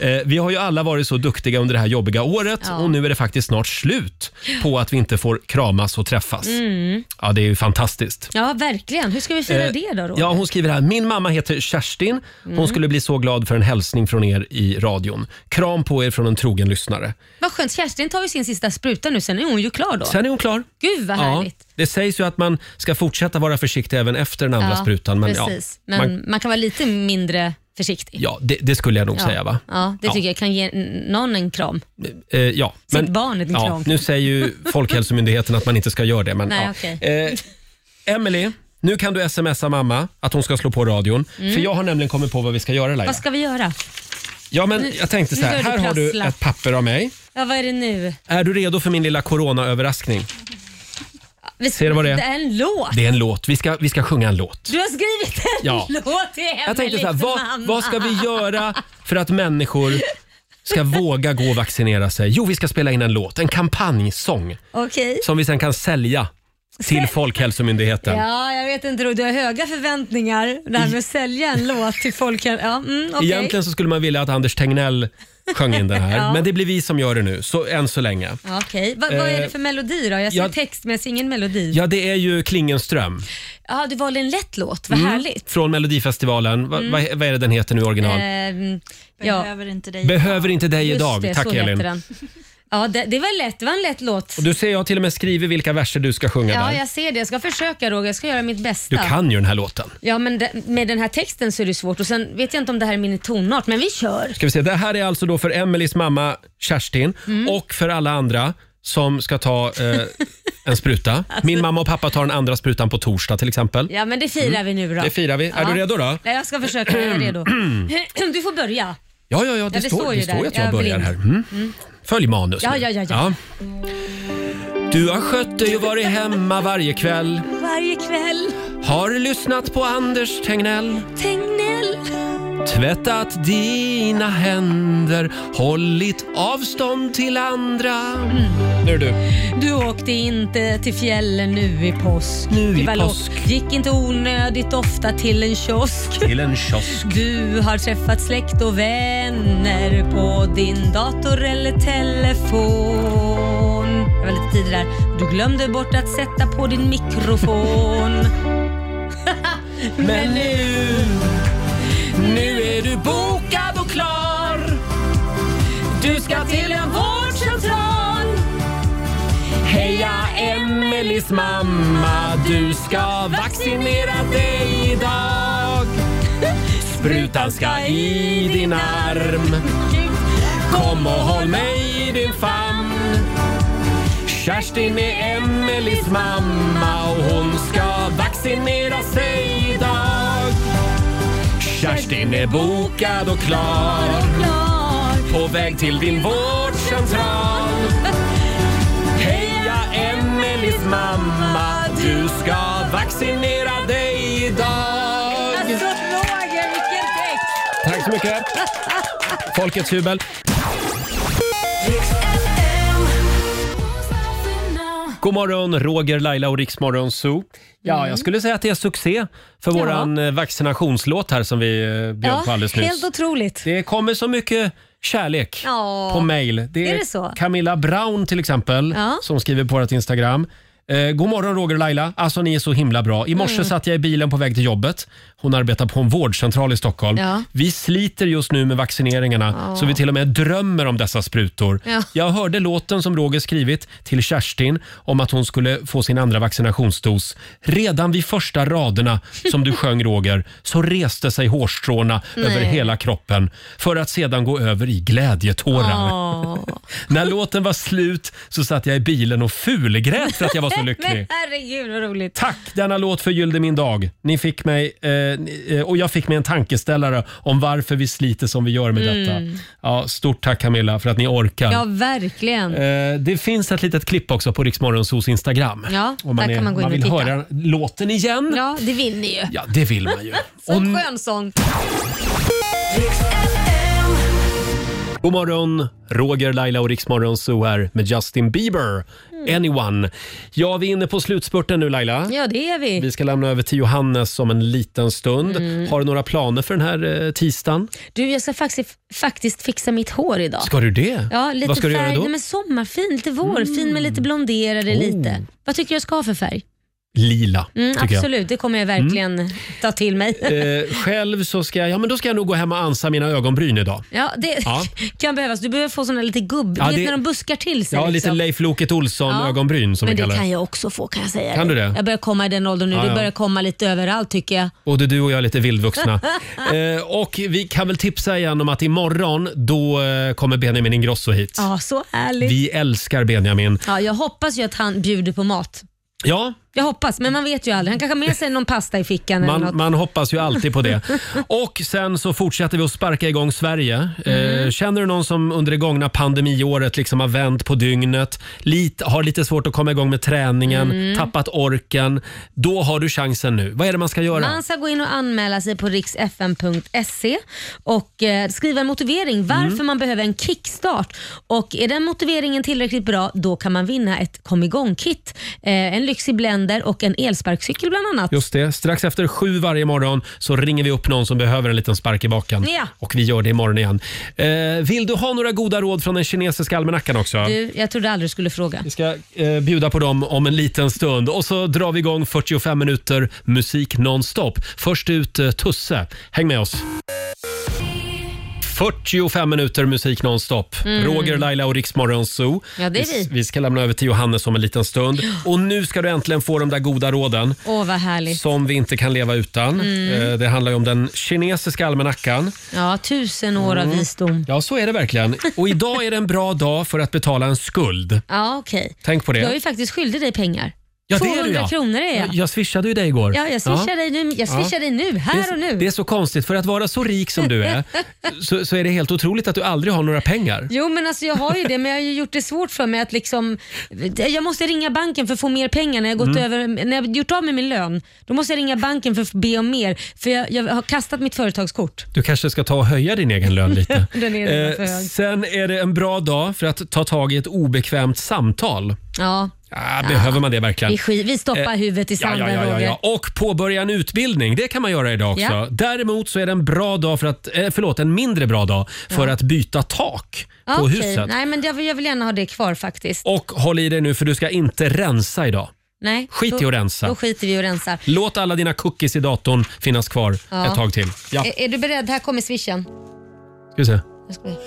Speaker 1: Eh, Vi har ju alla varit så duktiga under det här jobbiga året
Speaker 2: Ja.
Speaker 1: och nu är det faktiskt snart slut på att vi inte får kramas och träffas.
Speaker 2: Mm.
Speaker 1: Ja, det är ju fantastiskt.
Speaker 2: Ja, verkligen. Hur ska vi fira
Speaker 1: Eh,
Speaker 2: det då, Roger?
Speaker 1: Ja, hon skriver här. Min mamma heter Kerstin. Hon
Speaker 2: Mm.
Speaker 1: skulle bli så glad för en hälsning från er i radion. Kram på er från en trogen lyssnare.
Speaker 2: Vad skönt, Kerstin tar ju sin sista spruta nu, sen är hon ju klar då.
Speaker 1: Sen är hon klar.
Speaker 2: Gud vad
Speaker 1: Ja,
Speaker 2: härligt.
Speaker 1: det sägs ju att man ska fortsätta vara försiktig även efter den andra
Speaker 2: Ja,
Speaker 1: sprutan. Men,
Speaker 2: precis.
Speaker 1: ja,
Speaker 2: men
Speaker 1: man,
Speaker 2: man... kan vara lite mindre försiktig.
Speaker 1: ja det, det skulle jag nog
Speaker 2: ja.
Speaker 1: säga va?
Speaker 2: Ja, det tycker jag. Kan ge n- någon en kram.
Speaker 1: Eh, ja,
Speaker 2: Sitt barn i din kram.
Speaker 1: Nu säger ju Folkhälsomyndigheten att man inte ska göra det. Men,
Speaker 2: Nej,
Speaker 1: ja.
Speaker 2: okej.
Speaker 1: eh, Emily, nu kan du smsa mamma att hon ska slå på radion.
Speaker 2: Mm.
Speaker 1: För jag har nämligen kommit på vad vi ska göra Laila.
Speaker 2: Vad ska vi göra?
Speaker 1: Ja, men
Speaker 2: Nu-
Speaker 1: jag tänkte så
Speaker 2: nu
Speaker 1: här,
Speaker 2: börjar
Speaker 1: här
Speaker 2: du
Speaker 1: har du
Speaker 2: prassla.
Speaker 1: ett papper av mig.
Speaker 2: Ja, vad är det nu?
Speaker 1: Är du redo för min lilla coronaöverraskning? Ser du vad det är?
Speaker 2: Det är en låt.
Speaker 1: Det är en låt. Vi ska, vi ska sjunga en låt.
Speaker 2: Du har skrivit en
Speaker 1: Ja.
Speaker 2: låt till
Speaker 1: Jag tänkte så här,
Speaker 2: Emelies
Speaker 1: vad,
Speaker 2: mamma.
Speaker 1: vad ska vi göra för att människor ska våga gå och vaccinera sig? Jo, vi ska spela in en låt, en kampanjsång
Speaker 2: Okej.
Speaker 1: som vi sen kan sälja till Folkhälsomyndigheten.
Speaker 2: Ja, jag vet inte. Roger. Du har höga förväntningar. Det här med att sälja en låt till folk. Ja, mm, okej.
Speaker 1: Egentligen så skulle man vilja att Anders Tegnell sjöng in den här,
Speaker 2: Ja.
Speaker 1: men det blir vi som gör det nu, så än så länge.
Speaker 2: Ja, Okej, Va, vad är det för melodi då? Jag ser
Speaker 1: Eh, jag-
Speaker 2: text men jag ser ingen melodi.
Speaker 1: Ja, det är ju Klingenström.
Speaker 2: Ja, du valde en lätt låt, vad
Speaker 1: Mm.
Speaker 2: härligt.
Speaker 1: Från Melodifestivalen. Va,
Speaker 2: Mm.
Speaker 1: va, vad är det den heter nu i original?
Speaker 2: Ehm, ja. Behöver inte dig
Speaker 1: Behöver inte dig idag.
Speaker 2: det,
Speaker 1: Tack
Speaker 2: så heter
Speaker 1: Elin.
Speaker 2: Den. Ja, det, det var lätt. Det var en lätt låt.
Speaker 1: Och du ser, jag har till och med skrivit vilka verser du ska sjunga
Speaker 2: Ja,
Speaker 1: där.
Speaker 2: jag ser det. Jag ska försöka Roger. Jag ska göra mitt bästa.
Speaker 1: Du kan ju den här låten.
Speaker 2: Ja, men det, med den här texten så är det svårt. Och Sen vet jag inte om det här är min tonart, men vi kör.
Speaker 1: Ska vi se, det här är alltså då för Emelies mamma Kerstin
Speaker 2: Mm.
Speaker 1: och för alla andra som ska ta eh, en spruta. Min mamma och pappa tar den andra sprutan på torsdag till exempel.
Speaker 2: Alltså. Ja, men det firar
Speaker 1: Mm.
Speaker 2: vi nu då.
Speaker 1: Det firar vi. Är
Speaker 2: Ja.
Speaker 1: du redo då?
Speaker 2: Nej, jag ska försöka. Jag är redo. du får börja.
Speaker 1: Ja, ja, ja, det,
Speaker 2: det
Speaker 1: står,
Speaker 2: står
Speaker 1: det
Speaker 2: ju
Speaker 1: står
Speaker 2: där.
Speaker 1: ju att jag,
Speaker 2: Jag är
Speaker 1: börjar
Speaker 2: blind.
Speaker 1: här. Mm.
Speaker 2: Mm.
Speaker 1: Följ manus
Speaker 2: Ja,
Speaker 1: nu.
Speaker 2: ja, ja, ja.
Speaker 1: Du har skött dig och varit hemma varje kväll.
Speaker 2: Varje kväll,
Speaker 1: Har lyssnat på Anders Tegnell.
Speaker 2: Tegnell.
Speaker 1: Tvättat dina händer, hållit avstånd till andra. Nu är det du.
Speaker 2: Du åkte inte till fjällen nu i påsk.
Speaker 1: Nu
Speaker 2: Du
Speaker 1: i
Speaker 2: var låg.
Speaker 1: påsk.
Speaker 2: Gick inte onödigt ofta till en kiosk.
Speaker 1: Till en kiosk.
Speaker 2: Du har träffat släkt och vänner på din dator eller telefon. Jag var lite tidig där. Du glömde bort att sätta på din mikrofon. Men nu, nu är du bokad och klar. Du ska till en vårdcentral.
Speaker 1: Heja Emelies mamma, du ska vaccinera dig idag. Sprutan ska i din arm. Kom och håll mig i din famn. Kerstin är Emelies mamma och hon ska vaccinera sig idag. Kerstin är bokad och klar. På väg till din vårdcentral. Heja Emelies mamma, du ska vaccinera dig idag.
Speaker 2: Alltså Roger, vilken text!
Speaker 1: Tack så mycket. Folkets jubel. God morgon, Roger, Laila och Riksmorgon Zoo. Ja,
Speaker 2: Mm.
Speaker 1: jag skulle säga att det är succé för
Speaker 2: Ja.
Speaker 1: våran eh, vaccinationslåt här som vi eh, bjöd på alldeles nyss.
Speaker 2: helt otroligt.
Speaker 1: Det kommer så mycket kärlek
Speaker 2: Ja.
Speaker 1: på mail. Det är,
Speaker 2: Är det så?
Speaker 1: Camilla Brown till exempel
Speaker 2: Ja.
Speaker 1: som skriver på vårt Instagram. Eh, god morgon Roger och Laila. Alltså ni är så himla bra. I morse
Speaker 2: Mm.
Speaker 1: satt jag i bilen på väg till jobbet. Hon arbetar på en vårdcentral i Stockholm.
Speaker 2: Ja.
Speaker 1: Vi sliter just nu med vaccineringarna
Speaker 2: Ja.
Speaker 1: så vi till och med drömmer om dessa sprutor.
Speaker 2: Ja.
Speaker 1: Jag hörde låten som Roger skrivit till Kerstin om att hon skulle få sin andra vaccinationsdos. Redan vid första raderna som du sjöng Roger så reste sig hårstråna
Speaker 2: Nej.
Speaker 1: över hela kroppen för att sedan gå över i glädjetårar.
Speaker 2: Åh.
Speaker 1: När låten var slut så satt jag i bilen och fulgrät för att jag var så
Speaker 2: Men
Speaker 1: lycklig.
Speaker 2: herregud vad roligt.
Speaker 1: Tack! Denna låt förgyllde min dag. Ni fick mig, eh, ni- eh, och jag fick mig en tankeställare om varför vi sliter som vi gör med
Speaker 2: Mm.
Speaker 1: detta. Ja, stort tack Camilla för att ni orkar.
Speaker 2: Ja, verkligen.
Speaker 1: Eh, det finns ett litet klipp också på Riksmorgonsos Instagram.
Speaker 2: Ja,
Speaker 1: Om man,
Speaker 2: där
Speaker 1: är,
Speaker 2: kan man gå in
Speaker 1: man
Speaker 2: och
Speaker 1: vill
Speaker 2: titta.
Speaker 1: höra låten igen.
Speaker 2: Ja, det vinner ju.
Speaker 1: Ja, det vill man ju.
Speaker 2: Så skön sång.
Speaker 1: God morgon, Roger, Laila och Riksmorgon Zoo här med Justin Bieber, Anyone. Ja, vi är inne på slutspurten nu Laila.
Speaker 2: Mm. Ja, det är vi.
Speaker 1: Vi ska lämna över till Johannes om en liten stund.
Speaker 2: Mm.
Speaker 1: Har du några planer för den här eh, tisdagen?
Speaker 2: Du, jag ska faktiskt, faktiskt fixa mitt hår idag.
Speaker 1: Ska du det?
Speaker 2: Ja, lite
Speaker 1: Vad ska
Speaker 2: färg.
Speaker 1: du göra då? Mm. Oh.
Speaker 2: Nej, men sommarfin, lite vårfin men lite blonderade lite. Vad tycker du jag ska ha för färg?
Speaker 1: Lila,
Speaker 2: Mm,
Speaker 1: tycker jag. Mm.
Speaker 2: absolut, det kommer jag verkligen ta till mig.
Speaker 1: Eh, själv så ska jag, ja men då ska jag nog gå hem och ansa mina ögonbryn idag.
Speaker 2: Ja, det
Speaker 1: Ja.
Speaker 2: kan behövas. Du behöver få såna lite gubb...
Speaker 1: Ja,
Speaker 2: du vet
Speaker 1: det-
Speaker 2: när de buskar till sig.
Speaker 1: Ja, lite
Speaker 2: liksom.
Speaker 1: Leif Loket
Speaker 2: Ja.
Speaker 1: Olsson-ögonbryn som
Speaker 2: Men det
Speaker 1: vi kallar
Speaker 2: kan
Speaker 1: det.
Speaker 2: jag också få kan jag säga.
Speaker 1: Kan du det?
Speaker 2: Jag börjar komma i den åldern nu.
Speaker 1: Ja, ja.
Speaker 2: Det börjar komma lite överallt tycker jag.
Speaker 1: Både du och jag är lite vildvuxna. eh, och vi kan väl tipsa igen om att imorgon då eh, kommer Benjamin Ingrosso hit.
Speaker 2: Ja, så härligt.
Speaker 1: Vi älskar Benjamin.
Speaker 2: Ja, jag hoppas ju att han bjuder på mat.
Speaker 1: Ja,
Speaker 2: Jag hoppas, men man vet ju aldrig. Han kanske har med sig någon pasta i fickan eller något.
Speaker 1: man, man hoppas ju alltid på det. Och sen så fortsätter vi att sparka igång Sverige. Eh,
Speaker 2: Mm.
Speaker 1: känner du någon som under det gångna pandemiåret liksom har vänt på dygnet, lite, har lite svårt att komma igång med träningen,
Speaker 2: Mm.
Speaker 1: tappat orken. Då har du chansen nu. Vad är det man ska göra?
Speaker 2: Man ska gå in och anmäla sig på riksfn.se E och eh, skriva en motivering varför
Speaker 1: Mm.
Speaker 2: man behöver en kickstart. Och Är den motiveringen tillräckligt bra, då kan man vinna ett kom igång-kit. Eh, en lyxig blender och en elsparkcykel bland annat.
Speaker 1: Just det. Strax efter sju varje morgon så ringer vi upp någon som behöver en liten spark i baken.
Speaker 2: Ja.
Speaker 1: Och vi gör det imorgon igen. Eh, vill du ha några goda råd från den kinesiska almanackan också?
Speaker 2: Du, jag trodde aldrig du skulle fråga.
Speaker 1: Vi ska eh, bjuda på dem om en liten stund. Och så drar vi igång 45 minuter musik nonstop. Först ut eh, Tusse. Häng med oss. 45 minuter musik nonstop.
Speaker 2: Mm.
Speaker 1: Roger, Laila och Riksmorgon Zoo.
Speaker 2: Ja, det är vi.
Speaker 1: vi ska lämna över till Johannes om en liten stund. Och nu ska du äntligen få de där goda råden
Speaker 2: Åh, vad härligt.
Speaker 1: som vi inte kan leva utan.
Speaker 2: Mm.
Speaker 1: Eh, Det handlar ju om den kinesiska almanackan.
Speaker 2: Ja, tusen år av
Speaker 1: Mm.
Speaker 2: visdom.
Speaker 1: Ja, så är det verkligen. Och idag är det en bra dag för att betala en skuld.
Speaker 2: Ja, okej.
Speaker 1: Tänk på
Speaker 2: Jag är
Speaker 1: det.
Speaker 2: ju faktiskt skyldig dig pengar.
Speaker 1: Ja, det är du,
Speaker 2: 200
Speaker 1: ja.
Speaker 2: kronor är jag.
Speaker 1: Jag swishade ju dig igår.
Speaker 2: Ja, jag swishar dig nu. Jag swishar
Speaker 1: Ja.
Speaker 2: dig nu,
Speaker 1: Det
Speaker 2: här
Speaker 1: är-
Speaker 2: och nu.
Speaker 1: Det är så konstigt, för att vara så rik som du är så, så är det helt otroligt att du aldrig har några pengar.
Speaker 2: Jo men alltså jag har ju det men jag har ju gjort det svårt för mig att liksom Jag måste ringa banken för att få mer pengar när jag gått
Speaker 1: Mm.
Speaker 2: över, när jag gjort av med min lön. Då måste jag ringa banken för att be om mer för jag, jag har kastat mitt företagskort.
Speaker 1: Du kanske ska ta och höja din egen lön lite.
Speaker 2: Den är redan för
Speaker 1: Eh,
Speaker 2: hög.
Speaker 1: sen är det en bra dag för att ta tag i ett obekvämt samtal.
Speaker 2: Ja,
Speaker 1: Ah, behöver man det verkligen?
Speaker 2: vi, skit, vi stoppar
Speaker 1: Eh,
Speaker 2: huvudet i sanden
Speaker 1: ja, ja, ja, ja,
Speaker 2: Roger.
Speaker 1: ja. Och påbörja en utbildning, det kan man göra idag också.
Speaker 2: Ja.
Speaker 1: Däremot så är det en bra dag för att, eh, förlåt, en mindre bra dag för
Speaker 2: Ja.
Speaker 1: att byta tak
Speaker 2: Ja,
Speaker 1: på
Speaker 2: okej.
Speaker 1: huset.
Speaker 2: Nej men jag vill, jag vill gärna ha det kvar faktiskt.
Speaker 1: Och håll i dig nu för du ska inte rensa idag.
Speaker 2: Nej,
Speaker 1: Skit
Speaker 2: då,
Speaker 1: i att rensa.
Speaker 2: Då skiter vi och rensar.
Speaker 1: Låt alla dina cookies i datorn finnas kvar
Speaker 2: Ja.
Speaker 1: ett tag till. Ja,
Speaker 2: Är, är du beredd? Här kommer swishen.
Speaker 1: ska vi se.
Speaker 2: Jag skojar.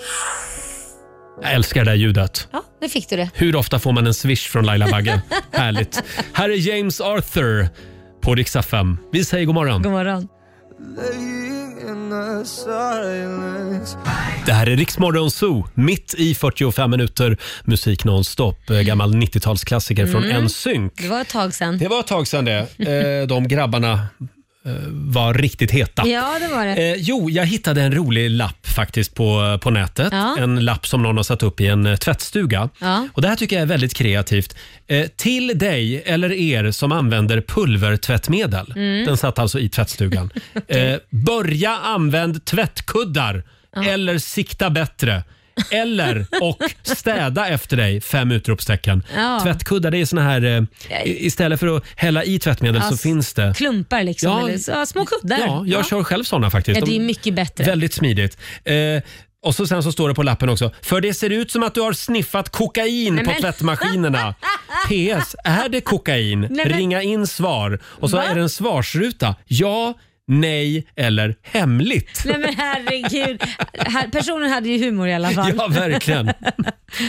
Speaker 1: Jag älskar det där ljudet.
Speaker 2: Ja, nu fick du det.
Speaker 1: Hur ofta får man en swish från Laila Bagge? Härligt. Här är James Arthur på Rix FM. Vi säger god morgon.
Speaker 2: God morgon.
Speaker 1: Det här är Riksmorgon Zoo, mitt i 45 minuter musik nonstop. Eh, Gammal 90-talsklassiker
Speaker 2: Mm.
Speaker 1: från NSYNC.
Speaker 2: Det var ett tag sedan.
Speaker 1: Det var ett tag sedan det. Eh, De grabbarna eh, var riktigt heta.
Speaker 2: Ja, det var det.
Speaker 1: Eh, jo, jag hittade en rolig lapp faktiskt på, på nätet.
Speaker 2: Ja.
Speaker 1: En lapp som någon har satt upp i en eh, tvättstuga.
Speaker 2: Ja.
Speaker 1: Och Det här tycker jag är väldigt kreativt. Eh, till dig eller er som använder pulvertvättmedel.
Speaker 2: Mm.
Speaker 1: Den satt alltså i tvättstugan. eh, börja använd tvättkuddar eller sikta bättre. Eller och städa efter dig, fem utropstecken.
Speaker 2: Ja.
Speaker 1: Tvättkuddar, det är såna här... Eh, i- istället för att hälla i tvättmedel
Speaker 2: Ja,
Speaker 1: så finns det...
Speaker 2: Klumpar liksom,
Speaker 1: Ja.
Speaker 2: eller så, små kuddar.
Speaker 1: Ja, jag kör själv såna faktiskt.
Speaker 2: Ja, det
Speaker 1: De-
Speaker 2: är mycket bättre.
Speaker 1: Väldigt smidigt. Eh, och så sen så står det på lappen också. För det ser ut som att du har sniffat kokain
Speaker 2: Nej,
Speaker 1: på
Speaker 2: men-
Speaker 1: tvättmaskinerna. PS. Är det kokain?
Speaker 2: Nej, men-
Speaker 1: Ringa in svar. Och så
Speaker 2: Va?
Speaker 1: är det en svarsruta. Ja, nej eller hemligt.
Speaker 2: Nej men herregud. Här, personen hade ju humor i alla fall.
Speaker 1: Ja, verkligen.
Speaker 2: Vad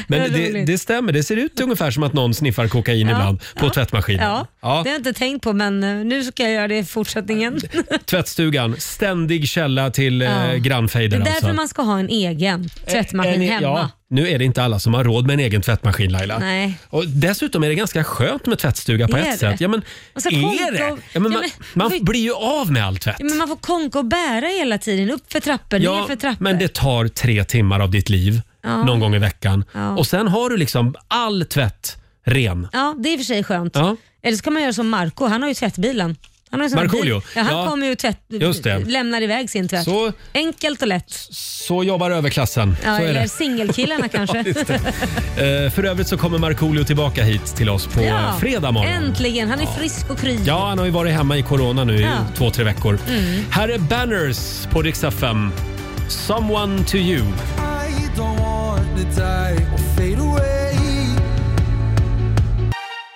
Speaker 1: Men det,
Speaker 2: roligt.
Speaker 1: det stämmer. Det ser ut ungefär som att någon sniffar kokain ibland på tvättmaskinen.
Speaker 2: Ja, det har jag inte tänkt på men eh, nu ska jag göra det i fortsättningen.
Speaker 1: Tvättstugan, ständig källa till eh,
Speaker 2: Ja. Det
Speaker 1: grannfejder
Speaker 2: är därför
Speaker 1: alltså.
Speaker 2: man ska ha en egen tvättmaskin
Speaker 1: Är ni-
Speaker 2: hemma.
Speaker 1: nu är det inte alla som har råd med en egen tvättmaskin Laila.
Speaker 2: Nej.
Speaker 1: Och dessutom är det ganska skönt med tvättstuga på
Speaker 2: Är
Speaker 1: ett
Speaker 2: det?
Speaker 1: sätt. Ja, men,
Speaker 2: Och så
Speaker 1: är
Speaker 2: konto-
Speaker 1: det? Ja,
Speaker 2: Ja,
Speaker 1: men, man,
Speaker 2: men-
Speaker 1: man blir ju av med all tvätt.
Speaker 2: Ja, men man får konka och bära hela tiden. Upp för trappor, ner för trappor.
Speaker 1: men det tar tre timmar av ditt liv
Speaker 2: Ja.
Speaker 1: någon gång i veckan.
Speaker 2: Ja.
Speaker 1: Och sen har du liksom all tvätt ren.
Speaker 2: Ja, det är i och för sig skönt.
Speaker 1: Ja.
Speaker 2: Eller så kan man göra som Marco han har ju tvättbilen. Han har ju sån här
Speaker 1: Markoolio?
Speaker 2: bil. Ja, han
Speaker 1: Ja,
Speaker 2: kommer ju och tvätt,
Speaker 1: just det.
Speaker 2: lämnar iväg sin tvätt.
Speaker 1: Så-
Speaker 2: Enkelt och lätt.
Speaker 1: Så jobbar överklassen.
Speaker 2: Ja,
Speaker 1: så är
Speaker 2: eller
Speaker 1: det.
Speaker 2: singelkillarna kanske.
Speaker 1: just Eh, för övrigt så kommer Markoolio tillbaka hit till oss på eh, fredag morgon.
Speaker 2: Äntligen, han är frisk och kry.
Speaker 1: Ja, han har ju varit hemma i corona nu i
Speaker 2: Ja.
Speaker 1: två, tre veckor.
Speaker 2: Mm.
Speaker 1: Här är Banners på Rix FM. Someone to you.
Speaker 10: I don't want to die or fade away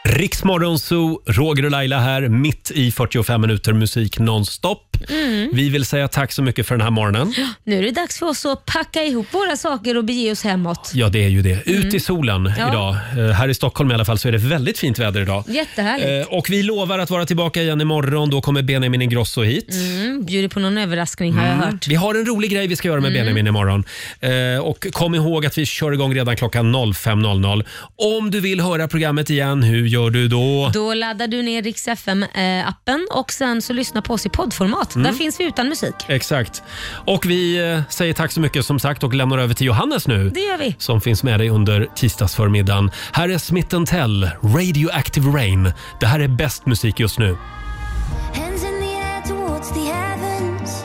Speaker 1: Rix Morgonzoo, Roger och Laila här, mitt i 45 minuter musik nonstop.
Speaker 2: Mm.
Speaker 1: Vi vill säga tack så mycket för den här morgonen.
Speaker 2: Nu är det dags för oss att packa ihop våra saker och bege oss hemåt.
Speaker 1: Ja, det är ju det. Ut
Speaker 2: Mm.
Speaker 1: i solen
Speaker 2: Ja.
Speaker 1: idag. Eh, Här i Stockholm i alla fall så är det väldigt fint väder idag.
Speaker 2: Jättehärligt.
Speaker 1: Eh, Och vi lovar att vara tillbaka igen imorgon. Då kommer Benjamin Ingrosso hit.
Speaker 2: Mm, bjuder på någon överraskning har jag
Speaker 1: Eh. Mm.
Speaker 2: hört. Mm.
Speaker 1: Vi har en rolig grej vi ska göra med Benjamin imorgon. Eh, och kom ihåg att vi kör igång redan klockan 05.00. Om du vill höra programmet igen, hur gör du då?
Speaker 2: Då laddar du ner Rix FM-appen och sen så lyssna på oss i poddformat.
Speaker 1: Mm.
Speaker 2: Där finns vi utan musik.
Speaker 1: Exakt. Och vi eh, säger tack så mycket som sagt och lämnar över till Johannes nu.
Speaker 2: Det gör vi.
Speaker 1: Som finns med dig under tisdagsförmiddagen. Här är Smith Tell, Radioactive Rain. Det här är bäst musik just nu.
Speaker 13: Hands in the air towards the heavens.